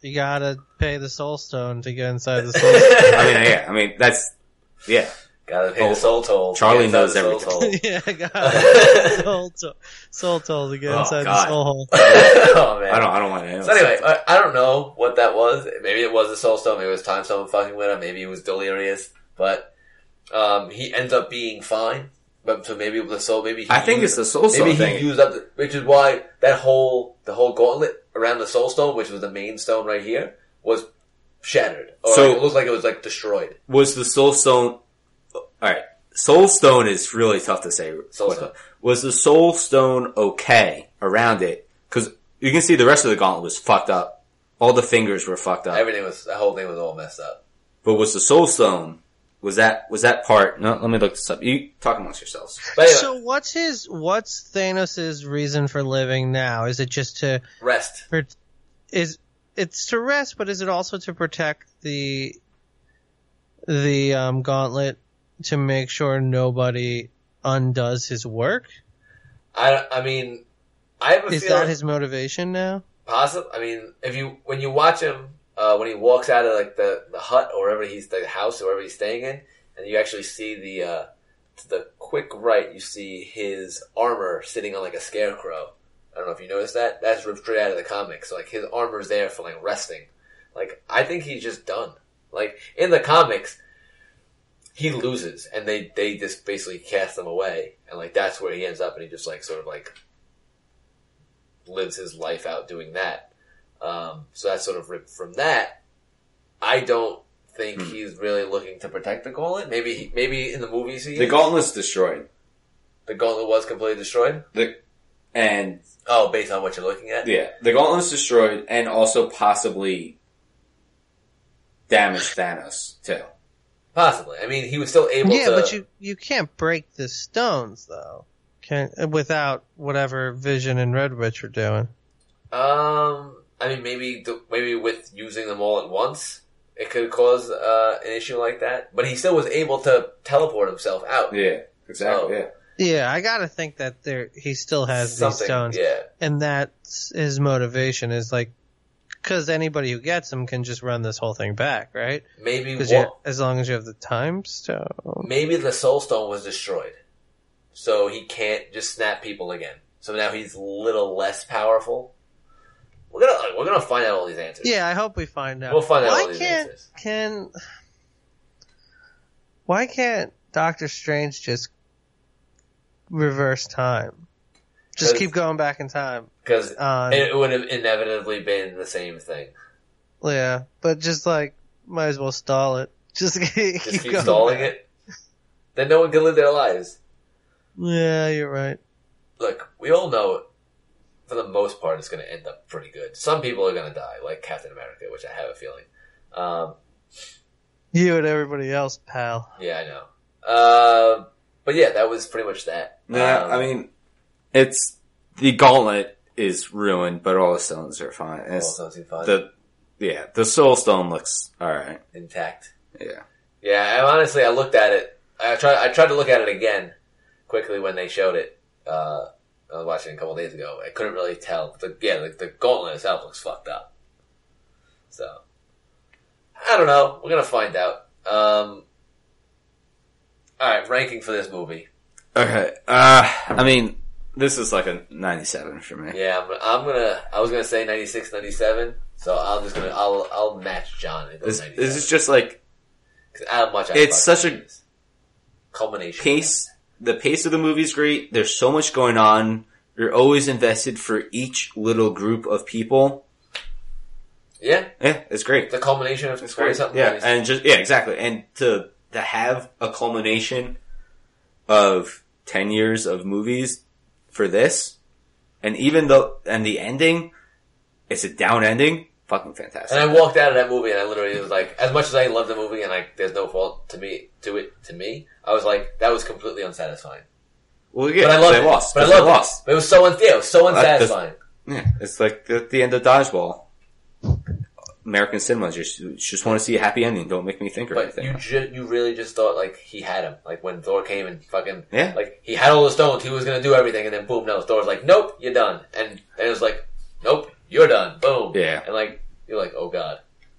Speaker 3: you gotta pay the soul stone to get inside
Speaker 1: (laughs)
Speaker 3: the soul stone.
Speaker 2: I mean, yeah, I mean, that's, yeah.
Speaker 1: Gotta pay
Speaker 2: Oh,
Speaker 1: the soul toll.
Speaker 2: Charlie
Speaker 1: Yeah,
Speaker 2: knows
Speaker 1: the soul
Speaker 2: everything.
Speaker 1: toll.
Speaker 3: (laughs) yeah, I
Speaker 1: (laughs)
Speaker 3: gotta soul toll, soul toll to get
Speaker 2: Oh,
Speaker 3: inside
Speaker 2: God.
Speaker 3: the soul hole.
Speaker 2: (laughs)
Speaker 1: (laughs) oh man.
Speaker 2: I don't. I don't want to. Know.
Speaker 1: So anyway, I, I don't know what that was. Maybe it was a soul stone. Maybe it was time stone fucking with him. Maybe he was delirious. But um, he ends up being fine. But so maybe the soul. Maybe he
Speaker 2: I think
Speaker 1: used-
Speaker 2: it's the soul
Speaker 1: Maybe
Speaker 2: stone
Speaker 1: he
Speaker 2: thing.
Speaker 1: used up, the, which is why that whole the whole gauntlet around the soul stone, which was the main stone right here, was shattered. Or
Speaker 2: So-
Speaker 1: like, it looked like it was like destroyed.
Speaker 2: Was the soul stone? All right, soul stone is really tough to say.
Speaker 1: Soul stone.
Speaker 2: Was the soul stone okay around it? Because you can see the rest of the gauntlet was fucked up. All the fingers were fucked up.
Speaker 1: Everything was the whole thing was all messed up.
Speaker 2: but was the soul stone? Was that was that part? No, let me look this up. You talk amongst yourselves.
Speaker 1: But anyway,
Speaker 3: So what's his what's Thanos' reason for living now? Is it just to
Speaker 1: rest.
Speaker 3: pro- is it's to rest, but is it also to protect the the um, gauntlet to make sure nobody undoes his work?
Speaker 1: I, I mean, I have a
Speaker 3: Is
Speaker 1: feeling
Speaker 3: that his motivation now?
Speaker 1: possible. I mean, if you when you watch him uh, when he walks out of like the, the hut or wherever he's the house or wherever he's staying in, and you actually see the uh, to the quick right, you see his armor sitting on like a scarecrow. I don't know if you noticed that. That's ripped straight out of the comics. So, like his armor's there for like resting. Like I think he's just done. Like in the comics, he loses, and they they just basically cast him away, and like that's where he ends up, and he just like sort of like lives his life out doing that. Um, so that's sort of ripped from that. I don't think he's really looking to protect the gauntlet. Maybe he, maybe in the movies he
Speaker 2: The
Speaker 1: is.
Speaker 2: gauntlet's destroyed.
Speaker 1: the gauntlet was completely destroyed.
Speaker 2: The and
Speaker 1: Oh, based on what you're looking at.
Speaker 2: yeah, the gauntlet's destroyed, and also possibly damaged Thanos too.
Speaker 1: Possibly. I mean, he was still able
Speaker 3: yeah,
Speaker 1: to.
Speaker 3: but you you can't break the stones though. Can without whatever Vision and Red Witch are doing.
Speaker 1: Um, I mean, maybe the, maybe with using them all at once, it could cause uh, an issue like that. But he still was able to teleport himself out.
Speaker 2: Yeah, exactly.
Speaker 1: Oh.
Speaker 2: Yeah,
Speaker 3: Yeah, I gotta think that there he still has these
Speaker 1: Something,
Speaker 3: stones,
Speaker 1: Yeah,
Speaker 3: and that's his motivation is like, because anybody who gets them can just run this whole thing back, right?
Speaker 1: maybe
Speaker 3: Because
Speaker 1: one,
Speaker 3: as long as you have the time stone,
Speaker 1: maybe the soul stone was destroyed, so he can't just snap people again. So now he's a little less powerful. We're gonna we're gonna find out all these answers.
Speaker 3: yeah, I hope we find out.
Speaker 1: We'll find out
Speaker 3: Why
Speaker 1: all these
Speaker 3: can't
Speaker 1: answers.
Speaker 3: can why can't Doctor Strange just reverse time? Just
Speaker 1: Cause-
Speaker 3: keep going back in time. Um,
Speaker 1: because
Speaker 3: on
Speaker 1: it would have inevitably been the same thing.
Speaker 3: yeah, but just like might as well stall it. (laughs) Just keep,
Speaker 1: Just keep
Speaker 3: going
Speaker 1: stalling
Speaker 3: back.
Speaker 1: it. Then no one can live their lives.
Speaker 3: Yeah, you're right.
Speaker 1: look, we all know for the most part it's going to end up pretty good. Some people are going to die, like Captain America, which I have a feeling. Um,
Speaker 3: You and everybody else, pal.
Speaker 1: yeah, I know. Uh, but yeah, that was pretty much that.
Speaker 2: Nah,
Speaker 1: Um,
Speaker 2: I mean, it's the gauntlet is ruined, but all the stones are fine. And
Speaker 1: all
Speaker 2: It's
Speaker 1: sounds fun,
Speaker 2: the yeah, the soul stone looks all right.
Speaker 1: intact.
Speaker 2: Yeah,
Speaker 1: Yeah, I honestly, I looked at it. I tried. I tried to look at it again quickly when they showed it. Uh, I was watching it a couple days ago. I couldn't really tell. The, yeah, the, the gauntlet itself looks fucked up. So I don't know. We're gonna find out. Um, all right, ranking for this movie.
Speaker 2: Okay. Uh, I mean, this is like a 97 for me.
Speaker 1: Yeah, I'm, I'm gonna. I was gonna say 96, 97. So I'll just gonna. I'll I'll match John. And go
Speaker 2: This,
Speaker 1: 97.
Speaker 2: this is just like
Speaker 1: how much I
Speaker 2: it's
Speaker 1: fucking
Speaker 2: such a
Speaker 1: hate this. culmination
Speaker 2: pace. The pace of the movie's great. There's so much going on. You're always invested for each little group of people.
Speaker 1: Yeah,
Speaker 2: Yeah, it's great.
Speaker 1: the culmination of
Speaker 2: It's
Speaker 1: forty
Speaker 2: great.
Speaker 1: something.
Speaker 2: Yeah,
Speaker 1: movies.
Speaker 2: and just yeah, exactly. And to to have a culmination of 10 years of movies for this, and even though and the ending, it's a down ending. Fucking fantastic.
Speaker 1: And I walked out of that movie, and I literally was like, as much as I love the movie, and like, there's no fault to me to it to me. I was like, that was completely unsatisfying.
Speaker 2: Well, yeah,
Speaker 1: But I loved
Speaker 2: they
Speaker 1: it.
Speaker 2: lost.
Speaker 1: But I
Speaker 2: They
Speaker 1: loved
Speaker 2: lost.
Speaker 1: it. But it was so un- yeah, it was so
Speaker 2: that's-
Speaker 1: unsatisfying.
Speaker 2: Yeah, it's like the, the end of Dodgeball. American cinema just just want to see a happy ending. Don't make me think or
Speaker 1: But
Speaker 2: anything.
Speaker 1: you ju- you really just thought like he had him. Like when Thor came and fucking
Speaker 2: Yeah.
Speaker 1: like he had all the stones. He was gonna do everything, and then boom, no, Thor's like, nope, you're done. And and it was like, nope, you're done. Boom.
Speaker 2: Yeah.
Speaker 1: And like you're like, oh god,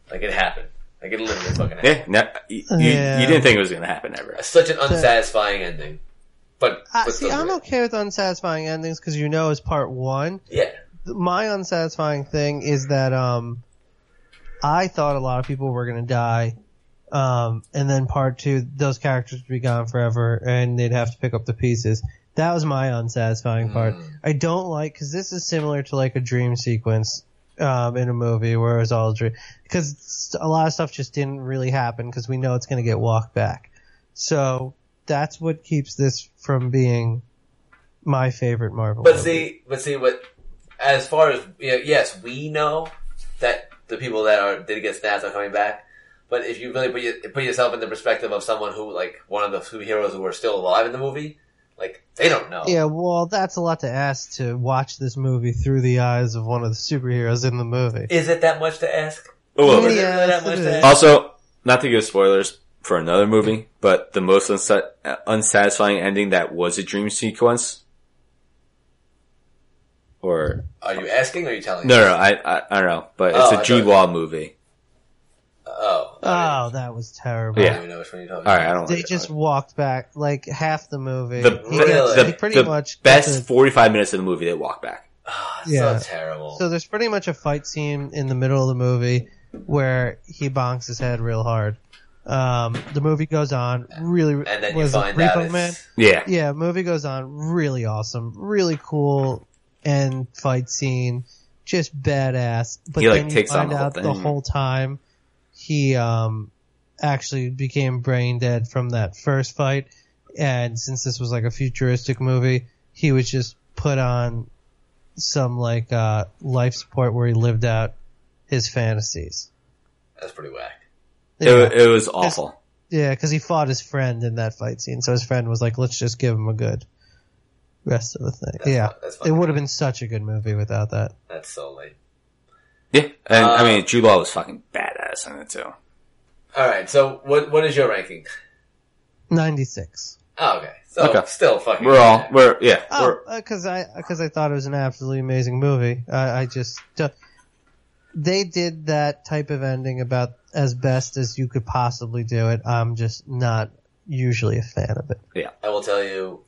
Speaker 1: like it happened. Like it literally fucking happened.
Speaker 2: yeah, no, you, you-
Speaker 3: Yeah.
Speaker 2: you didn't think it was going to happen ever.
Speaker 1: Such an unsatisfying ending. But,
Speaker 3: I
Speaker 1: but
Speaker 3: Uh, see,
Speaker 1: so
Speaker 3: I'm
Speaker 1: good.
Speaker 3: okay with unsatisfying endings because you know it's part one.
Speaker 1: Yeah.
Speaker 3: My unsatisfying thing is that um, I thought a lot of people were gonna die, um, and then part two, those characters would be gone forever, and they'd have to pick up the pieces. That was my
Speaker 1: Hmm.
Speaker 3: unsatisfying part. I don't like because this is similar to like a dream sequence um, in a movie where it was all a dream because a lot of stuff just didn't really happen because we know it's going to get walked back. So that's what keeps this from being my favorite Marvel.
Speaker 1: But
Speaker 3: movie.
Speaker 1: see, but see, what as far as you know, yes, we know that the people that are did get snapped are coming back. But if you really put, your, put yourself in the perspective of someone who, like, one of the two heroes who are still alive in the movie, like, they don't know.
Speaker 3: yeah, well, that's a lot to ask to watch this movie through the eyes of one of the superheroes in the movie.
Speaker 1: Is it that much to ask?
Speaker 2: Oh,
Speaker 1: Is
Speaker 2: well,
Speaker 1: it
Speaker 3: Yeah,
Speaker 1: really that
Speaker 2: (laughs)
Speaker 3: it
Speaker 1: much
Speaker 3: is.
Speaker 1: to ask?
Speaker 2: Also, not to give spoilers, for another movie, but the most unsat- uh, unsatisfying ending that was a dream sequence. Or
Speaker 1: Are you asking or are you telling?
Speaker 2: no,
Speaker 1: me?
Speaker 2: no, I, I, I don't know, but it's
Speaker 1: Oh,
Speaker 2: a
Speaker 1: I
Speaker 2: G
Speaker 1: thought-
Speaker 2: Wall movie.
Speaker 1: Oh, I
Speaker 3: Oh, that was terrible.
Speaker 1: don't
Speaker 2: Yeah.
Speaker 1: even know which one you're talking.
Speaker 2: All
Speaker 1: about.
Speaker 2: right, I don't.
Speaker 3: They
Speaker 2: like it.
Speaker 3: just walked back like half the movie.
Speaker 2: the,
Speaker 3: He
Speaker 1: really?
Speaker 3: gets-
Speaker 2: the,
Speaker 3: he pretty
Speaker 2: the
Speaker 3: much gets
Speaker 2: best
Speaker 3: a-
Speaker 2: forty five minutes of the movie they walk back.
Speaker 1: Ah,
Speaker 3: Yeah.
Speaker 1: so terrible.
Speaker 3: so there's pretty much a fight scene in the middle of the movie where he bonks his head real hard. Um, the movie goes on really.
Speaker 1: and then you
Speaker 3: was it
Speaker 1: find out
Speaker 3: Repo
Speaker 1: it's
Speaker 3: Man?
Speaker 2: Yeah,
Speaker 3: yeah, movie goes on really awesome, really cool end fight scene, just badass. But
Speaker 2: He, like,
Speaker 3: then you
Speaker 2: takes on
Speaker 3: find
Speaker 2: the whole
Speaker 3: out the
Speaker 2: thing.
Speaker 3: whole time he um actually became brain dead from that first fight, and since this was like a futuristic movie, he was just put on some like uh life support where he lived out his fantasies.
Speaker 1: that's pretty whack.
Speaker 2: It, wa- it was awful.
Speaker 3: Yeah, because he fought his friend in that fight scene, so his friend was like, "Let's just give him a good rest of the thing."
Speaker 1: That's
Speaker 3: yeah,
Speaker 1: fu- that's
Speaker 3: it
Speaker 1: fucking-
Speaker 3: would have been such a good movie without that.
Speaker 1: That's so lame.
Speaker 2: Yeah, and I
Speaker 1: Uh,
Speaker 2: mean, G Wall was fucking badass in it too.
Speaker 1: All right, so what what is your ranking?
Speaker 3: Ninety six.
Speaker 1: Oh, okay, so
Speaker 2: Okay.
Speaker 1: still fucking.
Speaker 2: We're all we're yeah
Speaker 3: Oh,
Speaker 2: we're
Speaker 3: because I because I thought it was an absolutely amazing movie. I, I just they did that type of ending about as best as you could possibly do it. I'm just not usually a fan of it.
Speaker 1: I will tell you,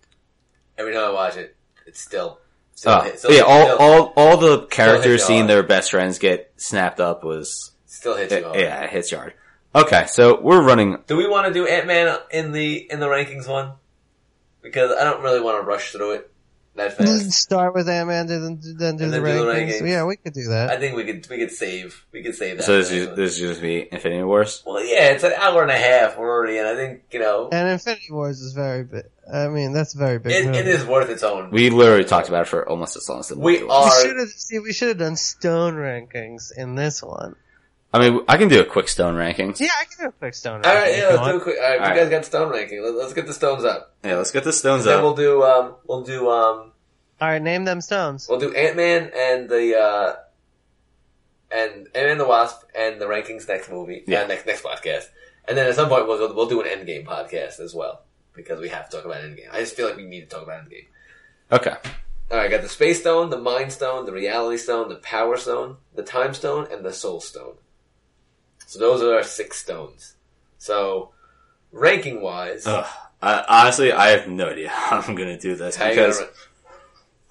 Speaker 1: every time I watch it, it's still. still,
Speaker 2: uh,
Speaker 1: hit- still
Speaker 2: yeah all,
Speaker 1: still,
Speaker 2: all all the characters
Speaker 1: y'all
Speaker 2: seeing
Speaker 1: hard.
Speaker 2: their best friends get snapped up was
Speaker 1: still hits
Speaker 2: it,
Speaker 1: you. Hard.
Speaker 2: yeah it hits yard. Okay, so we're running.
Speaker 1: Do we want to do Ant Man in the in the rankings one? Because I don't really want to rush through it that
Speaker 3: Mm.
Speaker 1: fast.
Speaker 3: Start with Ant Man, then, then
Speaker 1: And
Speaker 3: do the
Speaker 1: then do the
Speaker 3: rankings.
Speaker 1: rankings.
Speaker 3: Yeah, we could do that.
Speaker 1: I think we could we could save we could save that.
Speaker 2: So this
Speaker 1: for the
Speaker 2: is
Speaker 1: next one.
Speaker 2: this is going to be Infinity Wars.
Speaker 1: well, yeah, it's an hour and a half. We're already in. I think you know
Speaker 3: And Infinity Wars is very big. I mean, that's a very big.
Speaker 1: it,
Speaker 3: movie.
Speaker 1: it is worth its own.
Speaker 2: We literally talked about it for almost as long as the
Speaker 1: We
Speaker 2: movie was.
Speaker 1: are-
Speaker 3: We should have see. We should have done stone rankings in this one.
Speaker 2: I mean, I can do a quick stone ranking.
Speaker 3: Yeah, I can do a quick stone.
Speaker 1: all
Speaker 3: ranking
Speaker 1: right,
Speaker 3: if
Speaker 1: yeah,
Speaker 3: you
Speaker 1: let's
Speaker 3: want.
Speaker 1: do a quick. All right,
Speaker 2: All
Speaker 1: you
Speaker 2: right.
Speaker 1: guys got stone ranking. Let, let's get the stones up.
Speaker 2: Yeah, let's get the stones
Speaker 1: Then we'll
Speaker 2: up.
Speaker 1: do um we'll do um
Speaker 3: All right, name them stones.
Speaker 1: we'll do Ant Man and the uh and Ant Man and the Wasp and the rankings next movie. Yeah,
Speaker 2: Yeah.
Speaker 1: next next podcast. And then at some point we'll we'll do an Endgame podcast as well because we have to talk about Endgame. I just feel like we need to talk about Endgame.
Speaker 2: Okay.
Speaker 1: All right, I got the Space Stone, the Mind Stone, the Reality Stone, the Power Stone, the Time Stone, and the Soul Stone. So those are our six stones. So ranking wise,
Speaker 2: Ugh. I, honestly, I have no idea (laughs) how I'm gonna do this because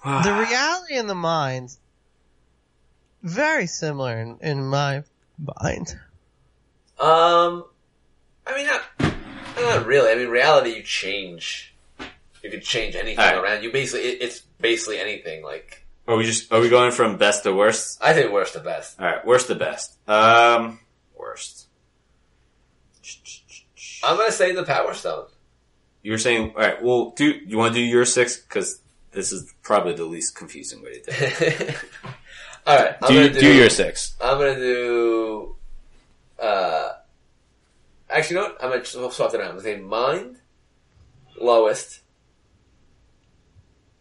Speaker 3: The reality and the mind, very similar in, in my mind.
Speaker 1: Um, I mean, not, not really. I mean, reality, you change. You could change anything
Speaker 2: Alright.
Speaker 1: around. You basically, it, it's basically anything. Like,
Speaker 2: (sighs) are we just are we going from best to worst?
Speaker 1: I think worst to best.
Speaker 2: All right, worst to best. Um, worst.
Speaker 1: I'm gonna say the Power Stone. (laughs)
Speaker 2: You're saying all right. Well, do you want to do your six? Because this is probably the least confusing way to do. it.
Speaker 1: All right, (laughs) I'm
Speaker 2: Do
Speaker 1: gonna
Speaker 2: do, your six.
Speaker 1: I'm gonna do. Uh, actually, you know what? I'm gonna just swap it out. I'm gonna say mind lowest,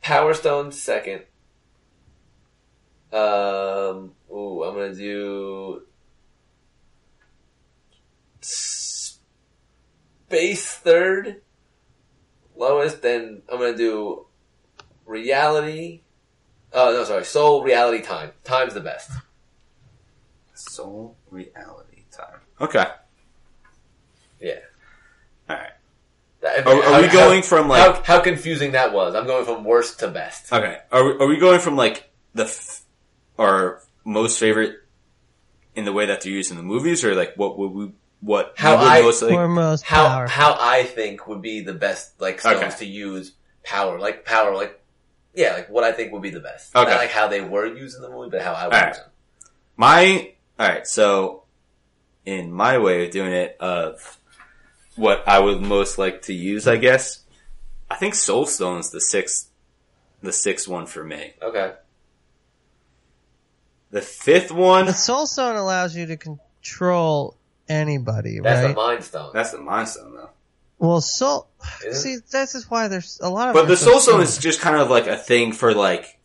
Speaker 1: Power Stone second. Um, ooh, I'm gonna do space third, lowest. Then I'm gonna do reality. Oh no, sorry, soul reality time. Time's the best.
Speaker 2: Soul reality time. Okay.
Speaker 1: Yeah.
Speaker 2: All right.
Speaker 1: That-
Speaker 2: Are, are we
Speaker 1: how-
Speaker 2: going from like?
Speaker 1: how, how confusing that was? I'm going from worst to best.
Speaker 2: Okay. Are we, are we going from like the f- our most favorite in the way that they're used in the movies, or like what would we what
Speaker 1: How
Speaker 2: we would
Speaker 1: I-
Speaker 2: most like?
Speaker 3: or most
Speaker 1: How
Speaker 3: powerful.
Speaker 1: how I think would be the best like stones
Speaker 2: Okay.
Speaker 1: to use power like power like yeah like what I think would be the best.
Speaker 2: Okay.
Speaker 1: Not like how they were used in the movie, but how I would
Speaker 2: Alright.
Speaker 1: use them.
Speaker 2: My all right. So in my way of doing it, of what I would most like to use, I guess. I think Soul Stone's the sixth, the sixth one for me.
Speaker 1: Okay.
Speaker 2: The fifth one,
Speaker 3: (laughs) the soul stone allows you to control anybody,
Speaker 1: That's the
Speaker 3: right?
Speaker 1: mind stone.
Speaker 2: that's the Mind Stone though.
Speaker 3: well, soul.
Speaker 1: Isn't it?
Speaker 3: See, this is why there's a lot of.
Speaker 2: But
Speaker 3: them are
Speaker 2: the
Speaker 3: so
Speaker 2: soul stone
Speaker 3: similar.
Speaker 2: is just kind of like a thing for like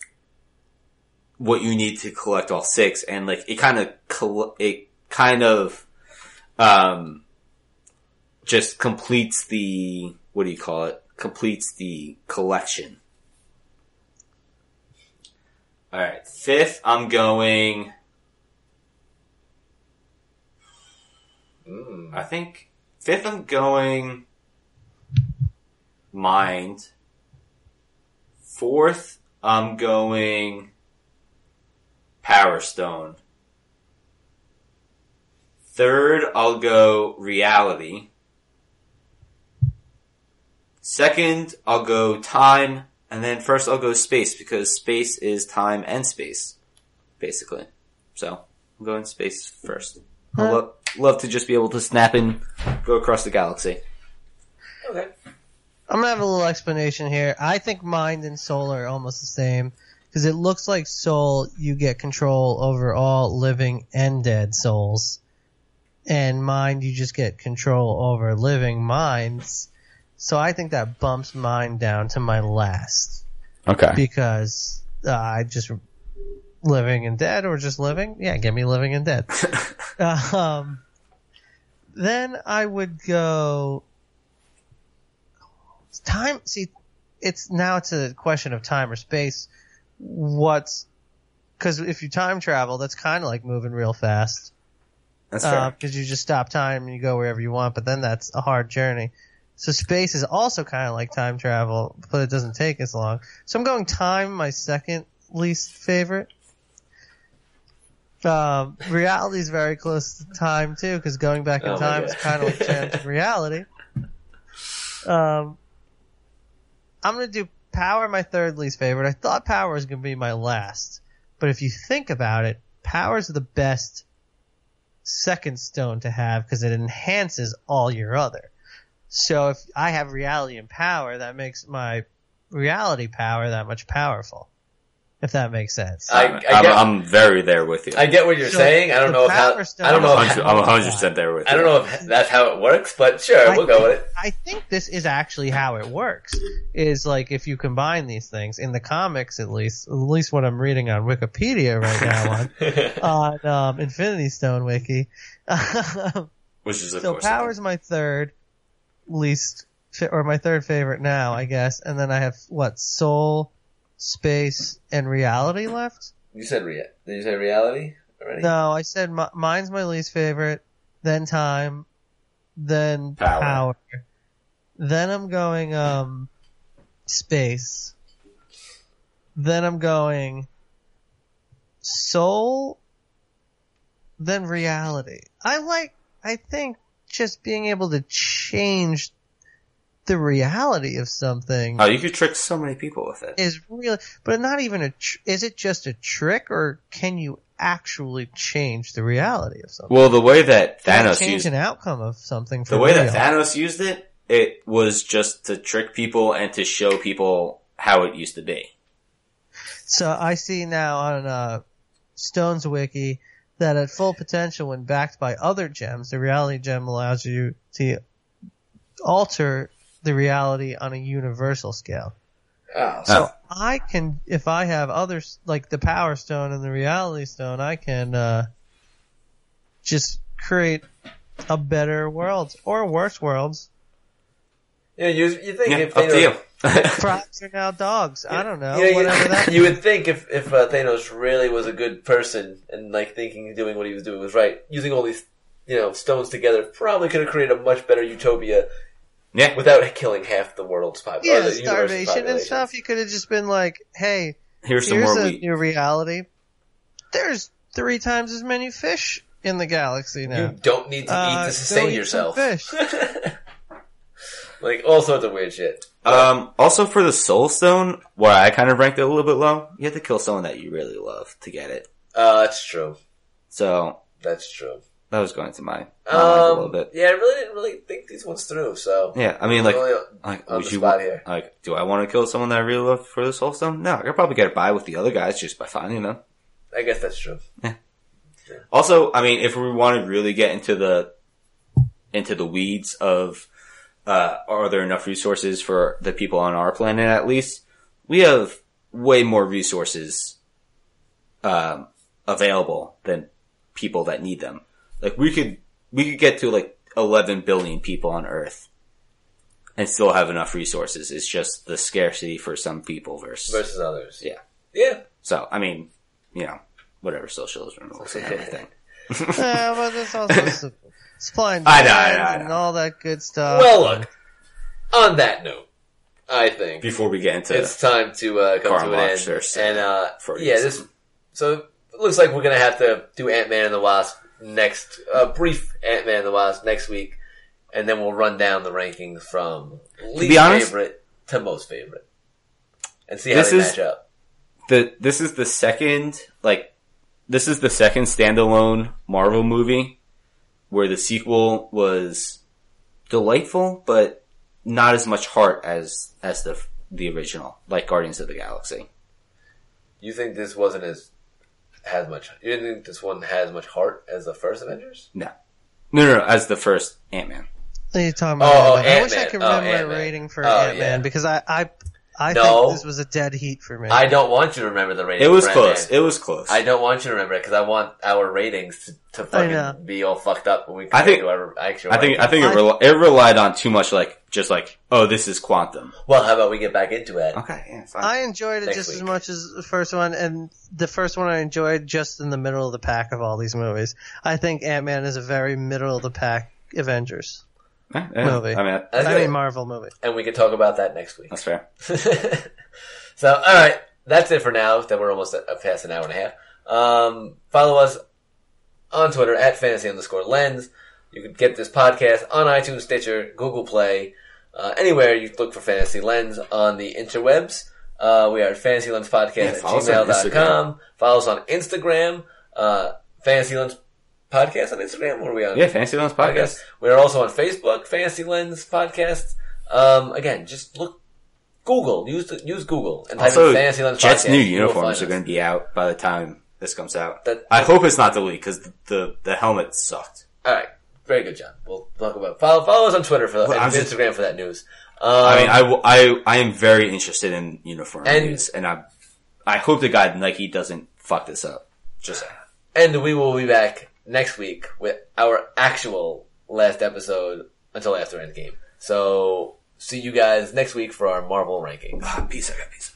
Speaker 2: what you need to collect all six, and like it kind of coll- it kind of um just completes the what do you call it? Completes the collection. All right, fifth. I'm going. I think fifth. I'm going. Mind. Fourth. I'm going. Power Stone. Third, I'll go reality. Second, I'll go time, and then first I'll go space because space is time and space, basically. So I'm going space first. I lo- love to just be able to snap and go across the galaxy.
Speaker 1: Okay.
Speaker 3: I'm gonna have a little explanation here. I think mind and soul are almost the same because it looks like soul you get control over all living and dead souls, and mind you just get control over living minds. So I think that bumps mine down to my last
Speaker 2: Okay.
Speaker 3: because uh, I just living and dead or just living. Yeah, give me living and dead. um, then I would go It's time. See, it's now it's a question of time or space. What's because if you time travel, that's kind of like moving real fast
Speaker 2: That's fair.
Speaker 3: because Uh, you just stop time and you go wherever you want. But then that's a hard journey. So space is also kind of like time travel, but it doesn't take as long. So I'm going time, my second least favorite. Um, reality is very close to time too, because going back in
Speaker 1: Oh my
Speaker 3: time is
Speaker 1: God. (laughs)
Speaker 3: kind of like changing reality. Um, I'm gonna do power, my third least favorite. I thought power was gonna be my last, but if you think about it, power's the best second stone to have because it enhances all your other. So if I have reality and power, that makes my reality power that much powerful. If that makes sense.
Speaker 1: I, I
Speaker 2: I'm,
Speaker 1: get, i
Speaker 2: I'm very there with you.
Speaker 1: get what you're
Speaker 3: So,
Speaker 1: saying. I don't
Speaker 3: the
Speaker 1: know if how,
Speaker 3: power stone-
Speaker 1: I don't
Speaker 2: I'm
Speaker 1: know.
Speaker 2: a
Speaker 1: If,
Speaker 2: hundred-
Speaker 1: how-
Speaker 2: I'm a hundred percent there
Speaker 1: (laughs)
Speaker 2: with
Speaker 1: I
Speaker 2: you.
Speaker 1: don't know if (laughs) that's how it works, but sure,
Speaker 3: I
Speaker 1: we'll go with it.
Speaker 3: I think this is actually how it works. Is like if you combine these things in the comics, at least, at least what I'm reading on Wikipedia right
Speaker 1: (laughs)
Speaker 3: now on on um, Infinity Stone Wiki. (laughs) um,
Speaker 2: Which is of
Speaker 3: so
Speaker 2: course.
Speaker 3: power is my third least fa- or my third favorite now, I guess. And then I have what soul, space, and reality left.
Speaker 1: You said rea- Did you say reality already?
Speaker 3: No, I said mi- mine's my least favorite. Then time, then
Speaker 2: Power.
Speaker 3: power. Then I'm going um space. Then I'm going soul. Then reality. I like. I think just being able to change the reality of something
Speaker 2: Oh, you could trick so many people with it.
Speaker 3: is really, but not even a. Tr- is it just a trick, or can you actually change the reality of something?
Speaker 2: Well, the way that
Speaker 3: Can I
Speaker 2: Thanos
Speaker 3: change
Speaker 2: used
Speaker 3: an outcome of something. For
Speaker 2: the way
Speaker 3: real?
Speaker 2: that Thanos used it, it was just to trick people and to show people how it used to be.
Speaker 3: So I see now on uh, Stone's wiki that at full potential, when backed by other gems, the reality gem allows you to alter the reality on a universal scale.
Speaker 1: Oh,
Speaker 2: Uh,
Speaker 3: So I can, if I have others like the Power Stone and the Reality Stone, I can uh, just create a better world or worse worlds.
Speaker 1: yeah, you, you think
Speaker 2: Yeah,
Speaker 1: if
Speaker 2: up to
Speaker 1: Thanos-
Speaker 2: you.
Speaker 3: Frogs are now dogs. I don't know.
Speaker 1: You, know, you-
Speaker 3: whatever
Speaker 1: (laughs)
Speaker 3: that.
Speaker 1: you would think if if uh, Thanos really was a good person and like thinking and doing what he was doing was right, using all these you know stones together probably could have created a much better utopia
Speaker 2: (laughs) yeah,
Speaker 1: without killing half the world's pop- or
Speaker 3: Yeah,
Speaker 1: the universe's population.
Speaker 3: starvation and stuff. You could have just been like, "Hey,
Speaker 2: here's some
Speaker 3: here's
Speaker 2: more
Speaker 3: a
Speaker 2: wheat.
Speaker 3: new reality. There's three times as many fish in the galaxy now."
Speaker 1: You don't need to eat
Speaker 3: Uh,
Speaker 1: to sustain
Speaker 3: go eat some
Speaker 1: yourself.
Speaker 2: (laughs)
Speaker 3: fish.
Speaker 1: like all sorts of weird shit.
Speaker 2: Um, also for the Soul Stone, why I kind of ranked it a little bit low. You have to kill someone that you really love to get it.
Speaker 1: Uh, that's true.
Speaker 2: So
Speaker 1: That's true.
Speaker 2: that was going to my, my mind a little
Speaker 1: Um,
Speaker 2: bit.
Speaker 1: yeah, I really didn't really think these ones through. So
Speaker 2: Yeah, I mean, like,
Speaker 1: Really,
Speaker 2: like
Speaker 1: on
Speaker 2: would
Speaker 1: the
Speaker 2: you
Speaker 1: spot here.
Speaker 2: like? Do I want to kill someone that I really love for the Soul Stone? No, I could probably get by with the other guys just by finding them.
Speaker 1: I guess that's true.
Speaker 2: Also, I mean, if we want to really get into the into the weeds of uh, are there enough resources for the people on our planet? At least we have way more resources um, available than people that need them. Like we could we could get to like 11 billion people on Earth and still have enough resources. It's just the scarcity for some people versus,
Speaker 1: versus others.
Speaker 2: yeah.
Speaker 1: Yeah.
Speaker 2: So, I mean, you know, whatever socialism rules and everything.
Speaker 3: yeah, but
Speaker 2: (laughs)
Speaker 3: there's also su- supply and
Speaker 2: I
Speaker 3: demand
Speaker 2: know, I know, I
Speaker 3: and
Speaker 2: know.
Speaker 3: all that good stuff.
Speaker 1: Well, look. On that note, I think
Speaker 2: Before we get into
Speaker 1: it's time to uh, come
Speaker 2: Karl
Speaker 1: to an
Speaker 2: Marx
Speaker 1: end.
Speaker 2: or Sa-
Speaker 1: and uh,
Speaker 2: Freudian
Speaker 1: yeah, this. So it looks like we're gonna have to do Ant Man and the Wasp next. A brief Ant Man and the Wasp next week, and then we'll run down the rankings from least
Speaker 2: honest-
Speaker 1: favorite to most favorite, and see how
Speaker 2: This
Speaker 1: they
Speaker 2: is-
Speaker 1: match up.
Speaker 2: the, this is the second, like, this is the second standalone Marvel movie where the sequel was delightful, but not as much heart as, as the, the original, like Guardians of the Galaxy.
Speaker 1: You think this wasn't as has much? You didn't think this one had as much heart as the first Avengers?
Speaker 2: No. No, no, no as the first Ant-Man.
Speaker 3: What are you talking about?
Speaker 1: Oh, oh,
Speaker 3: Ant-Man? I wish I
Speaker 1: Ant-Man.
Speaker 3: could
Speaker 1: Oh,
Speaker 3: remember
Speaker 1: Ant-Man.
Speaker 3: a rating for
Speaker 1: Oh,
Speaker 3: Ant Man
Speaker 1: yeah.
Speaker 3: because I I, I
Speaker 1: No.
Speaker 3: think this was a dead heat for me.
Speaker 1: I don't want you to remember the rating.
Speaker 2: It was
Speaker 1: for
Speaker 2: close.
Speaker 1: Ant-Man.
Speaker 2: It was close.
Speaker 1: I don't want you to remember it because I want our ratings to, to
Speaker 3: know.
Speaker 1: fucking be all fucked up when we
Speaker 2: I
Speaker 1: compare
Speaker 2: think-
Speaker 1: to our actual.
Speaker 2: I think I
Speaker 1: rankings.
Speaker 2: think it, rel- it relied on too much like just like oh this is quantum.
Speaker 1: Well, how about we get back into it?
Speaker 2: Okay, yeah, fine.
Speaker 3: I enjoyed it
Speaker 1: Next
Speaker 3: just as
Speaker 1: week.
Speaker 3: much as the first one, and the first one I enjoyed just in the middle of the pack of all these movies. I think Ant Man is a very middle of the pack Avengers.
Speaker 2: Yeah, yeah.
Speaker 3: movie.
Speaker 2: I mean
Speaker 1: That's
Speaker 3: I
Speaker 1: good.
Speaker 3: mean Marvel movie.
Speaker 1: and we can talk about that next week.
Speaker 2: that's fair.
Speaker 1: (laughs) so, all right, that's it for now. That we're almost at, past an hour and a half. Um, follow us on Twitter at fantasy underscore lens. You can get this podcast on iTunes, Stitcher, Google Play, uh, anywhere you look for Fantasy Lens on the interwebs. Uh, we are at Fantasy Lens Podcast
Speaker 2: Yeah,
Speaker 1: at
Speaker 2: follow us on
Speaker 1: gmail.com. Follow us on Instagram, uh, Fantasy Lens Podcast on Instagram. What are we on?
Speaker 2: Yeah, Fantasy Lens
Speaker 1: I
Speaker 2: podcast.
Speaker 1: guess we are also on Facebook, Fantasy Lens Podcast. Um, again, just look, Google, use the, use Google and type
Speaker 2: Also,
Speaker 1: in Fantasy Lens
Speaker 2: Jets'
Speaker 1: Podcast.
Speaker 2: new
Speaker 1: You will
Speaker 2: uniforms
Speaker 1: find
Speaker 2: are going to be out by the time this comes out.
Speaker 1: That-
Speaker 2: I hope it's not the leak because the, the the helmet sucked.
Speaker 1: us. All right, very good job. We'll talk about follow follow us on Twitter for that,
Speaker 2: Well, I'm
Speaker 1: and
Speaker 2: just-
Speaker 1: Instagram for that news. Um,
Speaker 2: I mean, I, will- I I am very interested in uniform
Speaker 1: And-
Speaker 2: news, and I I hope the guy Nike doesn't fuck this up. Just saying.
Speaker 1: and we will be back next week with our actual last episode until after Endgame. So see you guys next week for our Marvel rankings.
Speaker 2: Ah, peace. I got peace.